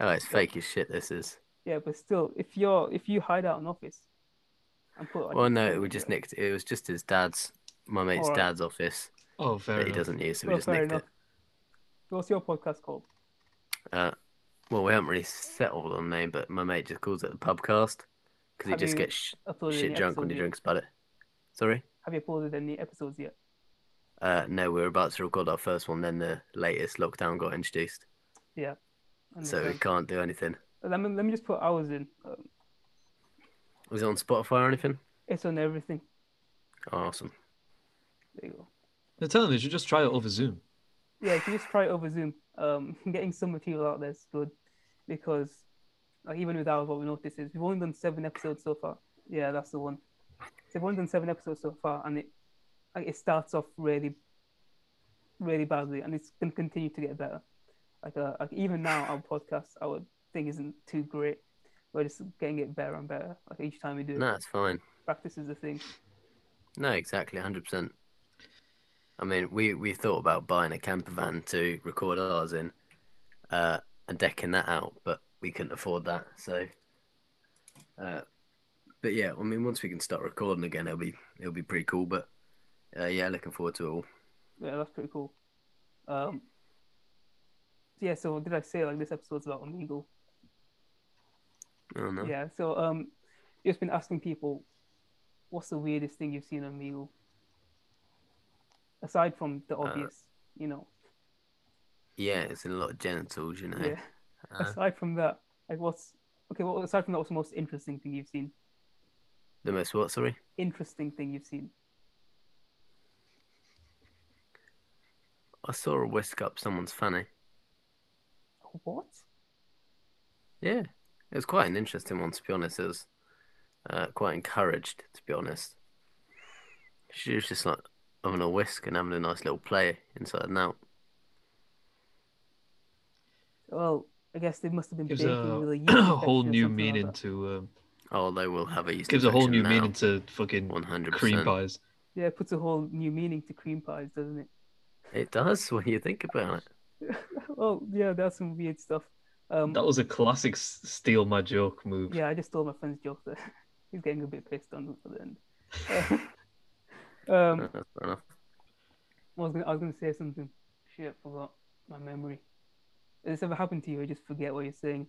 Speaker 17: Oh, it's fake as shit. This is.
Speaker 3: Yeah, but still, if you're if you hide out in office, and put like,
Speaker 17: Well, no, we just nicked. It was just his dad's, my mate's
Speaker 3: Alright.
Speaker 17: dad's office.
Speaker 2: Oh, fair
Speaker 17: That he
Speaker 2: enough.
Speaker 17: doesn't use, so we
Speaker 3: Well,
Speaker 17: just
Speaker 3: fair
Speaker 17: nicked it.
Speaker 3: enough. what's your podcast called?
Speaker 17: Uh, well, we haven't really settled on the name, but my mate just calls it the pubcast because he
Speaker 3: Have
Speaker 17: just
Speaker 3: you
Speaker 17: gets sh-
Speaker 3: uploaded any
Speaker 17: shit drunk when he
Speaker 3: episodes yet?
Speaker 17: drinks about it. Sorry.
Speaker 3: Have you uploaded any episodes yet?
Speaker 17: Uh, no, we were about to record our first one, then the latest lockdown got introduced,
Speaker 3: Yeah.
Speaker 17: so we
Speaker 3: Understand.
Speaker 17: can't do anything.
Speaker 3: Let me let me just put ours in. Um,
Speaker 17: Was it on Spotify or anything? Oh,
Speaker 3: it's on everything.
Speaker 17: Awesome.
Speaker 3: There you go.
Speaker 2: They're telling me you should just try it over Zoom.
Speaker 3: Yeah, if you just try it over Zoom, um, getting some material out there is good because, like, even with ours, what we noticed is we've only done seven episodes so far. Yeah, that's the one. So we've only done seven episodes so far, and it like, it starts off really, really badly, and it's going to continue to get better. Like, uh, like even now, our podcast, our thing isn't too great. We're just getting it better and better. Like each time we do it,
Speaker 17: No, it's fine.
Speaker 3: practice is the thing.
Speaker 17: No, exactly, hundred percent. I mean, we we thought about buying a camper van to record ours in, uh, and decking that out, but we couldn't afford that. So, uh, but yeah, I mean, once we can start recording again, it'll be it'll be pretty cool. But uh, yeah, looking forward to it all.
Speaker 3: Yeah, that's pretty cool. Um, yeah, so did I say like this episode's about Omegle?
Speaker 17: I don't know.
Speaker 3: Yeah, so um, just been asking people, what's the weirdest thing you've seen on Omegle? Aside from
Speaker 17: Uh,
Speaker 3: the obvious, you know.
Speaker 17: Yeah, it's in a lot of genitals, you know.
Speaker 3: Yeah.
Speaker 17: Uh,
Speaker 3: Aside from that, like what's okay? Well, aside from that, what's the most interesting thing you've seen?
Speaker 17: the most what? Sorry.
Speaker 3: Interesting thing you've seen?
Speaker 17: I saw her whisk up someone's fanny.
Speaker 3: What?
Speaker 17: Yeah, it was quite an interesting one to be honest. It was uh, quite encouraged to be honest. She was just like having a whisk and having a nice little play inside and out.
Speaker 3: Well, I guess they must have been
Speaker 2: Gives
Speaker 3: baking with a
Speaker 2: a,
Speaker 3: yeast
Speaker 2: whole
Speaker 3: infection or
Speaker 2: new
Speaker 3: something like
Speaker 2: meaning
Speaker 3: that.
Speaker 2: to. Um,
Speaker 17: oh, they will have a yeast
Speaker 2: Gives a whole new
Speaker 17: infection now.
Speaker 2: meaning to fucking
Speaker 17: 100%.
Speaker 2: cream pies.
Speaker 3: Yeah, it puts a whole new meaning to cream pies, doesn't it?
Speaker 17: It does when you think about it.
Speaker 3: well, yeah, that's some weird stuff. Um,
Speaker 2: That was a classic s- steal my joke move.
Speaker 3: Yeah, I just stole my friend's joke there. He's getting a bit pissed on at the end. Uh, um,
Speaker 17: Uh, Fair enough.
Speaker 3: I was gonna, I was gonna say something. Shit, forgot my memory. Has this ever happened to you? You just forget what you're saying.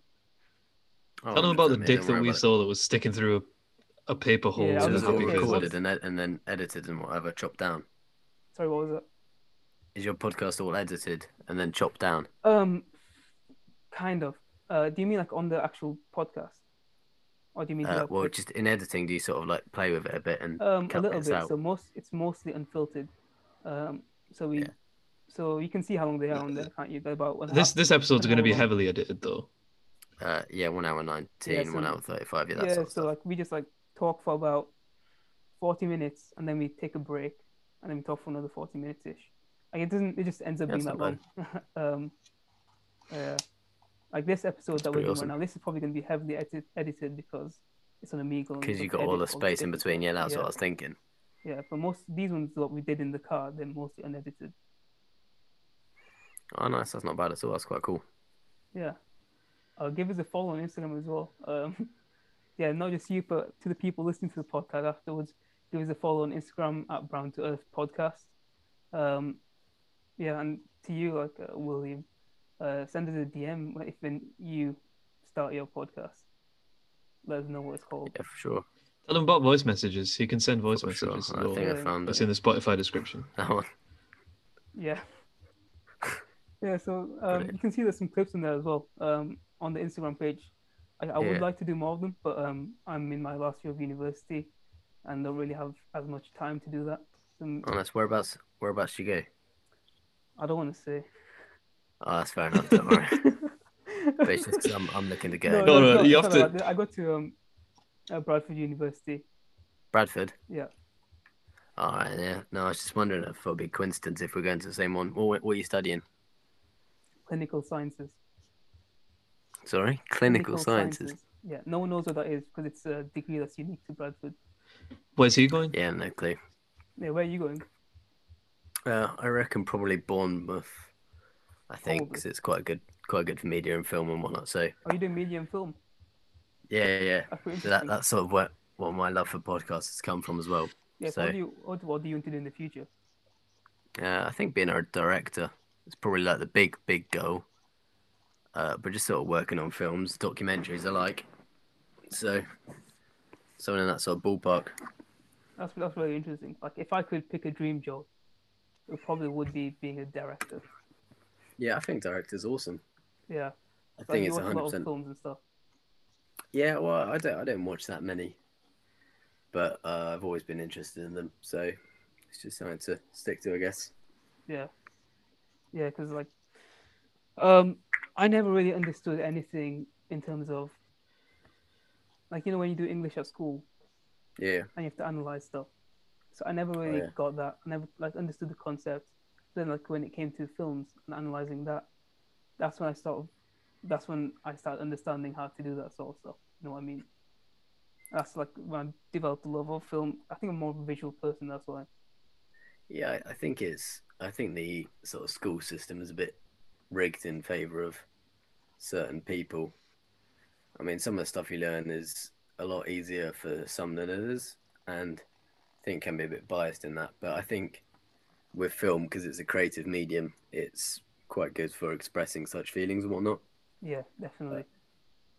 Speaker 17: Oh,
Speaker 2: Tell them about the
Speaker 17: definitely,
Speaker 2: dick
Speaker 17: don't
Speaker 2: that
Speaker 17: worry
Speaker 2: we
Speaker 17: about it.
Speaker 2: saw that was sticking through a, a paper hole.
Speaker 3: Yeah, I
Speaker 17: So
Speaker 3: was
Speaker 17: it's all
Speaker 3: gonna say,
Speaker 17: recorded
Speaker 3: what's-
Speaker 17: and, ed- and then edited and whatever, chopped down.
Speaker 3: Sorry, what was
Speaker 17: Is your podcast all edited and then chopped down?
Speaker 3: that? Um, kind of. Uh, do you mean like on the actual podcast, or do you mean
Speaker 17: Uh,
Speaker 3: like,
Speaker 17: well, just in editing, do you sort of like play with it a bit and
Speaker 3: um a
Speaker 17: cut
Speaker 3: little
Speaker 17: bits
Speaker 3: bit?
Speaker 17: out?
Speaker 3: So most it's mostly unfiltered. Um, so we, so you can see how long they are on there, can't you? They're about one
Speaker 2: This
Speaker 3: half-
Speaker 2: this episode's
Speaker 3: an
Speaker 2: going to be
Speaker 3: hour long.
Speaker 2: heavily edited though.
Speaker 17: Uh, yeah, one hour nineteen,
Speaker 3: Yeah, so-
Speaker 17: one hour thirty-five. Yeah, that's
Speaker 3: yeah, so like we just like talk for about forty minutes, and then we take a break, and then we talk for another forty minutes ish. Like it doesn't, it just ends up
Speaker 17: Yeah,
Speaker 3: being
Speaker 17: that's
Speaker 3: that long.
Speaker 17: not
Speaker 3: um, uh, like this episode that we're
Speaker 17: pretty
Speaker 3: doing
Speaker 17: awesome.
Speaker 3: right now, this is probably going to be heavily edit- edited because it's on Amigo. and
Speaker 17: because
Speaker 3: we
Speaker 17: you
Speaker 3: can
Speaker 17: got all
Speaker 3: edit
Speaker 17: the space in
Speaker 3: different-
Speaker 17: between. Yeah, that's
Speaker 3: yeah.
Speaker 17: what I was thinking.
Speaker 3: Yeah, but most these ones what we did in the car, they're mostly unedited.
Speaker 17: Oh, nice. That's not bad at all. That's quite cool.
Speaker 3: Yeah. Uh, give us a follow on Instagram as well. Um, yeah, not just you, but to the people listening to the podcast afterwards, give us a follow on Instagram at Brown to Earth Podcast. Um, yeah, and to you, like uh, William, uh, send us a DM if when you start your podcast. Let us know what it's called.
Speaker 17: Yeah, for sure.
Speaker 2: Tell them about voice messages. You can send voice messages.
Speaker 17: I think I found
Speaker 2: It's
Speaker 17: it. Oh,
Speaker 2: in the Spotify description.
Speaker 17: That one.
Speaker 3: Yeah. Yeah, so um, you can see there's some clips in there as well um, on the Instagram page. I, I would
Speaker 17: Yeah.
Speaker 3: like to do more of them, but um, I'm in my last year of university and don't really have as much time to do that. Um,
Speaker 17: Oh, nice. Whereabouts? Whereabouts you go?
Speaker 3: I don't want to say.
Speaker 17: Oh, that's fair enough. Don't worry. but it's just 'cause I'm, I'm looking to go.
Speaker 3: No, no, it's not- it's not about that. I go to um, uh, Bradford University.
Speaker 17: Bradford.
Speaker 3: Yeah.
Speaker 17: All right. Yeah. No, I was just wondering if it'd be coincidence if we're going to the same one. What, what are you studying?
Speaker 3: Clinical sciences.
Speaker 17: Sorry, clinical, sciences.
Speaker 3: Yeah, no one knows what that is because it's a degree that's unique to Bradford.
Speaker 2: Where's he going?
Speaker 17: Yeah, no clue.
Speaker 3: Yeah, where are you going?
Speaker 17: Uh, I reckon probably Bournemouth. I think 'cause it's quite a good quite good for media and film and whatnot. So
Speaker 3: Are you doing media and film?
Speaker 17: yeah, yeah.
Speaker 3: That's
Speaker 17: yeah.
Speaker 3: pretty
Speaker 17: So that,
Speaker 3: interesting.
Speaker 17: that's sort of where what my love for podcasts has come from as well.
Speaker 3: Yes.
Speaker 17: so
Speaker 3: What do you what, what do you want to do in the future?
Speaker 17: uh, I think being a director is probably like the big, big goal. Uh, but just sort of working on films, documentaries I like. So someone in that sort of ballpark.
Speaker 3: That's that's really interesting. Like if I could pick a dream job, it probably would be being a director.
Speaker 17: Yeah, I think director's awesome.
Speaker 3: Yeah.
Speaker 17: I
Speaker 3: Like,
Speaker 17: think
Speaker 3: you
Speaker 17: it's
Speaker 3: watch a lot
Speaker 17: 100%.
Speaker 3: of films and stuff.
Speaker 17: Yeah, well, I don't, I don't watch that many, but uh, I've always been interested in them, so it's just something to stick to, I guess.
Speaker 3: Yeah. Yeah, because like, um, I never really understood anything in terms of, like you know when you do English at school
Speaker 17: Yeah,
Speaker 3: and you have to analyze stuff. So I never really
Speaker 17: Oh, yeah.
Speaker 3: got that. I never like understood the concept. Then like when it came to films and analyzing that, that's when I sort of, that's when I started understanding how to do that sort of stuff. You know what I mean? That's like when I developed a love of film. I think I'm more of a visual person. That's why.
Speaker 17: yeah. I, I think it's, I think the sort of school system is a bit rigged in favor of certain people. I mean, some of the stuff you learn is a lot easier for some than others, and I think can be a bit biased in that. But I think with film, because it's a creative medium, it's quite good for expressing such feelings and whatnot.
Speaker 3: Yeah, definitely.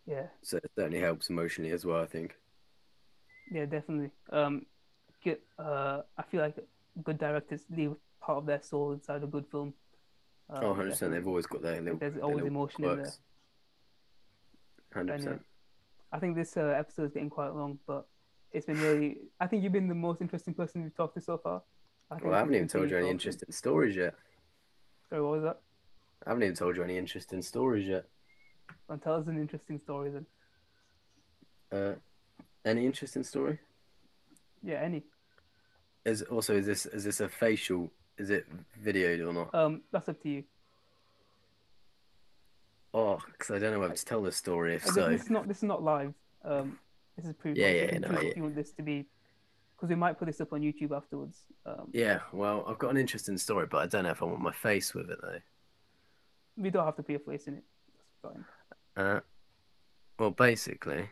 Speaker 3: Yeah.
Speaker 17: So it certainly helps emotionally as well, I think.
Speaker 3: Yeah, definitely. Um, get. Uh, I feel like good directors leave part of their soul inside a good film. Um,
Speaker 17: Oh, 100%.
Speaker 3: definitely.
Speaker 17: They've always got their little,
Speaker 3: There's
Speaker 17: their
Speaker 3: always
Speaker 17: little
Speaker 3: emotion in there.
Speaker 17: quirks. 100%.
Speaker 3: Anyway, I think this uh, episode is getting quite long, but it's been really. I think you've been the most interesting person we've talked to so far. I think
Speaker 17: Well, I
Speaker 3: we
Speaker 17: haven't even
Speaker 3: should
Speaker 17: told you
Speaker 3: continue
Speaker 17: any
Speaker 3: talking.
Speaker 17: interesting stories yet.
Speaker 3: Sorry, what was that?
Speaker 17: I haven't even told you any interesting stories yet.
Speaker 3: Well, tell us an interesting story then.
Speaker 17: Uh, any interesting story?
Speaker 3: Yeah, any.
Speaker 17: Is also is this is this a facial? Is it videoed or not?
Speaker 3: Um, that's up to you.
Speaker 17: Oh, because I don't know whether to tell this story. If
Speaker 3: Uh, th-
Speaker 17: so,
Speaker 3: this is not this is not live. Um, this is pre.
Speaker 17: Yeah, yeah,
Speaker 3: you can
Speaker 17: no,
Speaker 3: choose
Speaker 17: yeah.
Speaker 3: If you want this to be, because we might put this up on YouTube afterwards. Um,
Speaker 17: yeah. Well, I've got an interesting story, but I don't know if I want my face with it though.
Speaker 3: we don't have to put your face in it. That's fine.
Speaker 17: Uh, well, basically.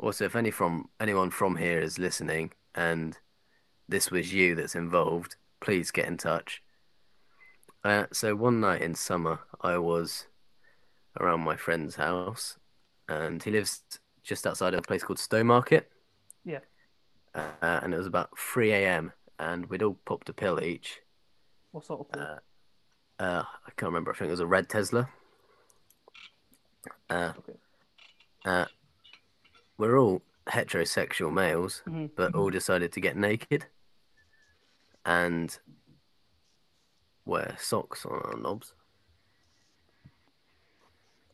Speaker 17: Also, if any from anyone from here is listening, and this was you that's involved, please get in touch. Uh, so one night in summer, I was around my friend's house, and he lives just outside a place called Stowmarket.
Speaker 3: Yeah.
Speaker 17: Uh, and it was about three a.m. and we'd all popped a pill each.
Speaker 3: What sort of pill?
Speaker 17: Uh, uh, I can't remember. I think it was a red Tesla. Uh, uh, we're all heterosexual males,
Speaker 3: Mhm.
Speaker 17: but all decided to get naked and wear socks on our knobs.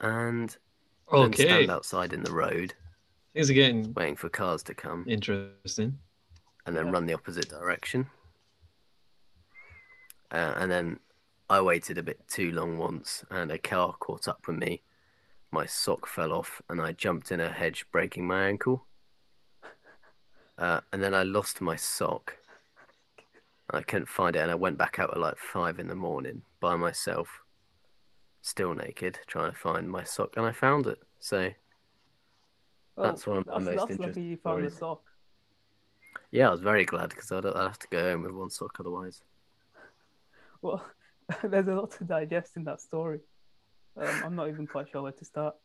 Speaker 17: And then
Speaker 2: Okay.
Speaker 17: stand outside in the road.
Speaker 2: Things are getting
Speaker 17: waiting for cars to come.
Speaker 2: Interesting.
Speaker 17: And then run the opposite direction. Uh, and then I waited a bit too long once, and a car caught up with me. My sock fell off, and I jumped in a hedge, breaking my ankle. Uh, and then I lost my sock. I couldn't find it, and I went back out at like five in the morning by myself, still naked, trying to find my sock, and I found it. So that's one of my
Speaker 3: Oh, that's,
Speaker 17: most
Speaker 3: that's lucky
Speaker 17: interesting
Speaker 3: you found the
Speaker 17: stories.
Speaker 3: sock.
Speaker 17: Yeah, I was very glad because I'd, I'd have to go home with one sock otherwise.
Speaker 3: Well, there's a lot to digest in that story. Um, I'm not even quite sure where to start.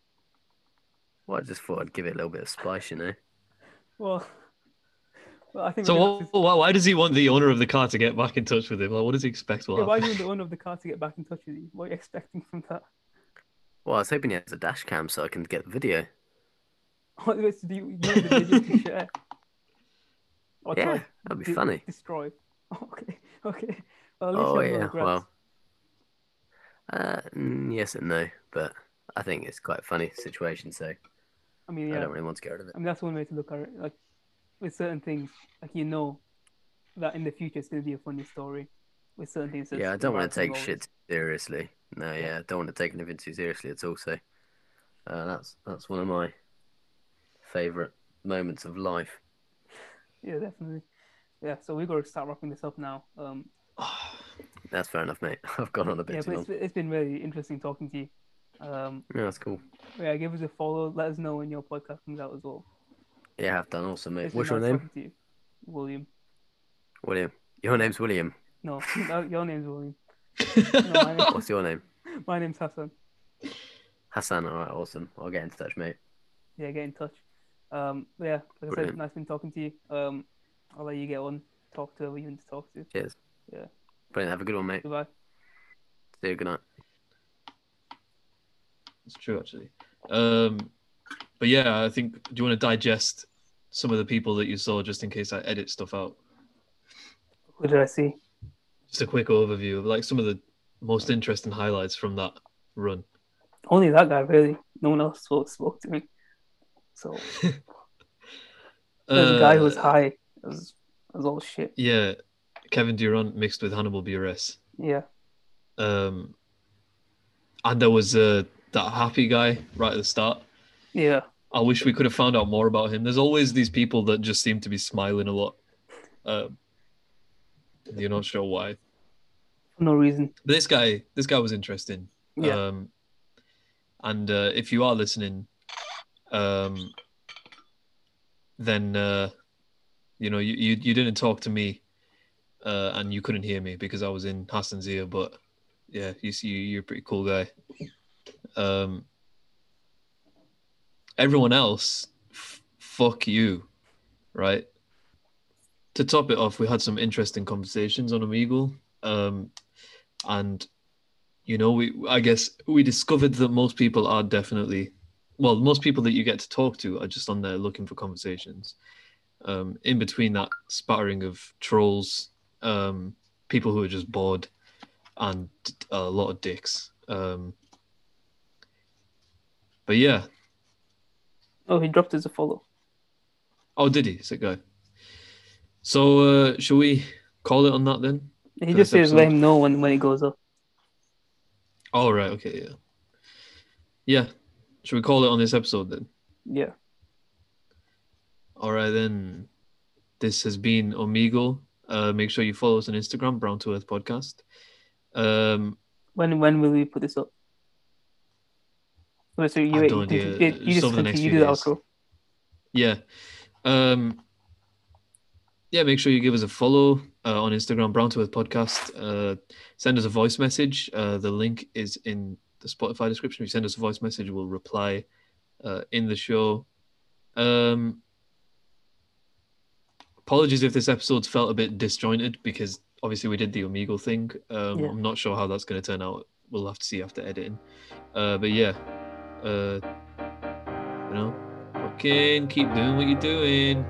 Speaker 17: Well, I just thought I'd give it a little bit of spice, you know.
Speaker 3: Well, well, I think.
Speaker 2: So
Speaker 3: we're gonna-
Speaker 2: wh- wh- why does he want the owner of the car to get back in touch with him? Like, what does he expect will
Speaker 3: yeah, why do
Speaker 2: happen?
Speaker 3: you want the owner of the car to get back in touch with you? What are you expecting from that?
Speaker 17: Well, I was hoping he has a dash cam so I can get the video.
Speaker 3: What do you, do you want the video to share? Or to,
Speaker 17: Yeah,
Speaker 3: like,
Speaker 17: that'd be
Speaker 3: de-
Speaker 17: funny.
Speaker 3: Destroy. Okay, okay. Well, at least
Speaker 17: Oh
Speaker 3: you have no
Speaker 17: yeah,
Speaker 3: regrets.
Speaker 17: well, uh, mm, yes and no, but I think it's quite a funny situation, so
Speaker 3: I mean,
Speaker 17: I
Speaker 3: yeah.
Speaker 17: don't really want to get rid of it.
Speaker 3: I mean, that's one way to look at it. Like with certain things, like you know that in the future it's going to be a funny story. With certain things,
Speaker 17: yeah, I
Speaker 3: it's
Speaker 17: don't want to
Speaker 3: embarrassing
Speaker 17: take
Speaker 3: moments.
Speaker 17: shit seriously. No, yeah, I don't want to take anything too seriously at all. So uh, that's that's one of my favorite moments of life.
Speaker 3: Yeah, definitely. Yeah, so we got to start wrapping this up now. Um,
Speaker 17: That's fair enough, mate. I've gone on a bit
Speaker 3: yeah,
Speaker 17: too
Speaker 3: but
Speaker 17: long.
Speaker 3: it's, it's been really interesting talking to you. Um,
Speaker 17: Yeah, that's cool.
Speaker 3: yeah, give us a follow. Let us know when your podcast comes out as well.
Speaker 17: Yeah, I've done awesome, mate.
Speaker 3: It's been
Speaker 17: What's your
Speaker 3: nice
Speaker 17: name?
Speaker 3: talking to you, William.
Speaker 17: William. Your name's William.
Speaker 3: No, no, your name's William. No, my, name-
Speaker 17: What's your name?
Speaker 3: my name's Hassan.
Speaker 17: Hassan. All right, awesome. I'll get in touch, mate.
Speaker 3: Yeah, get in touch. Um, but yeah, like I said,
Speaker 17: Brilliant.
Speaker 3: nice been talking to you. Um, I'll let you get on. Talk to whoever you want to talk to.
Speaker 17: Cheers.
Speaker 3: Yeah.
Speaker 17: Brilliant. Have a good one, mate.
Speaker 3: Goodbye.
Speaker 17: See you. Good night.
Speaker 2: It's true, actually. Um, but yeah, I think. Do you want to digest some of the people that you saw, just in case I edit stuff out?
Speaker 3: What did I see?
Speaker 2: Just a quick overview of like some of the most interesting highlights from that run.
Speaker 3: Only that guy, really. No one else spoke, spoke to me. So there's a guy who was
Speaker 2: Uh,
Speaker 3: high. It was, it was all shit.
Speaker 2: Yeah, Kevin Durant mixed with Hannibal Buress.
Speaker 3: Yeah.
Speaker 2: Um, and there was uh, that happy guy right at the start.
Speaker 3: Yeah.
Speaker 2: I wish we could have found out more about him. There's always these people that just seem to be smiling a lot. Um, you're not sure why.
Speaker 3: For no reason.
Speaker 2: But this guy, this guy was interesting.
Speaker 3: Yeah.
Speaker 2: Um, and uh, if you are listening, um, then uh, you know you, you you didn't talk to me, uh, and you couldn't hear me because I was in Hassan's ear. But yeah, you see, you're a pretty cool guy. Um, everyone else, f- fuck you, right? To top it off, we had some interesting conversations on Omegle. Um, and you know we i guess we discovered that most people are definitely well most people that you get to talk to are just on there looking for conversations um, in between that spattering of trolls um, people who are just bored and a lot of dicks um, but yeah
Speaker 3: Oh, he dropped us a follow.
Speaker 2: oh did he sick guy so uh, shall we call it on that then
Speaker 3: He
Speaker 2: For
Speaker 3: just
Speaker 2: this
Speaker 3: says let
Speaker 2: episode?
Speaker 3: him know when, when it goes up.
Speaker 2: oh right okay yeah yeah should we call it on this episode then
Speaker 3: Yeah.
Speaker 2: All right, then. This has been Omegle. Uh, make sure you follow us on Instagram, Brown to Earth Podcast. Um,
Speaker 3: When when will we put this up? Wait, so you, wait,
Speaker 2: no
Speaker 3: you,
Speaker 2: idea.
Speaker 3: you, you
Speaker 2: It's
Speaker 3: just
Speaker 2: over the next
Speaker 3: continue,
Speaker 2: few
Speaker 3: you do the
Speaker 2: days.
Speaker 3: outro.
Speaker 2: yeah. Um, yeah, make sure you give us a follow uh, on Instagram, Brown to Earth Podcast. Uh, send us a voice message. Uh, the link is in the Spotify description. If you send us a voice message, we'll reply uh, in the show. Um, apologies if this episode's felt a bit disjointed because obviously we did the Omegle thing. Um,
Speaker 3: Yeah.
Speaker 2: I'm not sure how that's going to turn out. We'll have to see after editing. Uh, but yeah, uh, you know, fucking keep doing what you're doing.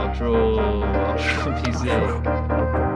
Speaker 2: Outro, outro, peace out.